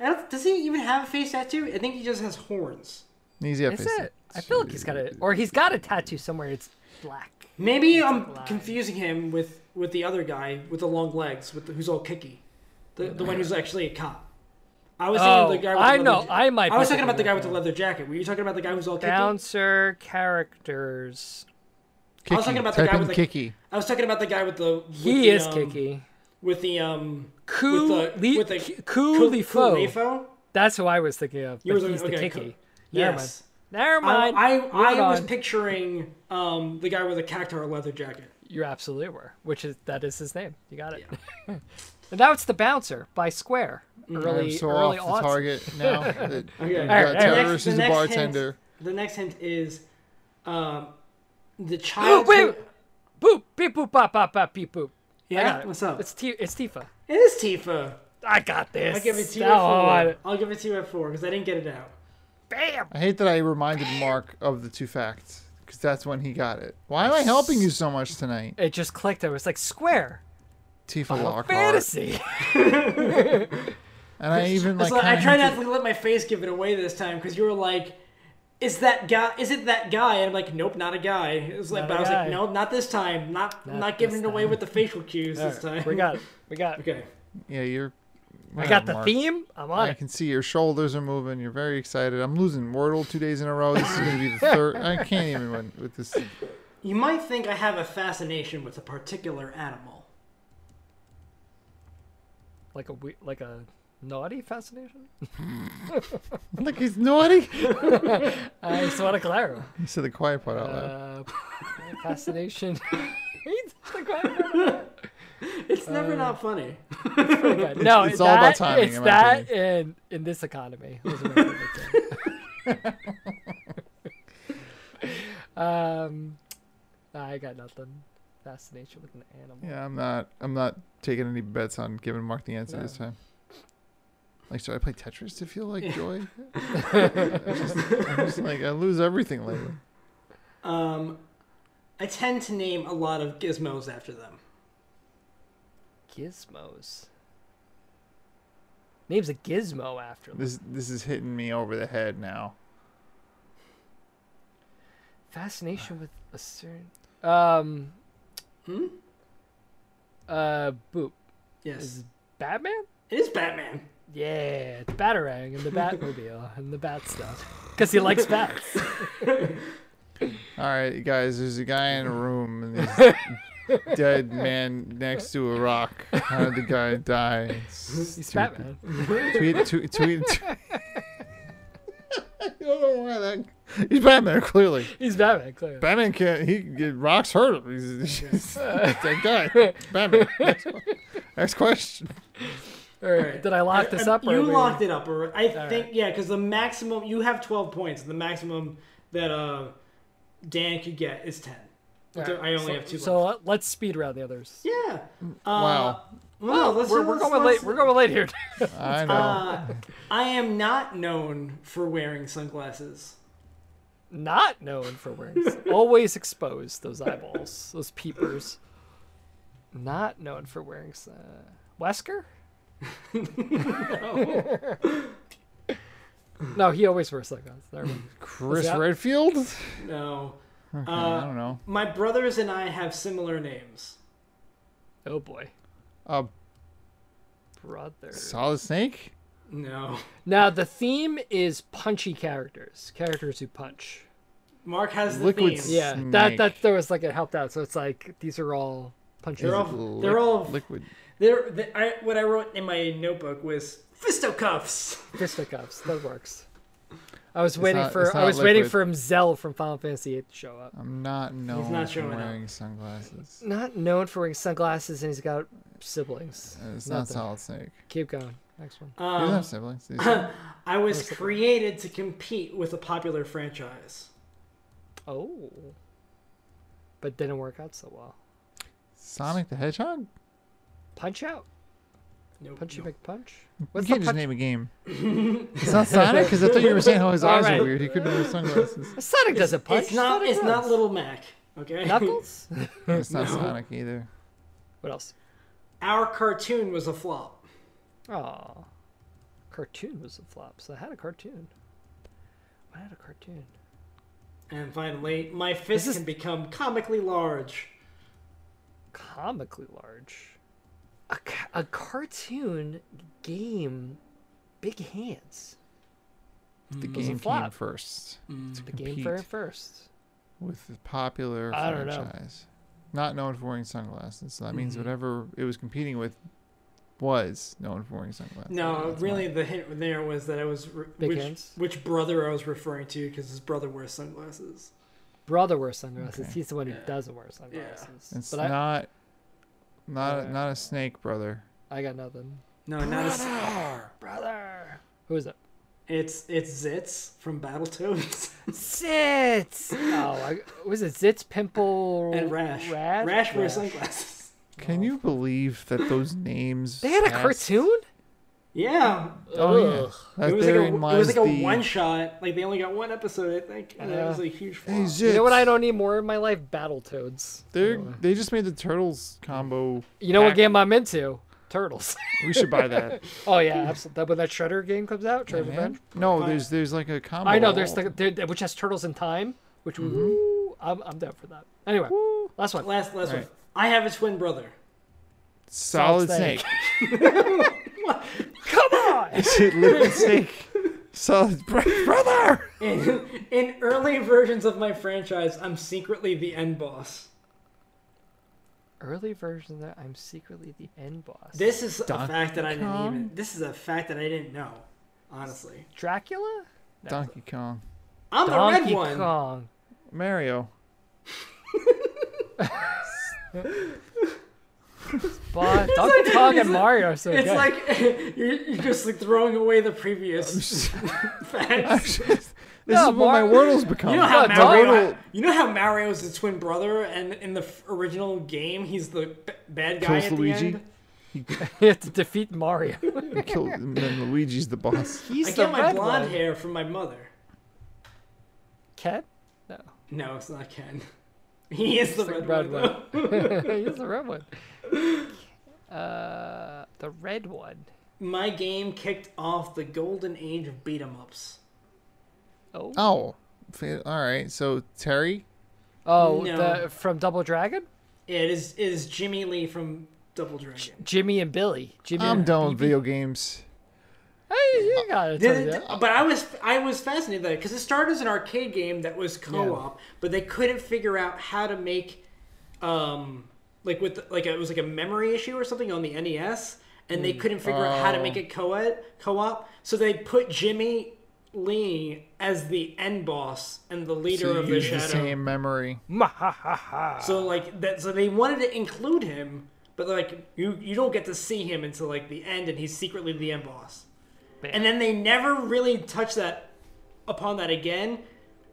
Speaker 1: I don't, does he even have a face tattoo? I think he just has horns.
Speaker 3: Needs the
Speaker 2: Is
Speaker 3: face
Speaker 2: it? I feel like he's got a, or he's got a tattoo somewhere. It's black.
Speaker 1: Maybe I'm
Speaker 2: lie.
Speaker 1: confusing him with with the other guy with the long legs, with the, who's all kicky, the the one who's actually a cop. I was thinking of the
Speaker 2: Oh,
Speaker 1: guy. With
Speaker 2: I
Speaker 1: the leather
Speaker 2: know,
Speaker 1: ja-
Speaker 2: I might
Speaker 1: I was
Speaker 2: be
Speaker 1: talking about the
Speaker 2: thinking
Speaker 1: guy
Speaker 2: of
Speaker 1: with the leather jacket. Were you talking about the guy who's all kicky?
Speaker 2: Bouncer characters.
Speaker 1: I was talking about the
Speaker 3: Type
Speaker 1: guy
Speaker 3: in
Speaker 1: with the-
Speaker 3: Kiki.
Speaker 1: I was talking about the guy with the. With
Speaker 2: He
Speaker 1: the,
Speaker 2: is
Speaker 1: um,
Speaker 2: kicky.
Speaker 1: With the um.
Speaker 2: Ku
Speaker 1: with the
Speaker 2: Li-
Speaker 1: with the
Speaker 2: Ku-
Speaker 1: Ku-
Speaker 2: Lifo.
Speaker 1: Kulifo?
Speaker 2: That's who I was thinking of.
Speaker 1: You
Speaker 2: But
Speaker 1: were
Speaker 2: he's
Speaker 1: thinking-
Speaker 2: the
Speaker 1: okay,
Speaker 2: kicky.
Speaker 1: Ku-
Speaker 2: Never
Speaker 1: Yes.
Speaker 2: mind. Never
Speaker 1: I
Speaker 2: mind.
Speaker 1: I,
Speaker 2: Moving
Speaker 1: I was
Speaker 2: on.
Speaker 1: picturing um the guy with a cactar leather jacket.
Speaker 2: You absolutely were. Which is that is his name. You got it. and now it's the bouncer by Square.
Speaker 1: Mm,
Speaker 2: Early,
Speaker 3: I'm so
Speaker 2: early
Speaker 3: off the
Speaker 2: aughts.
Speaker 3: target now. that
Speaker 1: Okay.
Speaker 2: All right,
Speaker 3: I've got
Speaker 2: all right.
Speaker 3: terrorist
Speaker 1: The next- the
Speaker 3: who's a
Speaker 1: next
Speaker 3: bartender.
Speaker 1: The next hint is, um, the
Speaker 2: Oh
Speaker 1: child.
Speaker 2: wait, boop beep boop pop pop pop beep boop. I got
Speaker 1: yeah.
Speaker 2: it.
Speaker 1: What's up?
Speaker 2: It's T- it's Tifa.
Speaker 1: It is Tifa.
Speaker 2: I got this.
Speaker 1: I'll give it to you
Speaker 2: Now
Speaker 1: at
Speaker 2: I'm
Speaker 1: four.
Speaker 2: on-
Speaker 1: I'll give it to you at four because I didn't get it out.
Speaker 2: Bam.
Speaker 3: I hate that I reminded Mark of the two facts because that's when he got it. Why am I helping you so much tonight,
Speaker 2: It just clicked. I was like Square
Speaker 3: Tifa Lockhart?
Speaker 2: Fantasy.
Speaker 3: And I even like,
Speaker 1: So I
Speaker 3: kinda
Speaker 1: tried
Speaker 3: hinted-
Speaker 1: not to let my face give it away this time because you were like, "Is that guy? Is it that guy?" And I'm like, "Nope, not a guy." It was like,
Speaker 2: Not
Speaker 1: but
Speaker 2: a
Speaker 1: I was
Speaker 2: guy.
Speaker 1: like, "No, not this time. Not not, giving
Speaker 2: this
Speaker 1: it away with the facial cues this
Speaker 2: All
Speaker 1: time."
Speaker 2: right, we got it. We got it.
Speaker 1: Okay.
Speaker 3: Yeah, you're.
Speaker 2: I got the
Speaker 3: Mark.
Speaker 2: theme. I'm on
Speaker 3: I
Speaker 2: it.
Speaker 3: can see your shoulders are moving. You're very excited. I'm losing Wordle two days in a row. This is gonna be the third. I can't even win with this.
Speaker 1: You might think I have a fascination with a particular animal.
Speaker 2: Like a we- like a Naughty fascination?
Speaker 3: Look, he's naughty.
Speaker 2: I swear to Clara.
Speaker 3: He said the quiet part out loud.
Speaker 2: Uh, fascination. It's the quiet part.
Speaker 1: It's
Speaker 2: Uh.
Speaker 1: never not funny.
Speaker 2: Okay, no,
Speaker 3: it's all
Speaker 2: that-
Speaker 3: about timing,
Speaker 2: It's
Speaker 3: in my
Speaker 2: that in in this economy. Those are my favorite two. um, I got nothing. Fascination with an animal.
Speaker 3: Yeah, I'm not. I'm not taking any bets on giving Mark the answer this time. Like, should I play Tetris to feel like joy? I'm just, I'm just like I lose everything lately.
Speaker 1: Um, I tend to name a lot of gizmos after them.
Speaker 2: Gizmos. Name's a gizmo after them.
Speaker 3: This this is hitting me over the head now.
Speaker 2: Fascination with a certain. Um. Hmm. Uh, boop.
Speaker 1: Yes,
Speaker 2: Is Batman?
Speaker 1: it is Batman.
Speaker 2: Yeah, the Batarang and the Batmobile and the Bat stuff. Because he likes bats.
Speaker 3: All right, you guys. There's a guy in a room and there's a dead man next to a rock. How did the guy die? It's
Speaker 2: He's
Speaker 3: stupid.
Speaker 2: Batman.
Speaker 3: tweet, tweet, tweet. I don't know why that. He's Batman, clearly.
Speaker 2: He's Batman, clearly.
Speaker 3: Batman can't. He get rocks hurt him. He's, he's that guy. Batman. Next, one. Next question.
Speaker 2: Or did I lock this up? Or
Speaker 1: You
Speaker 2: are we-
Speaker 1: locked it up, or I think yeah, because the maximum you have twelve points, and the maximum that uh Dan could get is ten. So I only
Speaker 2: so,
Speaker 1: have two.
Speaker 2: So
Speaker 1: left.
Speaker 2: uh, let's speed around the others.
Speaker 1: yeah. Uh,
Speaker 3: Wow.
Speaker 1: Well, let's,
Speaker 2: We're, we're
Speaker 1: let's-
Speaker 2: going late.
Speaker 1: let's-
Speaker 2: We're going late here.
Speaker 3: I know.
Speaker 1: Uh, I am not known for wearing sunglasses.
Speaker 2: Not known for wearing. Always exposed. Those eyeballs. Those peepers. Not known for wearing. s- Uh, Wesker. no. he always wears sunglasses. Never mind.
Speaker 3: Chris
Speaker 2: that-
Speaker 3: Redfield.
Speaker 1: uh, No.
Speaker 3: I don't know.
Speaker 1: My brothers and I have similar names.
Speaker 2: Oh boy,
Speaker 3: Uh,
Speaker 2: brother.
Speaker 3: Solid Snake.
Speaker 1: No.
Speaker 2: Now the theme is punchy characters. Characters who punch.
Speaker 1: Mark has the
Speaker 3: Liquid
Speaker 1: theme.
Speaker 2: Yeah, that
Speaker 3: Snake.
Speaker 2: that there was like it helped out. So it's like these are all punches.
Speaker 1: They're all. They're all.
Speaker 3: liquid.
Speaker 1: They're, they, I, what I wrote in my notebook was fistocuffs.
Speaker 2: fisticuffs. That works. I was waiting
Speaker 3: not- it's
Speaker 2: for I
Speaker 3: not
Speaker 2: was waiting
Speaker 3: liquid.
Speaker 2: for Zell from Final Fantasy VIII to show up.
Speaker 3: I'm not known
Speaker 1: not
Speaker 3: for
Speaker 1: showing up.
Speaker 3: wearing sunglasses.
Speaker 2: Not known for wearing sunglasses, and he's got siblings.
Speaker 3: It's not,
Speaker 2: Nothing.
Speaker 3: Solid Snake.
Speaker 2: Keep going. Next one.
Speaker 1: Uh,
Speaker 3: He
Speaker 1: Um,
Speaker 3: doesn't have siblings. He's-
Speaker 1: I was created to compete with a popular franchise.
Speaker 2: oh, but didn't work out so well.
Speaker 3: Sonic the Hedgehog.
Speaker 2: Punch out.
Speaker 1: Nope,
Speaker 2: Punchy
Speaker 1: nope.
Speaker 2: McPunch.
Speaker 3: You
Speaker 2: What's the
Speaker 3: can't
Speaker 2: punch?
Speaker 3: just name a game. it's not Sonic because I thought you were saying how his eyes
Speaker 2: Alright.
Speaker 3: are weird. He couldn't wear sunglasses.
Speaker 2: Sonic doesn't punch.
Speaker 1: It's not.
Speaker 2: Sonic
Speaker 1: It's not
Speaker 2: runs.
Speaker 1: Little Mac. Okay.
Speaker 2: Knuckles.
Speaker 3: It's not Sonic either.
Speaker 2: what else?
Speaker 1: Our cartoon was a flop.
Speaker 2: Oh, cartoon was a flop. So I had a cartoon. I had a cartoon.
Speaker 1: And finally, my fist
Speaker 2: This is-
Speaker 1: can become comically large.
Speaker 2: comically large. A, ca- a cartoon game, big hands.
Speaker 3: The
Speaker 2: Mm. a
Speaker 3: game came
Speaker 2: flop. Mm.
Speaker 3: first to
Speaker 2: The
Speaker 3: compete
Speaker 2: game for first.
Speaker 3: with the popular
Speaker 2: I don't know. Mm-hmm.
Speaker 3: franchise. Not known for wearing sunglasses. So that means whatever it was competing with was known for wearing sunglasses.
Speaker 1: No, really, the hint there was that I was re-
Speaker 2: Big
Speaker 1: which,
Speaker 2: hands?
Speaker 1: which brother I was referring to because his brother wears sunglasses.
Speaker 2: Brother wears sunglasses.
Speaker 3: Okay.
Speaker 2: He's the one who doesn't wear sunglasses.
Speaker 3: It's
Speaker 2: but
Speaker 3: not, not,
Speaker 2: Uh,
Speaker 3: a, not a snake, brother.
Speaker 2: I, I got nothing.
Speaker 1: No, not a,
Speaker 2: Brother. Who is it?
Speaker 1: it's it's Zitz from Battletoads
Speaker 2: Zitz. oh, I, was it Zitz Pimple
Speaker 1: and Rash.
Speaker 2: Rad?
Speaker 1: Rash wears sunglasses.
Speaker 3: Can you believe that those names?
Speaker 2: They had a
Speaker 3: passed?
Speaker 2: cartoon.
Speaker 1: Yeah,
Speaker 3: Oh yeah,
Speaker 2: Ugh.
Speaker 3: That
Speaker 1: it was like a,
Speaker 3: therein
Speaker 1: it
Speaker 3: lies
Speaker 1: was like a
Speaker 3: the-
Speaker 1: one shot. Like they only got one episode, I think, and it was like huge. Flop.
Speaker 3: Hey,
Speaker 2: You know what
Speaker 3: Zitz.
Speaker 2: I don't need more in my life? Battletoads.
Speaker 3: They they just made the turtles combo.
Speaker 2: You know what
Speaker 3: pack.
Speaker 2: game I'm into? Turtles.
Speaker 3: We should buy that.
Speaker 2: oh yeah, absolutely. That when that Shredder game comes out, Shredder Revenge.
Speaker 3: man. No, there's there's like a combo.
Speaker 2: I know there's
Speaker 3: wall.
Speaker 2: the there, which has turtles in time, which
Speaker 1: Mm-hmm.
Speaker 2: woo, I'm I'm down for that. Anyway, last one.
Speaker 1: Last last one. I have a twin brother.
Speaker 3: solid
Speaker 2: Solid Snake.
Speaker 3: snake.
Speaker 2: Come on.
Speaker 3: Shit, liquid snake. Solid br- brother.
Speaker 1: In, in early versions of my franchise, I'm secretly the end boss.
Speaker 2: early version that I'm secretly the end boss.
Speaker 1: This is a fact that I didn't even. This is a fact that I didn't know. Honestly,
Speaker 2: Dracula? No,
Speaker 3: Donkey Kong.
Speaker 1: I'm the
Speaker 2: Donkey
Speaker 1: red one.
Speaker 2: Kong.
Speaker 3: Mario.
Speaker 2: But Donkey Kong and Mario are so
Speaker 1: It's
Speaker 2: good.
Speaker 1: like you're, you're just like throwing away the previous facts.
Speaker 3: This
Speaker 2: No,
Speaker 3: is what my
Speaker 2: Mar-
Speaker 3: Wordle's become.
Speaker 1: You know how
Speaker 2: Yeah,
Speaker 1: Mario?
Speaker 3: Donald-
Speaker 1: You know how Mario's the twin brother, and in the f- original game, he's the b- bad guy
Speaker 3: Kills
Speaker 1: at
Speaker 3: Luigi.
Speaker 1: the end.
Speaker 2: you have to defeat Mario.
Speaker 3: You kill, and then Luigi's the boss.
Speaker 2: He's
Speaker 1: I
Speaker 2: the
Speaker 1: get my
Speaker 2: red
Speaker 1: blonde
Speaker 2: one.
Speaker 1: hair from my mother.
Speaker 2: Ken? No.
Speaker 1: No, it's not Ken. He is the
Speaker 2: the
Speaker 1: red,
Speaker 2: red
Speaker 1: one.
Speaker 2: one.
Speaker 1: though.
Speaker 2: He's the red one. Uh, the red one.
Speaker 1: My game kicked off the golden age of beat 'em ups. Uh,
Speaker 2: Oh.
Speaker 3: Oh, fa- all right. So Terry,
Speaker 2: Oh,
Speaker 1: No.
Speaker 2: the from Double Dragon?
Speaker 1: It is it is Jimmy Lee from Double Dragon.
Speaker 2: Jimmy and Billy. Jimmy
Speaker 3: I'm
Speaker 2: and
Speaker 3: done with video games.
Speaker 2: Hey, you got it.
Speaker 3: Oh,
Speaker 1: Did
Speaker 2: Tonya.
Speaker 1: it- but I was I was fascinated by it because it started as an arcade game that was co-op, but they couldn't figure out how to make, um, like with like it was like a memory issue or something on the NES, and
Speaker 3: Hmm.
Speaker 1: they couldn't figure out how to
Speaker 3: Oh.
Speaker 1: make it co-ed co-op. So they put Jimmy Lee as the end boss and the leader
Speaker 3: So
Speaker 1: of
Speaker 3: you
Speaker 1: the
Speaker 3: use the
Speaker 1: Shadow.
Speaker 3: same memory.
Speaker 1: So like that, so they wanted to include him, but like you you don't get to see him until like the end, and he's secretly the end boss. And then they never really touch that upon that again,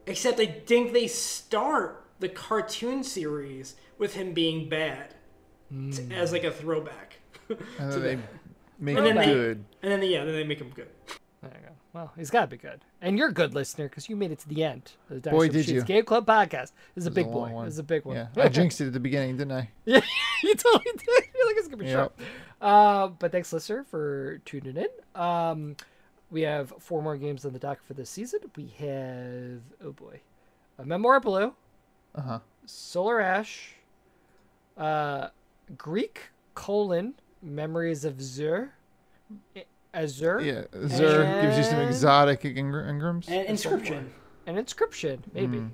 Speaker 1: except I think they start the cartoon series with him being bad t- as like a throwback.
Speaker 3: And then Uh, they make
Speaker 1: And then
Speaker 3: it
Speaker 1: they-
Speaker 3: good.
Speaker 1: and then yeah, then they make him good.
Speaker 2: There you go. Well, he's got to be good. And you're a good listener because you made it to the end. of The Dinosaur
Speaker 3: Boy, did
Speaker 2: Machines
Speaker 3: you.
Speaker 2: Game Club podcast. This is a
Speaker 3: It was
Speaker 2: big
Speaker 3: a long
Speaker 2: boy.
Speaker 3: one.
Speaker 2: This is a big one.
Speaker 3: Yeah, I jinxed it at the beginning, didn't I?
Speaker 2: Yeah, you totally did. You're like, it's gonna be
Speaker 3: Yep.
Speaker 2: short. Uh, but thanks, listener, for tuning in. Um, we have four more games on the dock for this season. We have oh boy, a Memoir Blue, uh-huh. Solar Ash, uh, Greek colon Memories of Zur, I- Azure,
Speaker 3: Yeah, Zer gives you some
Speaker 2: And-
Speaker 3: exotic ingr- Ingrams.
Speaker 1: And inscription.
Speaker 2: and Inscription. Maybe
Speaker 3: Mm.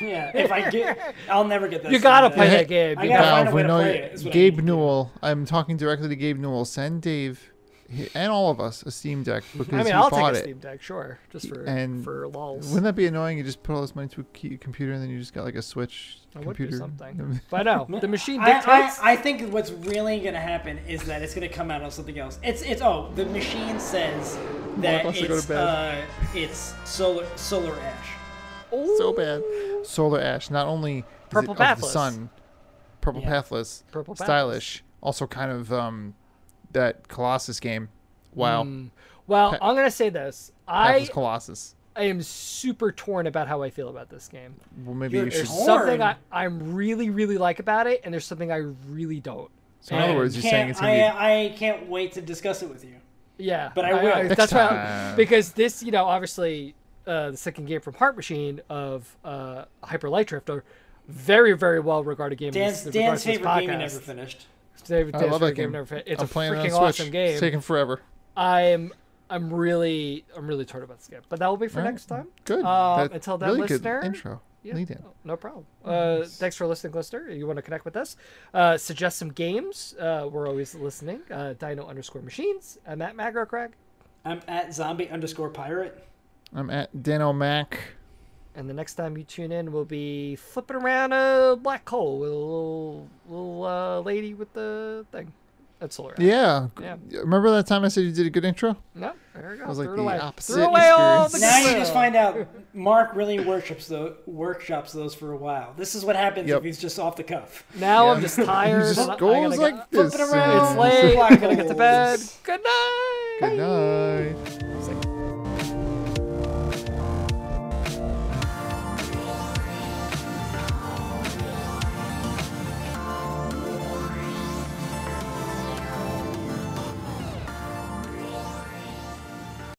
Speaker 1: Yeah, if I get, I'll never get that. uh,
Speaker 2: you gotta
Speaker 1: sound.
Speaker 2: play
Speaker 3: Yeah.
Speaker 2: that game.
Speaker 1: I
Speaker 2: You
Speaker 1: gotta
Speaker 2: gotta-
Speaker 1: find a
Speaker 3: Valve,
Speaker 1: way
Speaker 3: we
Speaker 1: to
Speaker 3: know
Speaker 1: play
Speaker 3: you-
Speaker 1: it, is what I
Speaker 3: Gabe
Speaker 1: need to do.
Speaker 3: Newell. I'm talking directly to Gabe Newell. Send Dave h- and all of us a Steam Deck because
Speaker 2: I mean,
Speaker 3: he
Speaker 2: I'll
Speaker 3: bought
Speaker 2: take a
Speaker 3: it.
Speaker 2: Steam Deck, sure, just for
Speaker 3: And
Speaker 2: for lols.
Speaker 3: Wouldn't that be annoying? You just put all this money to a key- computer and then you just got like a Switch
Speaker 2: That would
Speaker 3: computer.
Speaker 2: be something. But no, the machine
Speaker 1: I,
Speaker 2: dictates.
Speaker 1: I, I think what's really gonna happen is that it's gonna come out of something else. It's it's oh the machine says that
Speaker 3: wants to go
Speaker 1: it's
Speaker 3: to bed.
Speaker 1: uh it's solar solar ash.
Speaker 3: so bad. Solar Ash, not only is it
Speaker 2: Purple
Speaker 3: of the
Speaker 2: pathless.
Speaker 3: sun, purple
Speaker 2: Yeah.
Speaker 3: pathless,
Speaker 2: Purple pathless.
Speaker 3: stylish, also kind of um, that Colossus game. Wow,
Speaker 2: Mm. Well,
Speaker 3: Pa-
Speaker 2: I'm gonna say this. I
Speaker 3: pathless Colossus.
Speaker 2: I am super torn about how I feel about this game.
Speaker 3: Well, maybe you should.
Speaker 1: There's
Speaker 2: There's something I, I'm really really like about it, and there's something I really don't.
Speaker 3: So in other words, you're saying it's gonna
Speaker 1: I,
Speaker 3: be
Speaker 1: I can't wait to discuss it with you.
Speaker 2: Yeah,
Speaker 1: But I will. Next
Speaker 2: that's why I,
Speaker 3: time.
Speaker 2: because this, you know, obviously uh, the second game from Heart Machine of uh, Hyper Light Drifter, very very well regarded game. in
Speaker 1: Dan's,
Speaker 2: this- in
Speaker 1: Dan's
Speaker 2: regards to this
Speaker 1: favorite game he
Speaker 2: podcast.
Speaker 1: never finished.
Speaker 2: David-
Speaker 3: I
Speaker 2: Dan's
Speaker 3: love that
Speaker 2: favorite
Speaker 3: game.
Speaker 2: never fin- It's
Speaker 3: I'm
Speaker 2: a
Speaker 3: playing it on
Speaker 2: freaking
Speaker 3: Switch.
Speaker 2: awesome game.
Speaker 3: It's taking forever.
Speaker 2: I'm I'm really I'm really torn about this game, but that will be for
Speaker 3: All right.
Speaker 2: next time.
Speaker 3: Good.
Speaker 2: Um,
Speaker 3: That-
Speaker 2: until then,
Speaker 3: really
Speaker 2: listener.
Speaker 3: good intro.
Speaker 2: Yeah, Oh.
Speaker 3: Lead in. Oh,
Speaker 2: no- No problem. Uh, Thanks for listening, listener. You want to connect with us? Uh, suggest some games. Uh, we're always listening. Uh, Dino underscore machines. I'm at Magro Craig,
Speaker 1: I'm at zombie underscore pirate.
Speaker 3: I'm at Dano Mac.
Speaker 2: and the next time you tune in, we'll be flipping around a black hole with a little little uh, lady with the thing. That's solar. Ash.
Speaker 3: Yeah.
Speaker 2: Yeah.
Speaker 3: Remember that time I said you did a good intro?
Speaker 2: No, there we go.
Speaker 3: was like
Speaker 2: Threw it
Speaker 3: the
Speaker 2: away.
Speaker 3: opposite
Speaker 2: Threw away all the
Speaker 1: Now
Speaker 2: good
Speaker 1: you just
Speaker 2: stuff.
Speaker 1: find out Mark really worships those workshops those for a while. This is what happens
Speaker 3: Yep.
Speaker 1: if he's just off the cuff.
Speaker 2: Now I'm just tired.
Speaker 3: It
Speaker 2: and I-
Speaker 3: just
Speaker 2: I gotta
Speaker 3: goes
Speaker 2: go-
Speaker 3: like this.
Speaker 1: around.
Speaker 2: It's late.
Speaker 1: Black
Speaker 2: I'm gonna get to
Speaker 1: holes.
Speaker 2: bed. Good night.
Speaker 3: Good night.